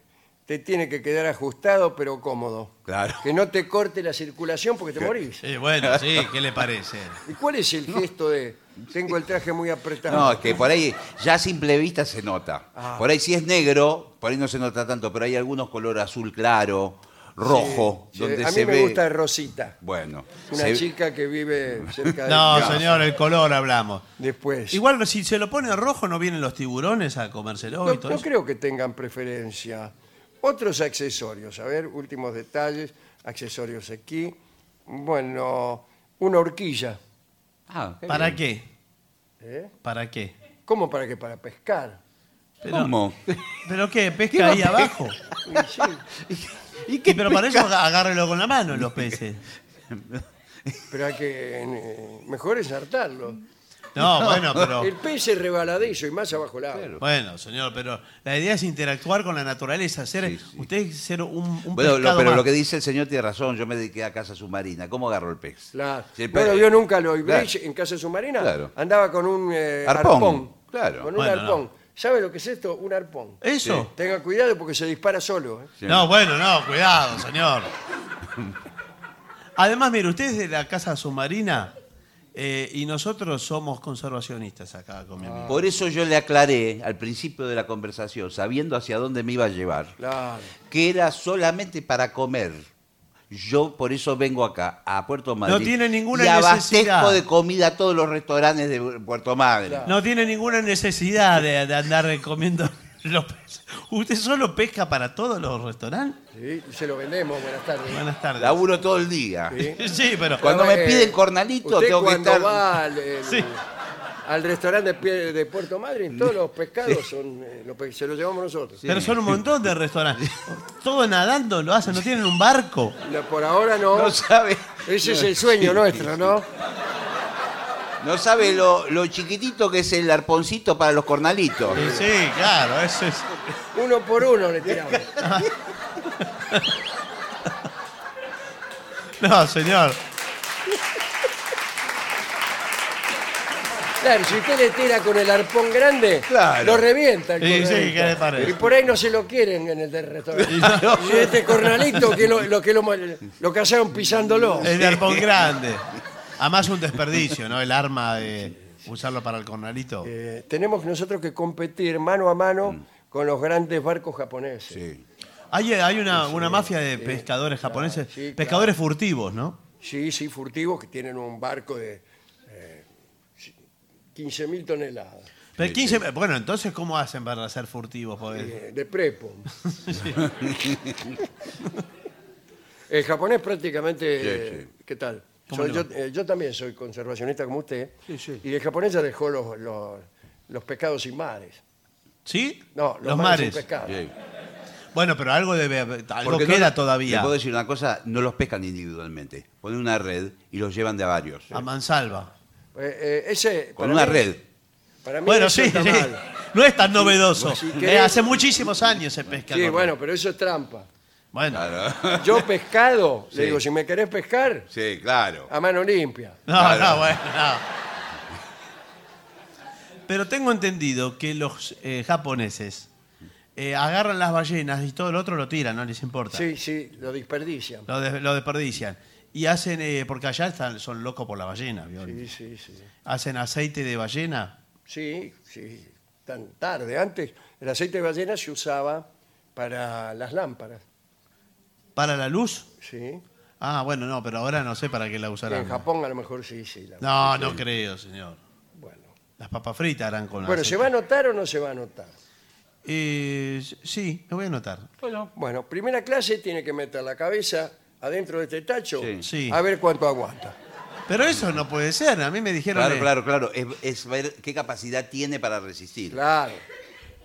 Speaker 2: te tiene que quedar ajustado pero cómodo.
Speaker 4: Claro.
Speaker 2: Que no te corte la circulación porque te morís.
Speaker 3: Sí, Eh, bueno, sí, ¿qué le parece?
Speaker 2: ¿Y cuál es el gesto de tengo el traje muy apretado?
Speaker 4: No, es que por ahí ya a simple vista se nota.
Speaker 2: Ah.
Speaker 4: Por ahí si es negro, por ahí no se nota tanto, pero hay algunos color azul claro, rojo,
Speaker 2: Sí,
Speaker 4: donde
Speaker 2: a mí
Speaker 4: se
Speaker 2: me
Speaker 4: ve.
Speaker 2: gusta Rosita,
Speaker 4: Bueno.
Speaker 2: una
Speaker 4: se-
Speaker 2: chica que vive cerca de
Speaker 3: No,
Speaker 2: Claro.
Speaker 3: señor, el color hablamos.
Speaker 2: después.
Speaker 3: Igual si se lo pone rojo no vienen los tiburones a comérselo
Speaker 2: no,
Speaker 3: y todo
Speaker 2: no
Speaker 3: eso.
Speaker 2: creo que tengan preferencia. Otros accesorios, a ver, últimos detalles, accesorios aquí. Bueno, una horquilla.
Speaker 4: Ah, qué
Speaker 3: ¿Para
Speaker 4: bien.
Speaker 3: qué?
Speaker 2: ¿eh?
Speaker 3: ¿Para qué?
Speaker 2: ¿Cómo para qué? Para pescar.
Speaker 3: Pero,
Speaker 4: ¿Cómo?
Speaker 3: ¿Pero qué? ¿Pesca
Speaker 4: ¿Qué va a
Speaker 3: ahí
Speaker 4: pescar?
Speaker 3: abajo?
Speaker 2: Y sí,
Speaker 4: ¿Y
Speaker 3: Y pero para eso agárrelo con la mano los
Speaker 4: [laughs]
Speaker 3: peces.
Speaker 2: pero hay que eh, mejor ensartarlo.
Speaker 3: No, bueno, pero...
Speaker 2: El pez es rebaladizo y más abajo el agua.
Speaker 3: Bueno, señor, pero la idea es interactuar con la naturaleza, ser,
Speaker 4: Sí, sí.
Speaker 3: usted es ser un, un
Speaker 4: Bueno, lo-
Speaker 3: pescado
Speaker 4: pero
Speaker 3: más.
Speaker 4: lo que dice el señor tiene razón. Yo me dediqué a casa submarina. ¿Cómo agarro el pez?
Speaker 2: Claro.
Speaker 4: Si el
Speaker 2: No
Speaker 4: pez-
Speaker 2: lo vio nunca Lloyd
Speaker 4: Claro.
Speaker 2: Bridge en Casa Submarina.
Speaker 4: Claro.
Speaker 2: Andaba con un eh,
Speaker 4: Arpón.
Speaker 2: arpón.
Speaker 4: Claro.
Speaker 2: Con un
Speaker 3: Bueno,
Speaker 2: arpón. ¿Sabe lo que es esto? Un arpón.
Speaker 3: ¿Eso?
Speaker 2: Tenga cuidado porque se dispara solo. ¿eh?
Speaker 4: Sí.
Speaker 3: No, bueno, no, cuidado, señor. Además, mire, usted es de la casa submarina eh, y nosotros somos conservacionistas acá con mi amigo.
Speaker 4: Por eso yo le aclaré al principio de la conversación, sabiendo hacia dónde me iba a llevar,
Speaker 2: Claro.
Speaker 4: que era solamente para comer. Yo por eso vengo acá, a Puerto Madrid.
Speaker 3: tiene ninguna
Speaker 4: y abastezco
Speaker 3: necesidad.
Speaker 4: de comida a todos los restaurantes de Puerto Madrid.
Speaker 2: Claro.
Speaker 3: No tiene ninguna necesidad de, de andar comiendo [laughs] los peces. ¿Usted solo pesca para todos los restaurantes?
Speaker 2: Sí, y se lo vendemos. Buenas tardes.
Speaker 3: Buenas tardes.
Speaker 4: Laburo todo el día.
Speaker 2: Sí.
Speaker 3: [laughs] Sí, pero...
Speaker 4: Cuando me
Speaker 2: Eh,
Speaker 4: piden cornalito,
Speaker 2: usted
Speaker 4: tengo que
Speaker 2: cuando
Speaker 4: estar.
Speaker 2: va al, el-
Speaker 3: [laughs] Sí.
Speaker 2: al restaurante de, Pie- de Puerto Madryn, todos los pescados son, eh, los pe- se los llevamos nosotros.
Speaker 3: Pero son un montón de restaurantes. Todo nadando lo hacen, no tienen un barco.
Speaker 2: La- Por ahora no.
Speaker 4: No sabe,
Speaker 2: Ese es el sueño nuestro, ¿no?
Speaker 4: no sabe lo, lo chiquitito que es el arponcito para los cornalitos.
Speaker 3: Sí, sí, claro, eso es...
Speaker 2: Uno por uno le tiramos.
Speaker 3: No, señor.
Speaker 2: Claro, si usted le tira con el arpón grande,
Speaker 4: Claro.
Speaker 2: lo revienta. el
Speaker 3: Sí, sí,
Speaker 2: cornalito.
Speaker 3: ¿qué le parece?
Speaker 2: Y por ahí no se lo quieren en el del restaurante. Y este cornalito que lo, lo que lo, lo cazaron pisándolo.
Speaker 3: El de arpón grande. Además, un desperdicio, ¿no? El arma de usarlo para el cornalito.
Speaker 2: Eh, tenemos nosotros que competir mano a mano con los grandes barcos japoneses.
Speaker 4: Mm. Sí.
Speaker 3: Hay, hay una, una mafia de pescadores japoneses,
Speaker 2: sí, claro.
Speaker 3: pescadores furtivos, ¿no?
Speaker 2: Sí, sí, furtivos que tienen un barco de eh, 15.000 toneladas
Speaker 3: Pero 15 Bueno, entonces, ¿cómo hacen para ser furtivos? Porque-
Speaker 2: eh, de prepo. El japonés prácticamente...
Speaker 4: Sí,
Speaker 2: eh, ¿Qué tal?
Speaker 3: ¿Cómo
Speaker 2: Soy
Speaker 3: le
Speaker 2: yo,
Speaker 3: va?
Speaker 2: eh, yo también soy conservacionista como usted. Y el japonés ya dejó los, los, los pescados sin mares.
Speaker 3: ¿Sí?
Speaker 2: No, los,
Speaker 3: los
Speaker 2: mares,
Speaker 3: mares.
Speaker 2: sin pescados.
Speaker 4: sí.
Speaker 3: Bueno, pero algo debe haber- algo
Speaker 4: Porque no-
Speaker 3: queda
Speaker 4: Le
Speaker 3: todavía.
Speaker 4: puedo decir una cosa, no los pescan individualmente. Ponen una red y los llevan de a varios.
Speaker 3: A mansalva.
Speaker 2: Eh, eh, ese,
Speaker 4: Con
Speaker 2: para
Speaker 4: una
Speaker 2: mí-
Speaker 4: red. [laughs]
Speaker 2: Para mí
Speaker 3: Bueno,
Speaker 2: eso
Speaker 3: sí,
Speaker 2: está
Speaker 3: sí. [laughs]
Speaker 2: mal.
Speaker 3: No es tan novedoso.
Speaker 2: si
Speaker 3: Eh,
Speaker 2: querés-
Speaker 3: hace muchísimos años se pesca.
Speaker 2: Sí,
Speaker 3: con-
Speaker 2: bueno, pero eso es trampa.
Speaker 3: Bueno.
Speaker 2: Yo pescado, le
Speaker 4: Sí.
Speaker 2: digo, si me querés pescar,
Speaker 4: Sí, claro.
Speaker 3: Ah,
Speaker 2: a mano limpia.
Speaker 3: No,
Speaker 4: Claro.
Speaker 3: no, bueno, no. Pero tengo entendido que los eh, japoneses eh, agarran las ballenas y todo lo otro lo tiran, no les importa.
Speaker 2: Sí, sí, lo desperdician.
Speaker 3: Lo, de- lo desperdician. Y hacen, eh, porque allá están, son locos por la ballena, ¿vio?
Speaker 2: Sí, sí, sí.
Speaker 3: Hacen aceite de ballena.
Speaker 2: Sí, sí, tan tarde. Antes el aceite de ballena se usaba para las lámparas,
Speaker 3: ¿Para la luz?
Speaker 2: ¿sí?
Speaker 3: Ah, bueno, no, pero ahora no sé para qué la usarán.
Speaker 2: En Japón a lo mejor sí, sí. la-
Speaker 3: No, no creo, señor.
Speaker 2: Bueno,
Speaker 3: Las papas fritas harán con
Speaker 2: bueno ¿se
Speaker 3: aceite.
Speaker 2: va a notar o no se va a notar?
Speaker 3: Eh, sí, me voy a anotar.
Speaker 2: Bueno, primera clase tiene que meter la cabeza adentro de este tacho
Speaker 4: Sí.
Speaker 3: Sí.
Speaker 2: a ver cuánto aguanta.
Speaker 3: Pero eso no puede ser. A mí me dijeron.
Speaker 4: Claro,
Speaker 3: eh,
Speaker 4: claro, claro. Es, es ver qué capacidad tiene para resistir.
Speaker 2: Claro.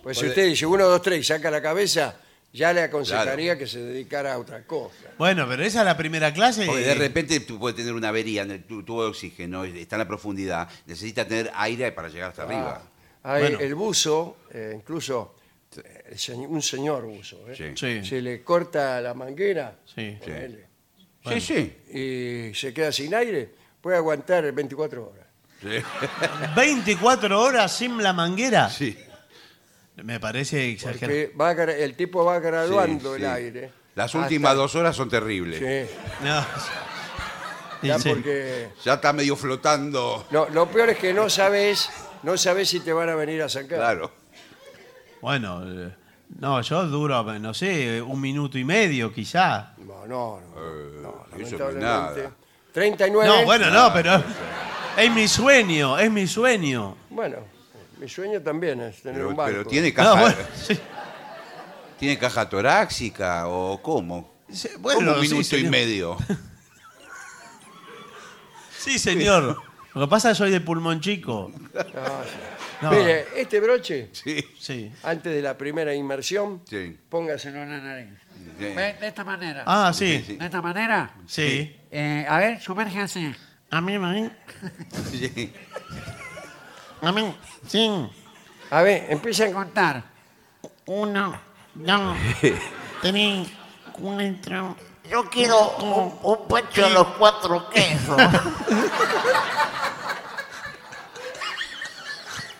Speaker 2: Pues si
Speaker 4: Puede-
Speaker 2: usted dice uno, dos, tres y saca la cabeza, ya le aconsejaría que se dedicara a otra cosa.
Speaker 3: Bueno, pero esa es la primera clase.
Speaker 4: Porque
Speaker 3: y-
Speaker 4: de repente tú puedes tener una avería en el tu- tubo de oxígeno, está en la profundidad, necesita tener aire para llegar
Speaker 3: Ah,
Speaker 4: hasta arriba.
Speaker 2: Ah, Hay
Speaker 3: Bueno.
Speaker 2: El buzo, eh, incluso eh, el se- un señor buzo, ¿eh?
Speaker 4: Sí.
Speaker 3: Sí.
Speaker 2: se le corta la manguera
Speaker 3: Sí.
Speaker 4: Sí.
Speaker 2: ponele,
Speaker 4: Sí, sí.
Speaker 2: y se queda sin aire, puede aguantar 24 horas.
Speaker 4: Sí.
Speaker 3: 24 horas sin la manguera.
Speaker 4: Sí.
Speaker 3: Me parece exagerado.
Speaker 2: Porque va gra- el tipo va graduando
Speaker 4: Sí,
Speaker 2: el
Speaker 4: sí.
Speaker 2: aire.
Speaker 4: Las
Speaker 2: hasta-
Speaker 4: últimas dos horas son terribles.
Speaker 2: Sí,
Speaker 3: No.
Speaker 4: [laughs]
Speaker 3: Sí,
Speaker 2: ya
Speaker 3: sí.
Speaker 2: porque
Speaker 4: Ya está medio flotando.
Speaker 2: no, lo peor es que no sabes, no sabes si te van a venir a sacar.
Speaker 4: Claro.
Speaker 3: Bueno, eh, no, yo duro, no sé, un minuto y medio quizá.
Speaker 2: No, no, no. no,
Speaker 4: Eh, eso no es
Speaker 2: lamentablemente.
Speaker 4: nada.
Speaker 2: 39.
Speaker 3: No, bueno, no, pero es mi sueño, es mi sueño.
Speaker 2: Bueno, mi sueño también es tener
Speaker 4: Pero,
Speaker 2: un barco.
Speaker 4: pero tiene
Speaker 3: No,
Speaker 4: caja,
Speaker 3: bueno, sí.
Speaker 4: tiene caja torácica o cómo.
Speaker 3: Sí, bueno,
Speaker 4: ¿Cómo un
Speaker 3: sí,
Speaker 4: minuto y
Speaker 3: señor. [laughs]
Speaker 4: medio.
Speaker 3: Sí, señor. Lo que pasa es que soy de pulmón chico.
Speaker 2: No, Ah, sí.
Speaker 3: No.
Speaker 2: Mire, este broche,
Speaker 4: Sí.
Speaker 3: Sí.
Speaker 2: antes de la primera inmersión,
Speaker 4: Sí.
Speaker 2: póngaselo en la nariz.
Speaker 4: Sí.
Speaker 6: Ve, De esta manera.
Speaker 3: Ah, sí.
Speaker 6: De esta manera.
Speaker 3: Sí.
Speaker 6: Eh, a ver, sumérjanse.
Speaker 3: A mí, a mí.
Speaker 4: Sí.
Speaker 3: A mí. Sí.
Speaker 2: A ver, empiezan con.
Speaker 6: Contar.
Speaker 7: Uno, dos, tres, cuatro. Yo quiero un, un pancho de los cuatro quesos.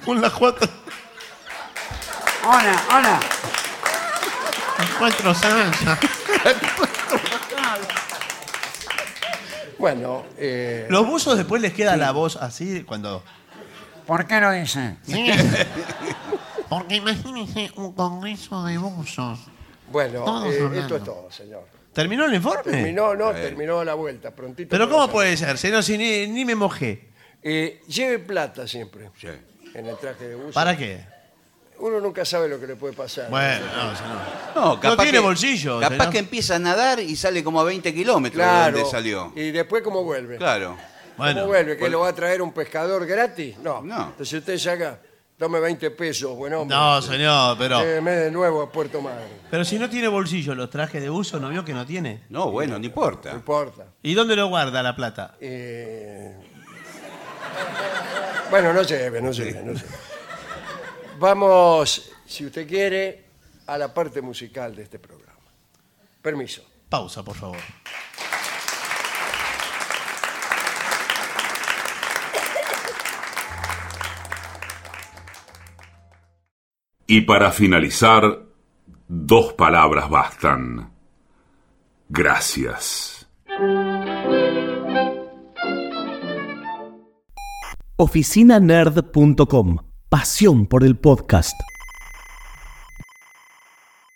Speaker 3: Con las cuatro,
Speaker 6: Hola, hola.
Speaker 3: las cuatro salsas.
Speaker 2: Bueno, eh,
Speaker 3: Los buzos después les queda la voz así cuando.
Speaker 6: ¿Por qué lo dice?
Speaker 7: [laughs] [laughs] Sí. Porque imagínense un congreso de buzos.
Speaker 2: bueno,
Speaker 7: Todos
Speaker 2: eh,
Speaker 7: hablando.
Speaker 2: esto es todo, señor.
Speaker 3: ¿Terminó el informe?
Speaker 2: Terminó, no, terminó la vuelta, prontito.
Speaker 3: Pero
Speaker 2: todo
Speaker 3: ¿cómo
Speaker 2: sale.
Speaker 3: puede ser? Si no, si ni, ni me mojé.
Speaker 2: Eh, lleve plata siempre
Speaker 4: Sí.
Speaker 2: en el traje de buzo.
Speaker 3: ¿Para qué?
Speaker 2: Uno nunca sabe lo que le puede pasar.
Speaker 3: Bueno, no, si no.
Speaker 4: No,
Speaker 3: tiene bolsillo,
Speaker 4: Capaz
Speaker 3: ¿no?
Speaker 4: que empieza a nadar y sale como a 20 kilómetros
Speaker 2: Claro.
Speaker 4: de donde salió.
Speaker 2: Y después, ¿cómo vuelve?
Speaker 4: Claro.
Speaker 2: ¿Cómo
Speaker 3: Bueno,
Speaker 2: vuelve? ¿Que
Speaker 4: Bueno.
Speaker 2: lo va a traer un pescador gratis? No.
Speaker 4: No.
Speaker 2: Entonces usted saca, tome 20 pesos, buen hombre.
Speaker 3: no, señor, pero.
Speaker 2: Lléveme de nuevo a Puerto Madre.
Speaker 3: Pero si no tiene bolsillo, los trajes de buzo, ¿no vio que no tiene?
Speaker 4: No, bueno, no
Speaker 2: No
Speaker 4: importa.
Speaker 2: importa.
Speaker 3: ¿Y dónde lo guarda la plata?
Speaker 2: Eh, Bueno, no lleve, no lleve, no lleve. Vamos, si usted quiere, a la parte musical de este programa. Permiso.
Speaker 3: Pausa, por favor.
Speaker 8: Y para finalizar, dos palabras bastan. Gracias.
Speaker 9: oficinanerd.com. Pasión por el podcast.